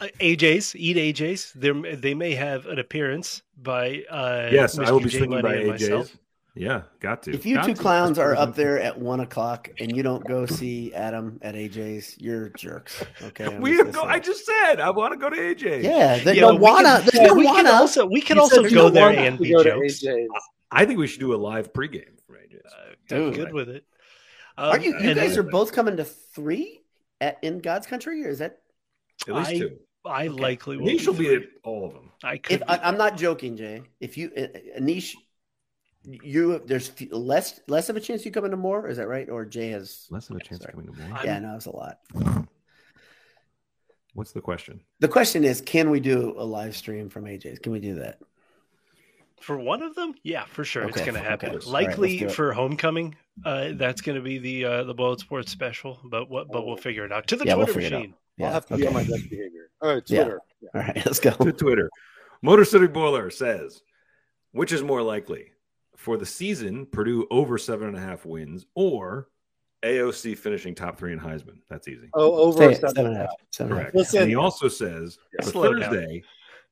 Speaker 2: uh, AJ's. Eat AJ's. They they may have an appearance by uh,
Speaker 1: yes, I
Speaker 2: Mr.
Speaker 1: will be
Speaker 2: J
Speaker 1: swinging
Speaker 2: Money
Speaker 1: by
Speaker 2: and myself.
Speaker 1: AJ's. Yeah, got to.
Speaker 3: If you
Speaker 1: Got
Speaker 3: two
Speaker 1: to.
Speaker 3: clowns
Speaker 1: That's
Speaker 3: are
Speaker 1: pretty
Speaker 3: up there at one o'clock and you don't go see Adam at AJ's, you're jerks. Okay.
Speaker 1: good.
Speaker 3: I'm
Speaker 1: We
Speaker 3: just
Speaker 1: have
Speaker 3: gonna
Speaker 1: go.
Speaker 3: say
Speaker 1: I
Speaker 3: it.
Speaker 1: just said I want to go to AJ's.
Speaker 3: Yeah,
Speaker 2: Yeah,
Speaker 3: the, the
Speaker 2: but we can-
Speaker 3: wanna,
Speaker 2: yeah,
Speaker 3: the
Speaker 2: we can
Speaker 3: wanna-
Speaker 2: also we can
Speaker 4: He
Speaker 2: also
Speaker 4: said
Speaker 2: go
Speaker 4: you
Speaker 2: there
Speaker 4: want
Speaker 2: and
Speaker 4: to
Speaker 2: be
Speaker 4: go to
Speaker 2: jokes. Uh,
Speaker 4: AJ's.
Speaker 1: I think we should do a live pregame for AJ's.
Speaker 2: I'm
Speaker 3: Dude.
Speaker 2: good with it. Um,
Speaker 3: Are you? You
Speaker 2: and
Speaker 3: guys
Speaker 2: then
Speaker 3: are both coming to three at, in God's country, or is that?
Speaker 1: At least
Speaker 2: I-
Speaker 1: two.
Speaker 2: I likely will.
Speaker 1: He should be
Speaker 2: free.
Speaker 1: at all of them.
Speaker 2: I could.
Speaker 3: If
Speaker 2: be.
Speaker 3: I, I'm not joking, Jay. If you, uh, Anish, you there's f- less less of a chance you come into more. Is that right? Or Jay has
Speaker 5: Less of a
Speaker 3: Yeah,
Speaker 5: chance
Speaker 3: sorry.
Speaker 5: of coming to more.
Speaker 2: I-
Speaker 3: yeah, no, it's a lot.
Speaker 5: What's the question?
Speaker 3: The question is, can we do a live stream from AJ's? Can we do that?
Speaker 2: For one of them, yeah, for sure, it's
Speaker 3: Okay,
Speaker 2: going to
Speaker 3: okay.
Speaker 2: happen.
Speaker 3: All right,
Speaker 2: Likely
Speaker 3: let's do it.
Speaker 2: for homecoming, uh, that's going to be the uh, the Boiled Sports special. But what? But we'll figure it out. To the
Speaker 3: Yeah, we'll
Speaker 2: Twitter
Speaker 3: figure it out.
Speaker 2: machine.
Speaker 4: I'll
Speaker 3: Yeah.
Speaker 4: have to
Speaker 3: Okay.
Speaker 4: be on my best behavior. Oh,
Speaker 3: Yeah.
Speaker 4: Twitter. Yeah.
Speaker 3: All right, let's go.
Speaker 1: to Twitter. Motor City Boiler says, which is more likely for the season, Purdue over seven and a half wins or AOC finishing top three in Heisman? That's easy.
Speaker 4: Oh, over
Speaker 3: Say
Speaker 4: a
Speaker 3: it,
Speaker 4: seven.
Speaker 3: seven and a half, seven and a half.
Speaker 1: Correct.
Speaker 4: Listen.
Speaker 1: And he also says for
Speaker 2: Slow down.
Speaker 1: Thursday,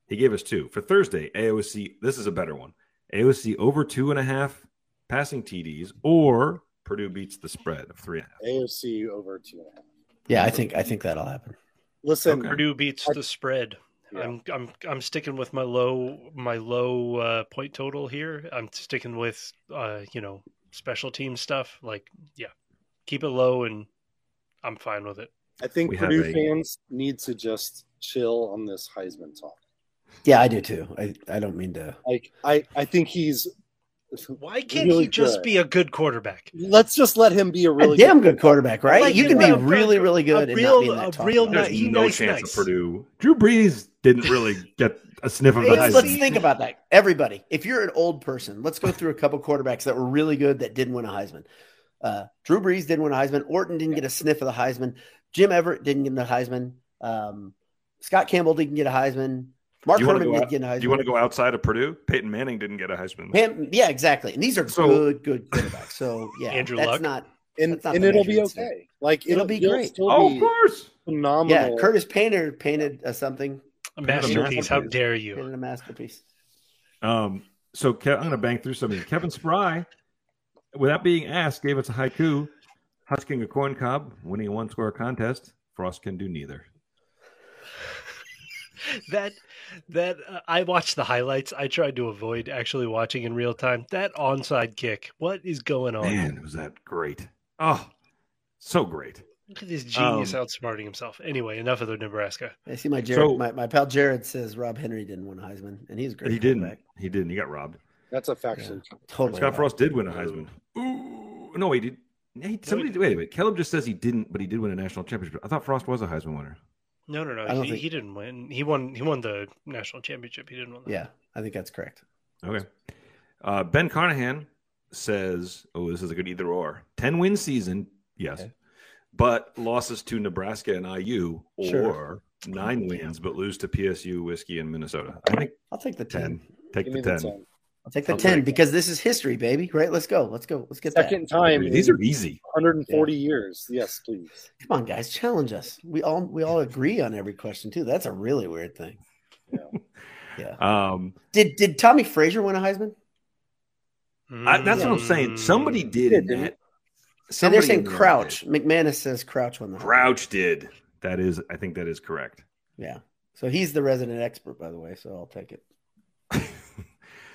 Speaker 1: he gave us two. For Thursday, AOC, this is a better one. AOC over two and a half passing TDs or Purdue beats the spread of three and a half.
Speaker 4: AOC over two and a half.
Speaker 3: Yeah, I think I think that'll happen.
Speaker 4: Listen,
Speaker 1: Okay.
Speaker 2: Purdue beats the spread.
Speaker 4: Yeah.
Speaker 2: I'm I'm I'm sticking with my low my low uh, point total here. I'm sticking with uh, you know special team stuff. Like yeah, keep it low, and I'm fine with it.
Speaker 4: I think
Speaker 1: We have
Speaker 4: Purdue
Speaker 1: a-
Speaker 4: fans need to just chill on this Heisman talk.
Speaker 3: Yeah, I do too. I, I don't mean to.
Speaker 4: Like, I, I think he's.
Speaker 2: Why can't
Speaker 4: Really
Speaker 2: he just
Speaker 4: good.
Speaker 2: be a good quarterback?
Speaker 4: Let's just let him be a really
Speaker 3: a damn good quarterback, right?
Speaker 2: Like,
Speaker 3: you can
Speaker 2: yeah,
Speaker 3: be
Speaker 2: a
Speaker 3: really,
Speaker 2: good-
Speaker 3: really good
Speaker 2: a
Speaker 3: and
Speaker 2: real-
Speaker 3: not be in that
Speaker 2: a
Speaker 3: talk
Speaker 2: real
Speaker 3: about
Speaker 2: nice-
Speaker 1: There's
Speaker 3: it.
Speaker 2: he
Speaker 1: no
Speaker 2: nice,
Speaker 1: chance
Speaker 2: nice.
Speaker 1: of Purdue. Drew Brees didn't really get a sniff of the
Speaker 3: Let's, let's
Speaker 1: Heisman.
Speaker 3: think about that. Everybody, if you're an old person, let's go through a couple quarterbacks that were really good that didn't win a Heisman. Uh, Drew Brees didn't win a Heisman. Orton didn't get a sniff of the Heisman. Jim Everett didn't get the Heisman. Um, Scott Campbell didn't get a Heisman. Mark
Speaker 1: You wanna
Speaker 3: Herman
Speaker 1: go
Speaker 3: didn't
Speaker 1: out-
Speaker 3: get a Heisman.
Speaker 1: Do you want to go outside of Purdue? Peyton Manning didn't get a Heisman.
Speaker 3: Him- yeah, exactly. And these are
Speaker 1: So-
Speaker 3: good, good quarterbacks. So yeah,
Speaker 2: Andrew
Speaker 3: that's
Speaker 2: Luck.
Speaker 3: not.
Speaker 4: and,
Speaker 3: That's not
Speaker 4: and
Speaker 3: the
Speaker 4: it'll be
Speaker 3: measurement stick.
Speaker 4: okay. Like
Speaker 3: It'll be
Speaker 4: you'll
Speaker 3: great.
Speaker 4: Still
Speaker 1: Oh, of
Speaker 4: be
Speaker 1: course.
Speaker 4: phenomenal.
Speaker 3: Yeah, Curtis Painter painted uh, something,
Speaker 2: A masterpiece. How
Speaker 1: masterpiece.
Speaker 2: dare you?
Speaker 3: painted a masterpiece.
Speaker 1: Um, so Ke- I'm going to bang through something. Kevin Spry, without being asked, gave us a haiku. Husking a corn cob, winning a one score contest. Frost can do neither.
Speaker 2: that that uh, I watched the highlights. I tried to avoid actually watching in real time. That onside kick. What is going on?
Speaker 1: Man, was that great? Oh, so great.
Speaker 2: Look at this genius
Speaker 1: Um,
Speaker 2: outsmarting himself. Anyway, enough of the Nebraska.
Speaker 3: I see my Jared,
Speaker 1: So-
Speaker 3: my, my pal Jared says Rob Henry didn't win a Heisman, and he's a great. Oh,
Speaker 1: He didn't.
Speaker 3: quarterback.
Speaker 1: He didn't. He got robbed.
Speaker 4: That's a faction.
Speaker 3: Totally.
Speaker 1: Scott
Speaker 3: wrong.
Speaker 1: Frost did win a Heisman. Ooh, no, he did. Yeah, he, somebody, wait a minute. Caleb just says he didn't, but he did win a national championship. I thought Frost was a Heisman winner.
Speaker 2: No, no,
Speaker 3: I
Speaker 2: no.
Speaker 3: don't
Speaker 2: He,
Speaker 3: think-
Speaker 2: he didn't win. He won. He won the national championship. He didn't win. The
Speaker 3: Yeah, I think that's correct.
Speaker 1: Okay. Uh, ben Carnahan says, "Oh, this is a good either or. Ten win season, yes,
Speaker 3: Okay.
Speaker 1: but losses to Nebraska and IU, or
Speaker 3: Sure.
Speaker 1: nine wins but lose to PSU, Whiskey, and Minnesota. I think
Speaker 3: I'll take the 10.
Speaker 1: ten. Take
Speaker 4: Give
Speaker 1: the
Speaker 4: me
Speaker 1: ten.
Speaker 4: the ten.
Speaker 3: I'll take the
Speaker 2: Oh,
Speaker 1: I'll
Speaker 3: 10
Speaker 1: take it.
Speaker 3: because this is history, baby. Right? Let's go. Let's go. Let's get
Speaker 4: Second time.
Speaker 1: Dude,
Speaker 4: in
Speaker 1: These are easy.
Speaker 4: 140 years. Yes, please.
Speaker 3: that. Come on, guys. Challenge us. We all we all agree on every question, too. That's a really weird thing.
Speaker 1: Um,
Speaker 3: Did did Tommy Frazier win a Heisman?
Speaker 1: I, that's what I'm saying.
Speaker 2: Mm.
Speaker 1: Somebody did
Speaker 4: Yeah,
Speaker 1: in
Speaker 4: didn't
Speaker 1: that.
Speaker 3: And
Speaker 1: Somebody
Speaker 3: they're saying
Speaker 1: in that
Speaker 3: Crouch.
Speaker 1: did.
Speaker 3: McManus says Crouch won the Heisman.
Speaker 1: Crouch did. That is, I think that is correct.
Speaker 3: Yeah. So he's the resident expert, by the way. So I'll take it.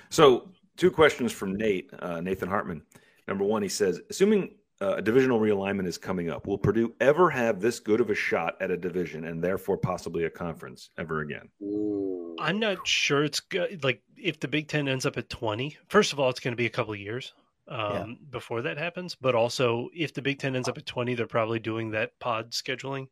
Speaker 1: So, two questions from Nate, uh, Nathan Hartman. Number one, he says, assuming uh, a divisional realignment is coming up, will Purdue ever have this good of a shot at a division and therefore possibly a conference ever again?
Speaker 4: Ooh.
Speaker 2: I'm not sure it's good. Like if the Big Ten ends up at 20, first of all, it's going to be a couple of years um,
Speaker 3: Yeah.
Speaker 2: before that happens. But also, if the Big Ten ends up at 20, they're probably doing that pod scheduling.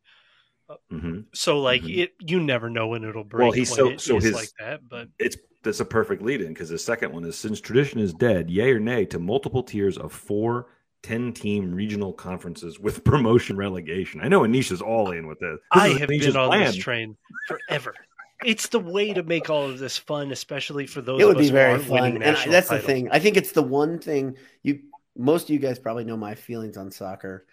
Speaker 1: hmm
Speaker 2: So like
Speaker 1: Mhm.
Speaker 2: it, you never know when it'll break.
Speaker 1: Well, he's
Speaker 2: when
Speaker 1: so-
Speaker 2: it
Speaker 1: so
Speaker 2: is
Speaker 1: his-
Speaker 2: like that, but
Speaker 1: It's that's a perfect lead in because the second one is since tradition is dead, yay or nay to multiple tiers of four 10 team regional conferences with promotion relegation. I know Anisha's all in with this. This
Speaker 2: I
Speaker 1: is
Speaker 2: have been
Speaker 1: Anisha's
Speaker 2: on
Speaker 1: plan.
Speaker 2: this train forever. It's the way to make all of this fun, especially for those.
Speaker 3: it would
Speaker 2: of us
Speaker 3: be very
Speaker 2: who aren't winning
Speaker 3: fun. And I-
Speaker 2: national
Speaker 3: that's the
Speaker 2: titles.
Speaker 3: thing. I think it's the one thing you most of you guys probably know my feelings on soccer.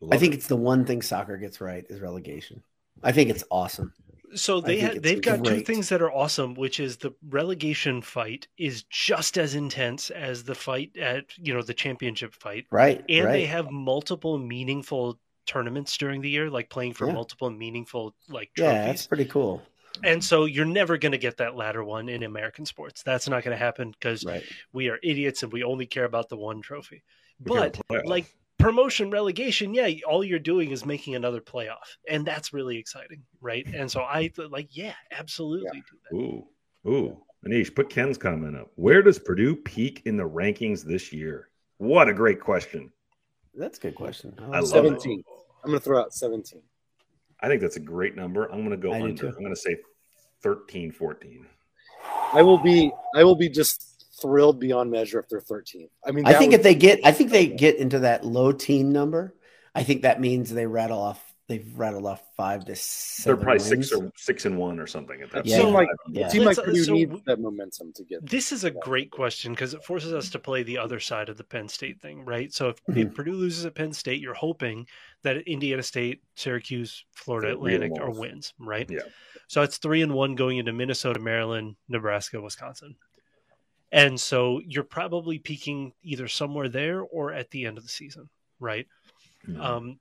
Speaker 1: Love
Speaker 3: I think
Speaker 1: it.
Speaker 3: it's the one thing soccer gets right is relegation. I think it's awesome.
Speaker 2: So they
Speaker 3: think
Speaker 2: ha-
Speaker 3: it's
Speaker 2: they've got two
Speaker 3: great.
Speaker 2: things that are awesome, which is the relegation fight is just as intense as the fight at you know the championship fight,
Speaker 3: Right.
Speaker 2: and
Speaker 3: right.
Speaker 2: they have multiple meaningful tournaments during the year, like playing for
Speaker 3: Yeah.
Speaker 2: multiple meaningful like
Speaker 3: yeah, that's
Speaker 2: trophies.
Speaker 3: pretty cool.
Speaker 2: and so you're never going to get that latter one in American sports. That's not going to happen because
Speaker 3: Right.
Speaker 2: we are idiots and we only care about the one trophy.
Speaker 1: We got a
Speaker 2: But
Speaker 1: playoff.
Speaker 2: like promotion relegation yeah all you're doing is making another playoff and that's really exciting right and so i th- like yeah absolutely do that
Speaker 1: Ooh, ooh. Anish, put Ken's comment up. Where does Purdue peak in the rankings this year? What a great question.
Speaker 3: That's a good question. Um,
Speaker 1: I love it.
Speaker 4: 17. I'm going to throw out 17.
Speaker 1: I think that's a great number. I'm going to go
Speaker 3: I do
Speaker 1: under.
Speaker 3: too.
Speaker 1: I'm going to say 13, 14.
Speaker 4: I will be I will be just thrilled beyond measure if they're 13. I mean,
Speaker 3: I
Speaker 4: that
Speaker 3: think
Speaker 4: would-
Speaker 3: if they get, I think they get into that low teen number. I think that means they rattle off. They've rattled off five to
Speaker 1: They're
Speaker 3: seven.
Speaker 1: probably six
Speaker 3: wins.
Speaker 1: or six and one or something at that.
Speaker 3: Yeah.
Speaker 1: point.
Speaker 3: So,
Speaker 4: like,
Speaker 3: Yeah.
Speaker 4: a team like
Speaker 2: Let's-
Speaker 4: Purdue
Speaker 2: so
Speaker 4: needs
Speaker 2: we-
Speaker 4: that momentum to get.
Speaker 2: This is a great question because it forces us to play the other side of the Penn State thing, right? So if, if
Speaker 1: Mm-hmm.
Speaker 3: Mhm.
Speaker 2: Purdue loses at Penn State, you're hoping that Indiana State, Syracuse, Florida
Speaker 1: Three and
Speaker 2: Atlantic
Speaker 1: one.
Speaker 2: are wins, right?
Speaker 1: Yeah.
Speaker 2: So it's three and one going into Minnesota, Maryland, Nebraska, Wisconsin. And so you're probably peaking either somewhere there or at the end of the season, right?
Speaker 1: Mm-hmm.
Speaker 2: Um,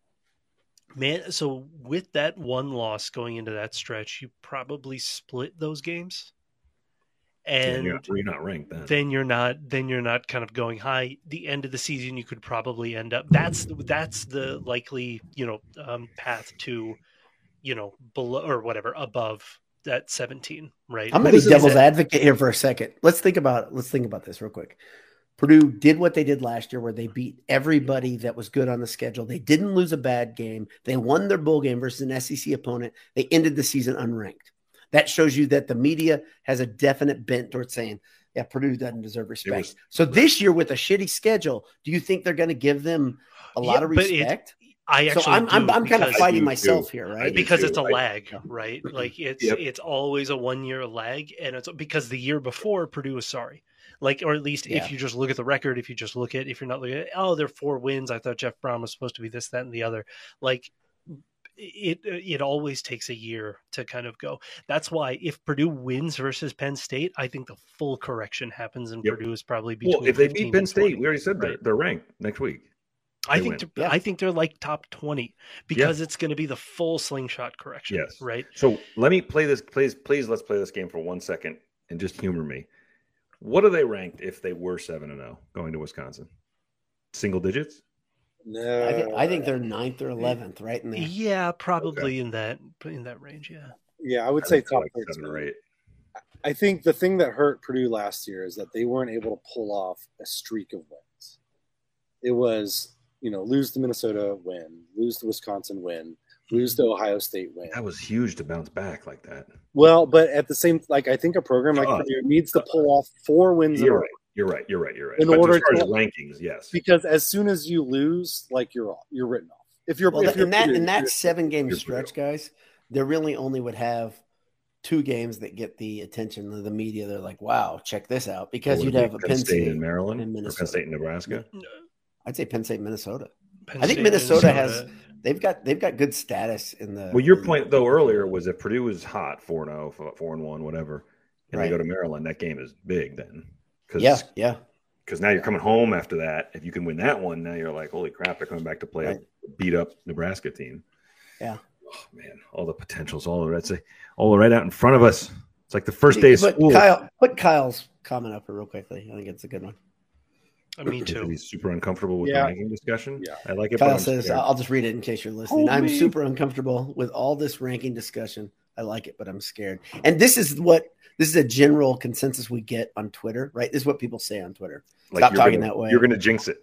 Speaker 2: man, so with that one loss going into that stretch, you probably split those games,
Speaker 1: Yeah,
Speaker 2: and
Speaker 1: you're, not- you're not ranked then.
Speaker 2: then you're not then you're not kind of going high. The end of the season, you could probably end up. That's that's the likely you know um, path to, you know, below or whatever above that seventeen, right?
Speaker 3: I'm
Speaker 2: But
Speaker 3: going to
Speaker 2: is
Speaker 3: be devil's
Speaker 2: that-
Speaker 3: advocate here for a second. Let's think about let's think about this real quick. Purdue did what they did last year, where they beat everybody that was good on the schedule. They didn't lose a bad game. They won their bowl game versus an SEC opponent. They ended the season unranked. That shows you that the media has a definite bent towards saying, "Yeah, Purdue doesn't deserve respect."
Speaker 1: was-
Speaker 3: so this year, with a shitty schedule, do you think they're going to give them a lot
Speaker 2: Yeah,
Speaker 3: of
Speaker 2: but it-
Speaker 3: respect?
Speaker 2: I actually
Speaker 3: so I'm, I'm,
Speaker 2: do
Speaker 3: I'm kind
Speaker 2: because-
Speaker 3: of
Speaker 1: I do
Speaker 3: fighting
Speaker 1: too.
Speaker 3: myself here,
Speaker 1: I
Speaker 3: right?
Speaker 1: do.
Speaker 2: because it's a
Speaker 1: too. I-
Speaker 2: lag, right? Like it's
Speaker 1: Mm-hmm. Yep.
Speaker 2: it's always a one year lag, and it's because the year before Purdue was sorry, like or at least
Speaker 3: Yeah.
Speaker 2: if you just look at the record, if you just look at if you're not looking at oh they're four wins, I thought Jeff Brown was supposed to be this that and the other, like it uh, it always takes a year to kind of go. That's why if Purdue wins versus Penn State, I think the full correction happens, and
Speaker 1: Yep.
Speaker 2: Purdue is probably between.
Speaker 1: well, if they
Speaker 2: 15
Speaker 1: beat
Speaker 2: and
Speaker 1: Penn State,
Speaker 2: 20.
Speaker 1: we already said they're,
Speaker 2: Right.
Speaker 1: they're ranked next week.
Speaker 2: I
Speaker 1: they
Speaker 2: think
Speaker 1: win.
Speaker 2: they're,
Speaker 3: Yeah.
Speaker 2: I think they're like top twenty because it's going to be the full slingshot correction,
Speaker 1: Yes.
Speaker 2: right?
Speaker 1: So let me play this. Please, please, let's play this game for one second and just humor me. What are they ranked if they were seven and zero going to Wisconsin? Single digits.
Speaker 4: No,
Speaker 3: I, thi-
Speaker 2: uh,
Speaker 3: I think they're ninth or eleventh, right in there.
Speaker 2: Yeah, probably in that in that range. Yeah,
Speaker 4: Yeah, I would say top
Speaker 1: like seven
Speaker 4: 13.
Speaker 1: or eight.
Speaker 4: I think the thing that hurt Purdue last year is that they weren't able to pull off a streak of wins. It was, you know, lose the Minnesota win, lose the Wisconsin win, lose the Ohio State win.
Speaker 1: That was huge to bounce back like that.
Speaker 4: Well, but at the same, like I think a program like
Speaker 1: Uh,
Speaker 4: Purdue needs to pull off four wins in a
Speaker 1: You're
Speaker 4: row
Speaker 1: right. You're right. You're right. You're right.
Speaker 4: In
Speaker 1: but
Speaker 4: order
Speaker 1: as far
Speaker 4: to-
Speaker 1: as rankings, yes.
Speaker 4: because as soon as you lose, like you're off, you're written off. If you're,
Speaker 3: Well,
Speaker 4: if
Speaker 3: that,
Speaker 4: you're
Speaker 3: in that
Speaker 4: Purdue,
Speaker 3: in that
Speaker 4: you're-
Speaker 3: seven game
Speaker 1: Here's
Speaker 3: stretch, guys, they really only would have two games that get the attention of the media. They're like, "Wow, check this out!" Because
Speaker 1: Would
Speaker 3: you'd
Speaker 1: it be
Speaker 3: have a Penn
Speaker 1: State,
Speaker 3: State.
Speaker 1: and Maryland,
Speaker 3: and
Speaker 1: or Penn
Speaker 3: Minnesota.
Speaker 1: State and Nebraska.
Speaker 3: I'd say Penn State, Minnesota.
Speaker 2: Penn
Speaker 3: I think
Speaker 2: State,
Speaker 3: Minnesota has- They've got they've got good status in the.
Speaker 1: Well, your
Speaker 3: in-
Speaker 1: point though earlier was if Purdue was hot four and zero, four and one, whatever, and
Speaker 3: Right.
Speaker 1: they go to Maryland, that game is big then. Because
Speaker 3: Yeah, yeah.
Speaker 1: because now you're coming home after that. If you can win that one, now you're like, holy crap, they're coming back to play
Speaker 3: Right.
Speaker 1: a beat up Nebraska team.
Speaker 3: Yeah.
Speaker 1: Oh man, all the potentials, all the that's all right out in front of us. It's like the first day of
Speaker 3: But
Speaker 1: school.
Speaker 3: Kyle, put Kyle's comment up here real quickly. I think it's a good one.
Speaker 2: Uh, Me too.
Speaker 1: He's super uncomfortable with
Speaker 4: Yeah.
Speaker 1: the ranking discussion.
Speaker 4: Yeah.
Speaker 1: I like it. but
Speaker 3: Kyle
Speaker 1: I'm
Speaker 3: says,
Speaker 1: scared.
Speaker 3: "I'll just read it in case you're listening.
Speaker 2: Oh,
Speaker 3: I'm
Speaker 2: man.
Speaker 3: super uncomfortable with all this ranking discussion. I like it, but I'm scared." And this is what this is a general consensus we get on Twitter, right? This is what people say on Twitter. stop
Speaker 1: you're
Speaker 3: talking
Speaker 1: gonna-
Speaker 3: that way.
Speaker 1: You're going to jinx it,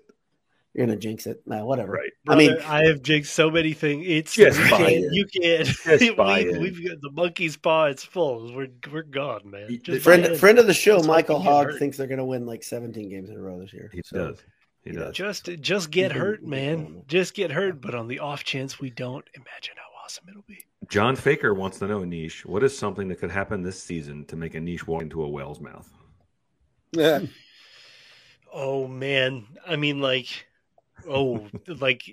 Speaker 3: You're gonna jinx it, nah, whatever.
Speaker 1: right?
Speaker 3: I mean-
Speaker 2: Brother, I have jinxed so many things. It's
Speaker 1: Just
Speaker 2: you
Speaker 1: buy
Speaker 2: can't.
Speaker 1: in.
Speaker 2: You can't.
Speaker 1: Just buy
Speaker 2: we,
Speaker 1: in.
Speaker 2: We've got the monkey's paw. It's full. We're we're gone,
Speaker 1: You-
Speaker 2: man.
Speaker 1: the
Speaker 2: Just buy
Speaker 3: Friend
Speaker 2: in.
Speaker 3: friend of the show,
Speaker 2: That's why
Speaker 3: Michael
Speaker 2: people get
Speaker 3: Hogg
Speaker 2: hurt.
Speaker 3: thinks they're gonna win like 17 games in a row this year.
Speaker 1: He
Speaker 3: So,
Speaker 1: does. He
Speaker 3: he
Speaker 1: does.
Speaker 2: Just just get
Speaker 3: can-
Speaker 2: hurt,
Speaker 3: you can
Speaker 2: man.
Speaker 3: handle it.
Speaker 2: Just get hurt. But on the off chance we don't, imagine how awesome it'll be.
Speaker 1: John Faker wants to know, Niche, what is something that could happen this season to make a niche walk into a whale's mouth?
Speaker 4: Yeah.
Speaker 2: Oh man. I mean, like, oh, like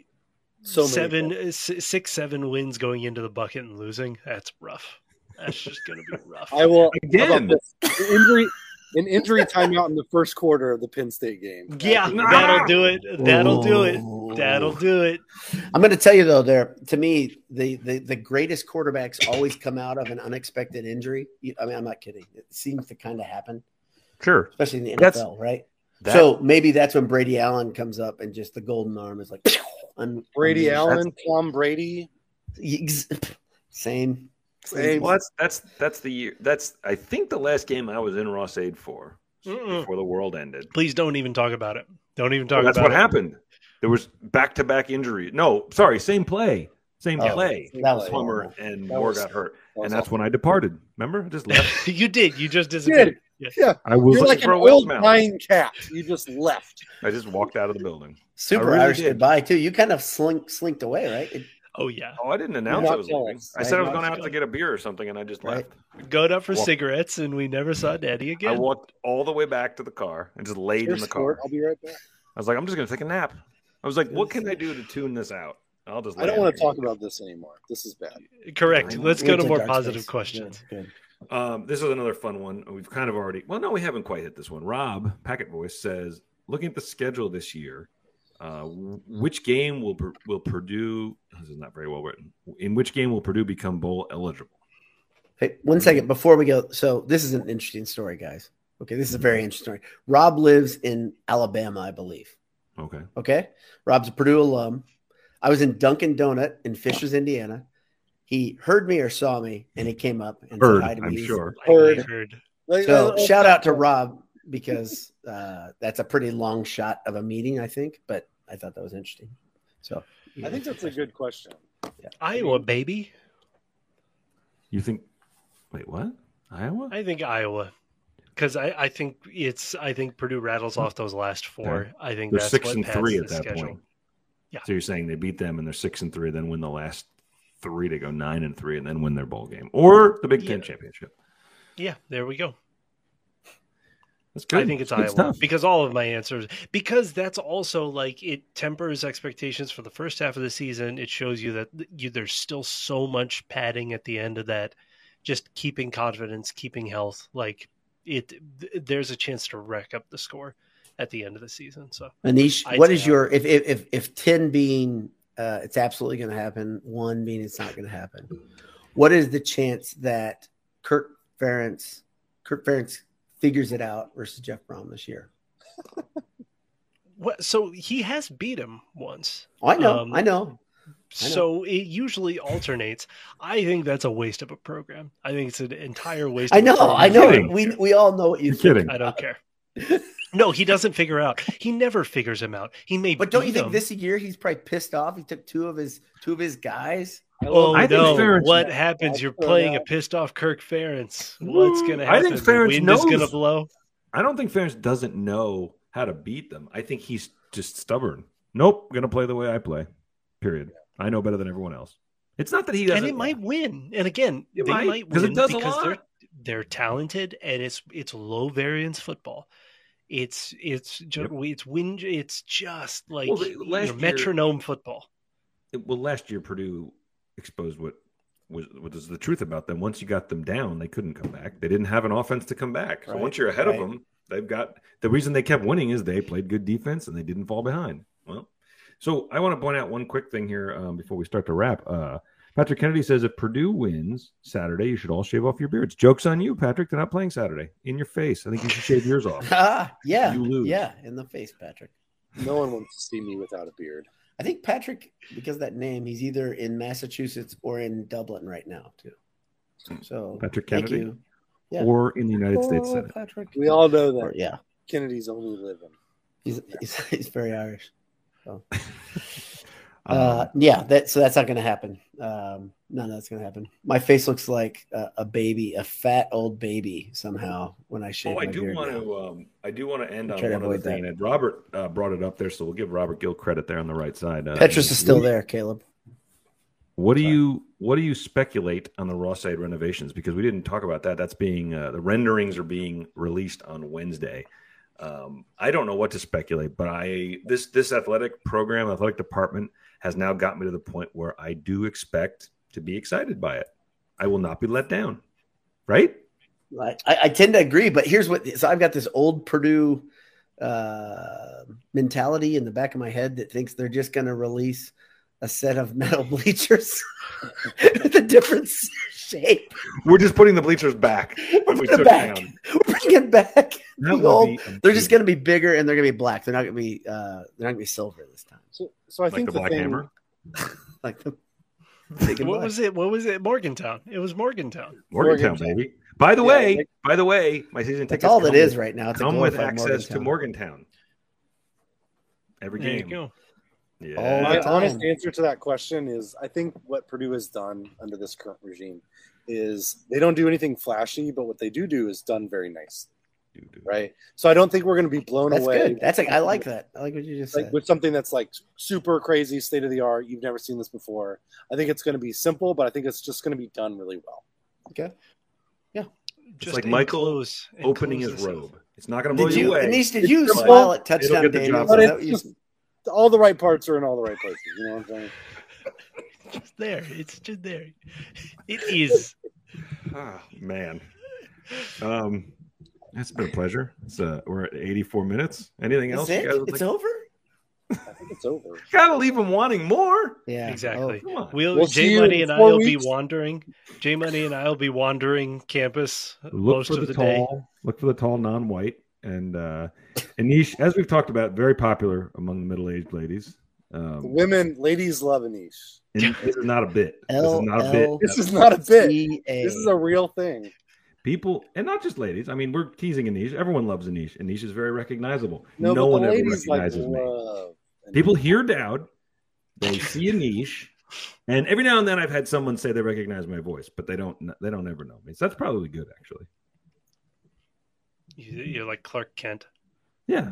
Speaker 4: so many
Speaker 2: seven,
Speaker 4: people.
Speaker 2: s- six, seven wins going into the bucket and losing. That's rough. That's just gonna be rough.
Speaker 4: I will
Speaker 1: Again.
Speaker 4: how about this? An injury, an injury timeout in the first quarter of the Penn State game.
Speaker 2: Yeah,
Speaker 1: Nah.
Speaker 2: that'll do it. That'll do it.
Speaker 3: Ooh.
Speaker 2: That'll do it.
Speaker 3: I'm going to tell you though, there to me, the, the the greatest quarterbacks always come out of an unexpected injury. You- I mean, I'm not kidding. It seems to kind of happen,
Speaker 1: Sure.
Speaker 3: especially in the NFL,
Speaker 1: That's-
Speaker 3: right?
Speaker 1: That-
Speaker 3: so maybe that's when Brady Allen comes up and just the golden arm is like un-
Speaker 4: Brady
Speaker 3: unleashed.
Speaker 4: Allen, Tom Brady.
Speaker 3: Ex- Same.
Speaker 4: Same.
Speaker 1: Well, that's that's that's the year. That's I think the last game I was in Ross Aid for
Speaker 2: Mm-mm.
Speaker 1: before the world ended.
Speaker 2: Please don't even talk about it. Don't even talk
Speaker 1: Well, that's
Speaker 2: about
Speaker 1: what
Speaker 2: it.
Speaker 1: happened. There was back to back injuries. No, sorry, same play, same
Speaker 4: Oh,
Speaker 1: play.
Speaker 3: That was
Speaker 1: Plummer
Speaker 4: horrible.
Speaker 1: and
Speaker 4: That
Speaker 1: Moore
Speaker 4: was-
Speaker 1: got hurt,
Speaker 4: That was
Speaker 1: and that's
Speaker 4: awful.
Speaker 1: when I departed. Remember, I just left.
Speaker 2: you did. You just disappeared.
Speaker 1: I was looking
Speaker 4: You're like an
Speaker 1: for a Wells
Speaker 4: old
Speaker 1: Mountain.
Speaker 4: pine cat. You just left.
Speaker 1: I just walked out of the building.
Speaker 3: Super
Speaker 1: I really
Speaker 3: Irish
Speaker 1: did.
Speaker 3: goodbye too. You kind of slink slinked away, right? It-
Speaker 2: Oh yeah.
Speaker 1: Oh, I didn't announce
Speaker 4: not
Speaker 1: I was leaving.
Speaker 4: jealous.
Speaker 1: I said I
Speaker 4: I'm
Speaker 1: was
Speaker 4: not
Speaker 1: going out to
Speaker 2: jealous.
Speaker 1: get a beer or something, and I just
Speaker 3: Right.
Speaker 1: left.
Speaker 2: Going up for
Speaker 1: Well-
Speaker 2: cigarettes, and we never saw Daddy
Speaker 1: I
Speaker 2: again.
Speaker 1: walked all the way back to the car and just laid in
Speaker 4: Here's
Speaker 1: the
Speaker 4: Stuart.
Speaker 1: car.
Speaker 4: I'll be right back.
Speaker 1: I was like, I'm just going to take a nap. I was like, what can I do to tune this out? I'll just.
Speaker 4: I
Speaker 1: lay
Speaker 4: don't want
Speaker 1: here.
Speaker 4: to talk about this anymore. This is bad.
Speaker 2: Correct.
Speaker 1: I-
Speaker 2: Let's go
Speaker 3: it's
Speaker 2: to
Speaker 3: a
Speaker 2: more
Speaker 3: dark
Speaker 2: positive
Speaker 3: space.
Speaker 2: questions.
Speaker 3: Good, good.
Speaker 1: Um, this is another fun one. We've kind of already. Well, no, we haven't quite hit this one. Rob Packet Voice says, looking at the schedule this year, uh, which game will Pur- will Purdue? This is not very well written. In which game will Purdue become bowl eligible?
Speaker 3: Hey, one second before we go. So this is an interesting story, guys. Okay, this is a very interesting story. Rob lives in Alabama, I believe.
Speaker 1: Okay.
Speaker 3: Okay. Rob's a Purdue alum. I was in Dunkin' Donut in Fishers, Indiana. He heard me or saw me, and he came up and
Speaker 1: Bird,
Speaker 3: said hi to me.
Speaker 1: I'm
Speaker 3: He's-
Speaker 1: sure.
Speaker 4: Heard.
Speaker 2: I heard.
Speaker 4: Like,
Speaker 3: So
Speaker 4: uh,
Speaker 3: shout out to Rob because uh, that's a pretty long shot of a meeting, I think. But I thought that was interesting. So
Speaker 4: I think that's a good question.
Speaker 2: Iowa, baby.
Speaker 1: You think? Wait, what? Iowa?
Speaker 2: I think Iowa. Because I, I think it's I think Purdue rattles off those last four. I think
Speaker 1: They're
Speaker 2: that's
Speaker 1: six
Speaker 2: what
Speaker 1: and
Speaker 2: pads
Speaker 1: three
Speaker 2: the
Speaker 1: at that
Speaker 2: schedule.
Speaker 1: point.
Speaker 2: Yeah.
Speaker 1: So you're saying they beat them and they're six and three, then win the last three to go nine and three, and then win their bowl game or the Big Ten
Speaker 2: Yeah.
Speaker 1: championship.
Speaker 2: Yeah, there we go.
Speaker 1: That's good.
Speaker 2: I think it's
Speaker 1: That's
Speaker 2: Iowa
Speaker 1: good stuff.
Speaker 2: because all of my answers because that's also like it tempers expectations for the first half of the season. It shows you that you there's still so much padding at the end of that, just keeping confidence, keeping health. Like it, th- there's a chance to rack up the score at the end of the season. So
Speaker 3: Anish,
Speaker 2: I'd
Speaker 3: what
Speaker 2: say
Speaker 3: is your if if if, if ten being uh, it's absolutely going to happen, one being it's not going to happen? What is the chance that Kurt Ferentz Kurt Ferentz figures it out versus Jeff Brom this year?
Speaker 2: what? So he has beat him once.
Speaker 3: Oh, I know,
Speaker 2: Um,
Speaker 3: I know. I know.
Speaker 2: So it usually alternates. I think that's a waste of a program. I think it's an entire waste.
Speaker 3: I
Speaker 2: of a
Speaker 3: know,
Speaker 2: program.
Speaker 3: I know.
Speaker 1: kidding.
Speaker 3: We we all know what you
Speaker 1: You're
Speaker 3: think.
Speaker 1: kidding.
Speaker 2: I don't care. No, he doesn't figure out. He never figures him out. He may,
Speaker 3: But don't you
Speaker 2: beat
Speaker 3: think
Speaker 2: him.
Speaker 3: this year he's probably pissed off? He took two of his two of his guys.
Speaker 4: I
Speaker 2: Oh
Speaker 4: love
Speaker 1: I
Speaker 4: it.
Speaker 1: think
Speaker 2: no!
Speaker 1: Ferentz-
Speaker 2: what happens? You're
Speaker 4: I'll throw
Speaker 2: playing a
Speaker 4: that.
Speaker 2: pissed off Kirk Ferentz. What's gonna
Speaker 1: Mm, I
Speaker 2: happen?
Speaker 1: think Ferentz
Speaker 2: the wind
Speaker 1: knows.
Speaker 2: is gonna blow.
Speaker 1: I don't think Ferris doesn't know how to beat them. I think he's just stubborn. Nope, gonna play the way I play. Period. I know better than everyone else. It's not that he doesn't.
Speaker 2: and it might win. And again,
Speaker 1: It
Speaker 2: they
Speaker 1: might,
Speaker 2: might,
Speaker 1: 'cause it
Speaker 2: win
Speaker 1: does a
Speaker 2: because
Speaker 1: lot.
Speaker 2: they're they're talented and it's it's low variance football. It's it's ju- it's win. It's just like
Speaker 1: Well, the-
Speaker 2: you know,
Speaker 1: last year-
Speaker 2: metronome football.
Speaker 1: it- well, last year Purdue exposed what was what is the truth about them. Once you got them down, they couldn't come back. They didn't have an offense to come back. So
Speaker 3: Right,
Speaker 1: once you're ahead
Speaker 3: right.
Speaker 1: of them, they've got the reason they kept winning is they played good defense and they didn't fall behind. Well, so I want to point out one quick thing here um, before we start to wrap. Uh, Patrick Kennedy says if Purdue wins Saturday, you should all shave off your beards. Jokes on you, Patrick. They're not playing Saturday. In your face. I think you should shave yours off.
Speaker 3: Ah, yeah,
Speaker 1: You lose.
Speaker 3: yeah, in the face, Patrick.
Speaker 4: No one wants to see me without a beard.
Speaker 3: I think Patrick, because of that name, he's either in Massachusetts or in Dublin right now too. So
Speaker 1: Patrick
Speaker 3: thank
Speaker 1: Kennedy
Speaker 3: you. Yeah.
Speaker 1: or in the United States
Speaker 3: Oh,
Speaker 1: Senate.
Speaker 3: Patrick.
Speaker 4: We all know that
Speaker 3: Or- yeah,
Speaker 4: Kennedy's only living.
Speaker 3: he's, he's he's very Irish.
Speaker 1: Um,
Speaker 3: Uh, yeah, that so that's not going to happen. Um, none of that's going to happen. My face looks like a, a baby, a fat old baby somehow when I shave.
Speaker 1: Oh, I
Speaker 3: my
Speaker 1: do
Speaker 3: beard
Speaker 1: want
Speaker 3: now.
Speaker 1: to. Um, I do want to end
Speaker 3: I
Speaker 1: on
Speaker 3: try to
Speaker 1: one other
Speaker 3: avoid that.
Speaker 1: thing. And Robert uh, brought it up there, so we'll give Robert Gill credit there on the right side. Uh,
Speaker 3: Petrus is still there, Caleb.
Speaker 1: What do
Speaker 4: Sorry.
Speaker 1: you What do you speculate on the Raw side renovations? Because we didn't talk about that. That's being uh, the renderings are being released on Wednesday. Um, I don't know what to speculate, but I this this athletic program, athletic department has now got me to the point where I do expect to be excited by it. I will not be let down. Right?
Speaker 3: I, I I tend to agree, but here's what so I've got this old Purdue uh, mentality in the back of my head that thinks they're just going to release a set of metal bleachers with a different shape.
Speaker 1: We're just putting the bleachers back.
Speaker 3: We're
Speaker 1: We
Speaker 3: bringing it
Speaker 1: took
Speaker 3: back.
Speaker 1: down.
Speaker 3: We're bringing it back.
Speaker 1: That
Speaker 3: The old-
Speaker 1: would be
Speaker 3: They're just
Speaker 1: amazing.
Speaker 3: going to be bigger and they're going to be black. They're not going to be uh, they're not going to be silver this time.
Speaker 4: So, so I
Speaker 1: like
Speaker 4: think
Speaker 1: the Black
Speaker 4: thing,
Speaker 1: Hammer.
Speaker 3: Like the Thinking
Speaker 2: What
Speaker 3: Mike.
Speaker 2: was it? What was it? Morgantown. It was Morgantown.
Speaker 1: Morgantown,
Speaker 4: Morgantown.
Speaker 1: baby. By the
Speaker 4: Yeah,
Speaker 1: way,
Speaker 4: like-
Speaker 1: by the way, my season tickets
Speaker 3: That's all that
Speaker 1: come
Speaker 3: is
Speaker 1: with,
Speaker 3: right now. It's a
Speaker 1: come with
Speaker 3: glorified
Speaker 1: access to
Speaker 3: Morgantown.
Speaker 1: Morgantown every
Speaker 2: There you
Speaker 1: game.
Speaker 2: go.
Speaker 1: Yeah,
Speaker 3: All
Speaker 4: My
Speaker 3: the time.
Speaker 4: honest answer to that question is I think what Purdue has done under this current regime is they don't do anything flashy, but what they do do is done very nice, right? So I don't think we're going to be blown
Speaker 3: That's
Speaker 4: away.
Speaker 3: good. That's like I like that. I like what you just
Speaker 4: like
Speaker 3: said.
Speaker 4: with something that's like super crazy, state of the art. You've never seen this before. I think it's going to be simple, but I think it's just going to be done really well.
Speaker 2: Just
Speaker 1: like Michael
Speaker 2: enclose-
Speaker 1: opening
Speaker 2: enclose
Speaker 1: his
Speaker 2: this
Speaker 1: robe. It's not going to blow
Speaker 3: Did
Speaker 1: you,
Speaker 3: you,
Speaker 1: away.
Speaker 3: Denise, did
Speaker 4: It's
Speaker 3: you
Speaker 4: just
Speaker 3: smile at
Speaker 1: It'll
Speaker 3: touchdown
Speaker 1: get the
Speaker 3: Daniels?
Speaker 1: job
Speaker 3: Is
Speaker 4: But
Speaker 1: done.
Speaker 3: that what
Speaker 4: it's
Speaker 3: you
Speaker 4: just, all the right parts are in all the right places. You know what I'm saying?
Speaker 2: up. It's there. It's just there. It is.
Speaker 1: Ah, man. Um, it's been a pleasure. It's uh, we're at 84 minutes. Anything
Speaker 3: That's
Speaker 1: else?
Speaker 3: it?
Speaker 1: You guys would
Speaker 3: It's
Speaker 1: like-
Speaker 3: over?
Speaker 4: I think it's over.
Speaker 1: gotta leave them wanting more.
Speaker 3: Yeah.
Speaker 2: Exactly.
Speaker 1: Come on.
Speaker 2: We'll,
Speaker 4: We'll see
Speaker 2: J
Speaker 4: you
Speaker 2: Money
Speaker 4: in
Speaker 2: and I
Speaker 4: four
Speaker 2: will be
Speaker 4: weeks.
Speaker 2: wandering. J Money and I will be wandering campus
Speaker 1: Look
Speaker 2: most
Speaker 1: for
Speaker 2: of
Speaker 1: the,
Speaker 2: the, day.
Speaker 1: tall. Look for the tall non-white and uh, Anish, as we've talked about, very popular among the middle-aged ladies. Um,
Speaker 4: Women, ladies love Anish.
Speaker 1: and this is not a bit. This is
Speaker 3: L
Speaker 1: not a bit.
Speaker 3: L
Speaker 4: This is not a bit.
Speaker 3: C Oh, A.
Speaker 4: This is a real thing.
Speaker 1: People, and not just ladies. I mean, we're teasing Anish. Everyone loves Anish. Anish is very recognizable.
Speaker 4: No,
Speaker 1: No,
Speaker 4: but
Speaker 1: one
Speaker 4: the
Speaker 1: ever
Speaker 4: ladies like uh,
Speaker 1: recognizes me.
Speaker 4: love. Anish.
Speaker 1: People hear Dowd, they see a niche, and every now and then I've had someone say they recognize my voice, but they don't. kn- They don't ever know me. So that's probably good, actually.
Speaker 2: You- You're like Clark Kent.
Speaker 1: Yeah,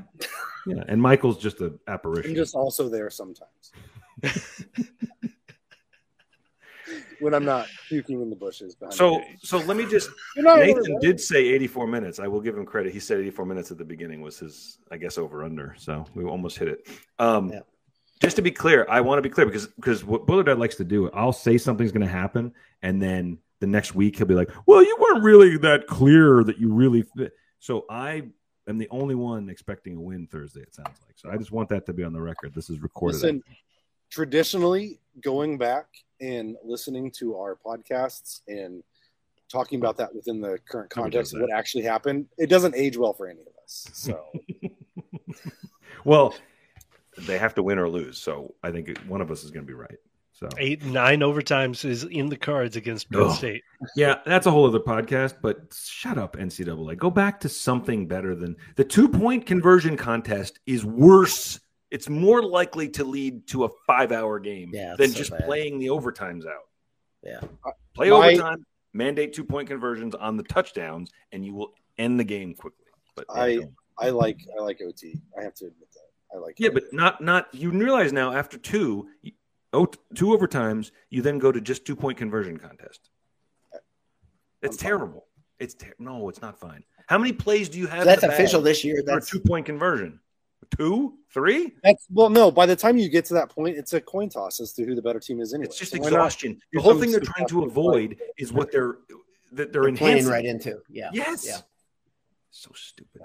Speaker 1: yeah. And Michael's just an
Speaker 4: I'm
Speaker 1: apparition.
Speaker 4: just also there sometimes. when I'm not puking in the bushes. Behind
Speaker 1: so,
Speaker 4: the gate.
Speaker 1: so let me just.
Speaker 4: You're not
Speaker 1: Nathan
Speaker 4: really-
Speaker 1: did say 84 minutes. I will give him credit. He said 84 minutes at the beginning was his, I guess, over under. So we almost hit it. Um,
Speaker 3: Yeah.
Speaker 1: Just to be clear, I want to be clear because because what Bullard likes to do, I'll say something's going to happen, and then the next week he'll be like, "Well, you weren't really that clear that you really." Fit. So I am the only one expecting a win Thursday. It sounds like. So I just want that to be on the record. This is recorded.
Speaker 4: Listen, traditionally, going back and listening to our podcasts and talking about that within the current
Speaker 1: Nobody
Speaker 4: context
Speaker 1: does
Speaker 4: of what actually happened, it doesn't age well for any of us. So
Speaker 1: well, they have to win or lose. So I think one of us is going to be right. So
Speaker 2: Eight, nine overtimes is in the cards against Penn
Speaker 1: Oh.
Speaker 2: State.
Speaker 1: Yeah, that's a whole other podcast, but shut up, NCAA. Go back to something better than the two point conversion contest is worse. It's more likely to lead to a five hour game
Speaker 3: Yeah, it's
Speaker 1: than
Speaker 3: so
Speaker 1: just
Speaker 3: bad.
Speaker 1: playing the overtimes out. Uh,
Speaker 3: Yeah.
Speaker 1: Play
Speaker 4: My-
Speaker 1: overtime, mandate two point conversions on the touchdowns, and you will end the game quickly. But
Speaker 4: I- I like I like OT. I have to admit that. I like
Speaker 1: yeah,
Speaker 4: it.
Speaker 1: but not not you realize now after two you- oh, two overtimes, you then go to just two point conversion contest. It's
Speaker 4: I'm fine.
Speaker 1: terrible. It's ter- no, it's not fine. How many plays do you have?
Speaker 3: So
Speaker 1: in
Speaker 3: that's
Speaker 1: the bag
Speaker 3: official this year.
Speaker 1: for a
Speaker 3: That's
Speaker 1: two point conversion. Two, three.
Speaker 4: That's well, no. By the time you get to that point, it's a coin toss as to who the better team is. Anyway,
Speaker 1: It's just
Speaker 4: So why not
Speaker 1: exhaustion.
Speaker 4: do
Speaker 1: The whole
Speaker 4: some
Speaker 1: thing they're trying to
Speaker 4: exhaustive
Speaker 1: avoid is what they're that they're
Speaker 3: they're playing
Speaker 1: enhancing.
Speaker 3: right into. Yeah.
Speaker 1: Yes.
Speaker 3: Yeah.
Speaker 1: So stupid.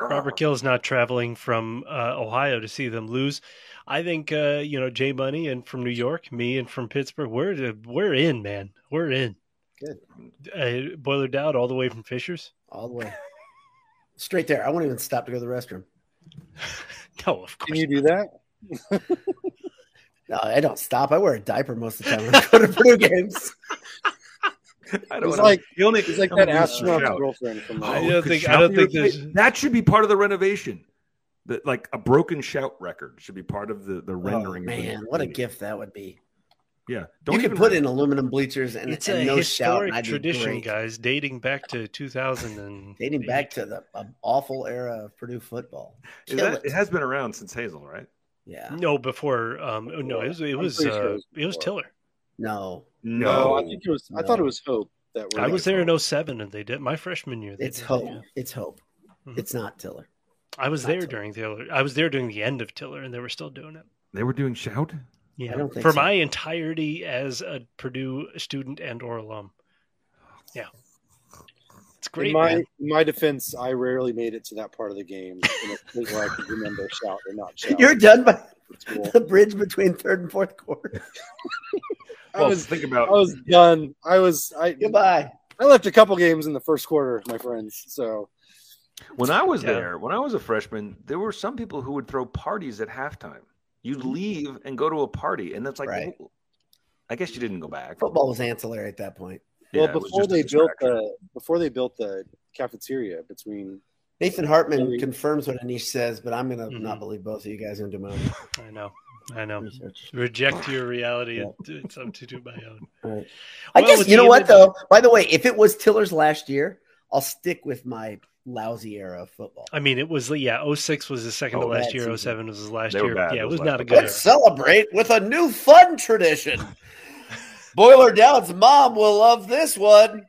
Speaker 2: Robert Kill's not traveling from uh, Ohio to see them lose. I think uh, you know Jay Money and from New York, me and from Pittsburgh. We're we're in, man. We're in.
Speaker 3: Good.
Speaker 2: Uh, Boiler Dowd all the way from Fishers.
Speaker 3: All the way. Straight there. I won't even stop to go to the restroom.
Speaker 2: No, of
Speaker 4: Can
Speaker 2: course.
Speaker 4: you do that?
Speaker 3: No, I don't stop. I wear a diaper most of the time when I go to Purdue games.
Speaker 1: I
Speaker 4: It's
Speaker 1: don't know.
Speaker 4: like-
Speaker 1: You only-
Speaker 4: It's like
Speaker 1: I'm
Speaker 4: that
Speaker 1: gonna
Speaker 4: astronaut's
Speaker 1: shout.
Speaker 4: girlfriend from uh,
Speaker 2: I
Speaker 1: Oh,
Speaker 2: don't
Speaker 1: could
Speaker 2: think- I
Speaker 1: shout
Speaker 2: don't
Speaker 1: be
Speaker 2: think
Speaker 1: replaced-
Speaker 2: there's-
Speaker 1: that should be part of the renovation. That like a broken shout record should be part of the the rendering.
Speaker 3: Oh,
Speaker 1: of the
Speaker 3: man, what a
Speaker 1: media.
Speaker 3: gift that would be.
Speaker 1: Yeah,
Speaker 3: you
Speaker 1: even
Speaker 3: could put
Speaker 1: re-
Speaker 3: in aluminum bleachers and,
Speaker 2: It's
Speaker 3: and
Speaker 2: a
Speaker 3: no
Speaker 2: historic
Speaker 3: shout. And I'd be
Speaker 2: tradition,
Speaker 3: great.
Speaker 2: guys, dating back to 2000 and
Speaker 3: Dating back to the um, awful era of Purdue football.
Speaker 1: Is
Speaker 3: Kill
Speaker 1: that-
Speaker 3: it.
Speaker 1: it has been around since Hazel, right?
Speaker 3: Yeah.
Speaker 2: No, before um, no, it was it
Speaker 4: I'm
Speaker 2: was,
Speaker 4: pretty sure it
Speaker 2: uh,
Speaker 4: was
Speaker 2: it was
Speaker 4: before.
Speaker 2: Tiller.
Speaker 3: No.
Speaker 4: No, I think it was. I
Speaker 3: No.
Speaker 4: thought it was Hope that
Speaker 2: I was
Speaker 4: there.
Speaker 2: there in 07 and they did my freshman year. They
Speaker 3: It's
Speaker 2: did.
Speaker 3: hope. It's hope.
Speaker 2: Mhm.
Speaker 3: It's not Tiller.
Speaker 2: I was
Speaker 3: Not
Speaker 2: there
Speaker 3: Tiller.
Speaker 2: during Tiller. I was there during the end of Tiller, and they were still doing it.
Speaker 1: they were doing shout.
Speaker 2: Yeah,
Speaker 3: don't think
Speaker 2: for
Speaker 3: so.
Speaker 2: my entirety as a Purdue student and or alum. Yeah, it's great.
Speaker 4: in my
Speaker 2: man.
Speaker 4: in my defense, I rarely made it to that part of the game in a point where I could remember shout or not shout.
Speaker 3: You're done by
Speaker 4: It's cool.
Speaker 3: the bridge between third and fourth quarter.
Speaker 4: I
Speaker 1: Well,
Speaker 4: was
Speaker 1: think
Speaker 4: I
Speaker 1: about
Speaker 4: was done. I was I
Speaker 3: Goodbye.
Speaker 4: I left a couple games in the first quarter, my friends. So
Speaker 1: when I was
Speaker 2: Yeah.
Speaker 1: there. When I was a freshman, there were some people who would throw parties at halftime. You'd leave and go to a party, and that's like
Speaker 3: Right.
Speaker 1: I guess you didn't go back.
Speaker 3: Football was ancillary at that point.
Speaker 1: Yeah, it
Speaker 4: well,
Speaker 1: was
Speaker 4: before
Speaker 1: just a
Speaker 4: they built
Speaker 1: distraction.
Speaker 4: the before they built the cafeteria between
Speaker 3: Nathan Hartman
Speaker 4: Very-
Speaker 3: confirms what Anish says, but I'm gonna
Speaker 2: Mhm.
Speaker 3: not believe both of you guys into my
Speaker 2: I know. I know.
Speaker 3: research.
Speaker 2: Reject your reality and do something to do my own.
Speaker 3: All right. I
Speaker 2: Well,
Speaker 3: guess
Speaker 2: with
Speaker 3: you know
Speaker 2: the
Speaker 3: what
Speaker 2: image-
Speaker 3: though. By the way, if it was Tiller's last year, I'll stick with my lousy era of football.
Speaker 2: I mean, it was yeah. 06 was his second to
Speaker 1: Oh,
Speaker 2: last
Speaker 3: bad
Speaker 2: year.
Speaker 3: season.
Speaker 2: 07 was his last
Speaker 1: They were
Speaker 2: year.
Speaker 1: bad. It
Speaker 2: Yeah, it
Speaker 1: was
Speaker 2: was
Speaker 1: like-
Speaker 2: not a good.
Speaker 3: Let's
Speaker 2: Year.
Speaker 3: celebrate with a new fun tradition. Boiler Down's mom will love this one.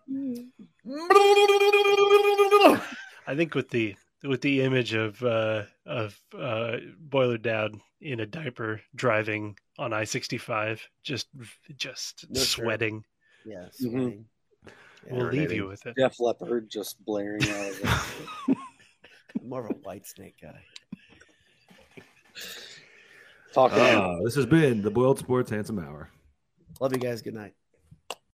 Speaker 2: I think with the with the image of uh, of uh, Boiler Down in a diaper driving on I sixty five, just just
Speaker 3: No shirt.
Speaker 2: sweating.
Speaker 3: Yeah,
Speaker 4: Mhm.
Speaker 3: Yeah.
Speaker 2: We'll Mm-hmm. leave you
Speaker 1: Urinating.
Speaker 2: with it.
Speaker 4: Def Leppard just blaring out of it.
Speaker 3: I'm more of a white snake guy.
Speaker 4: talking.
Speaker 1: Ah, this has Ah, been the Boiled Sports Handsome Hour.
Speaker 3: Love you guys. Good night.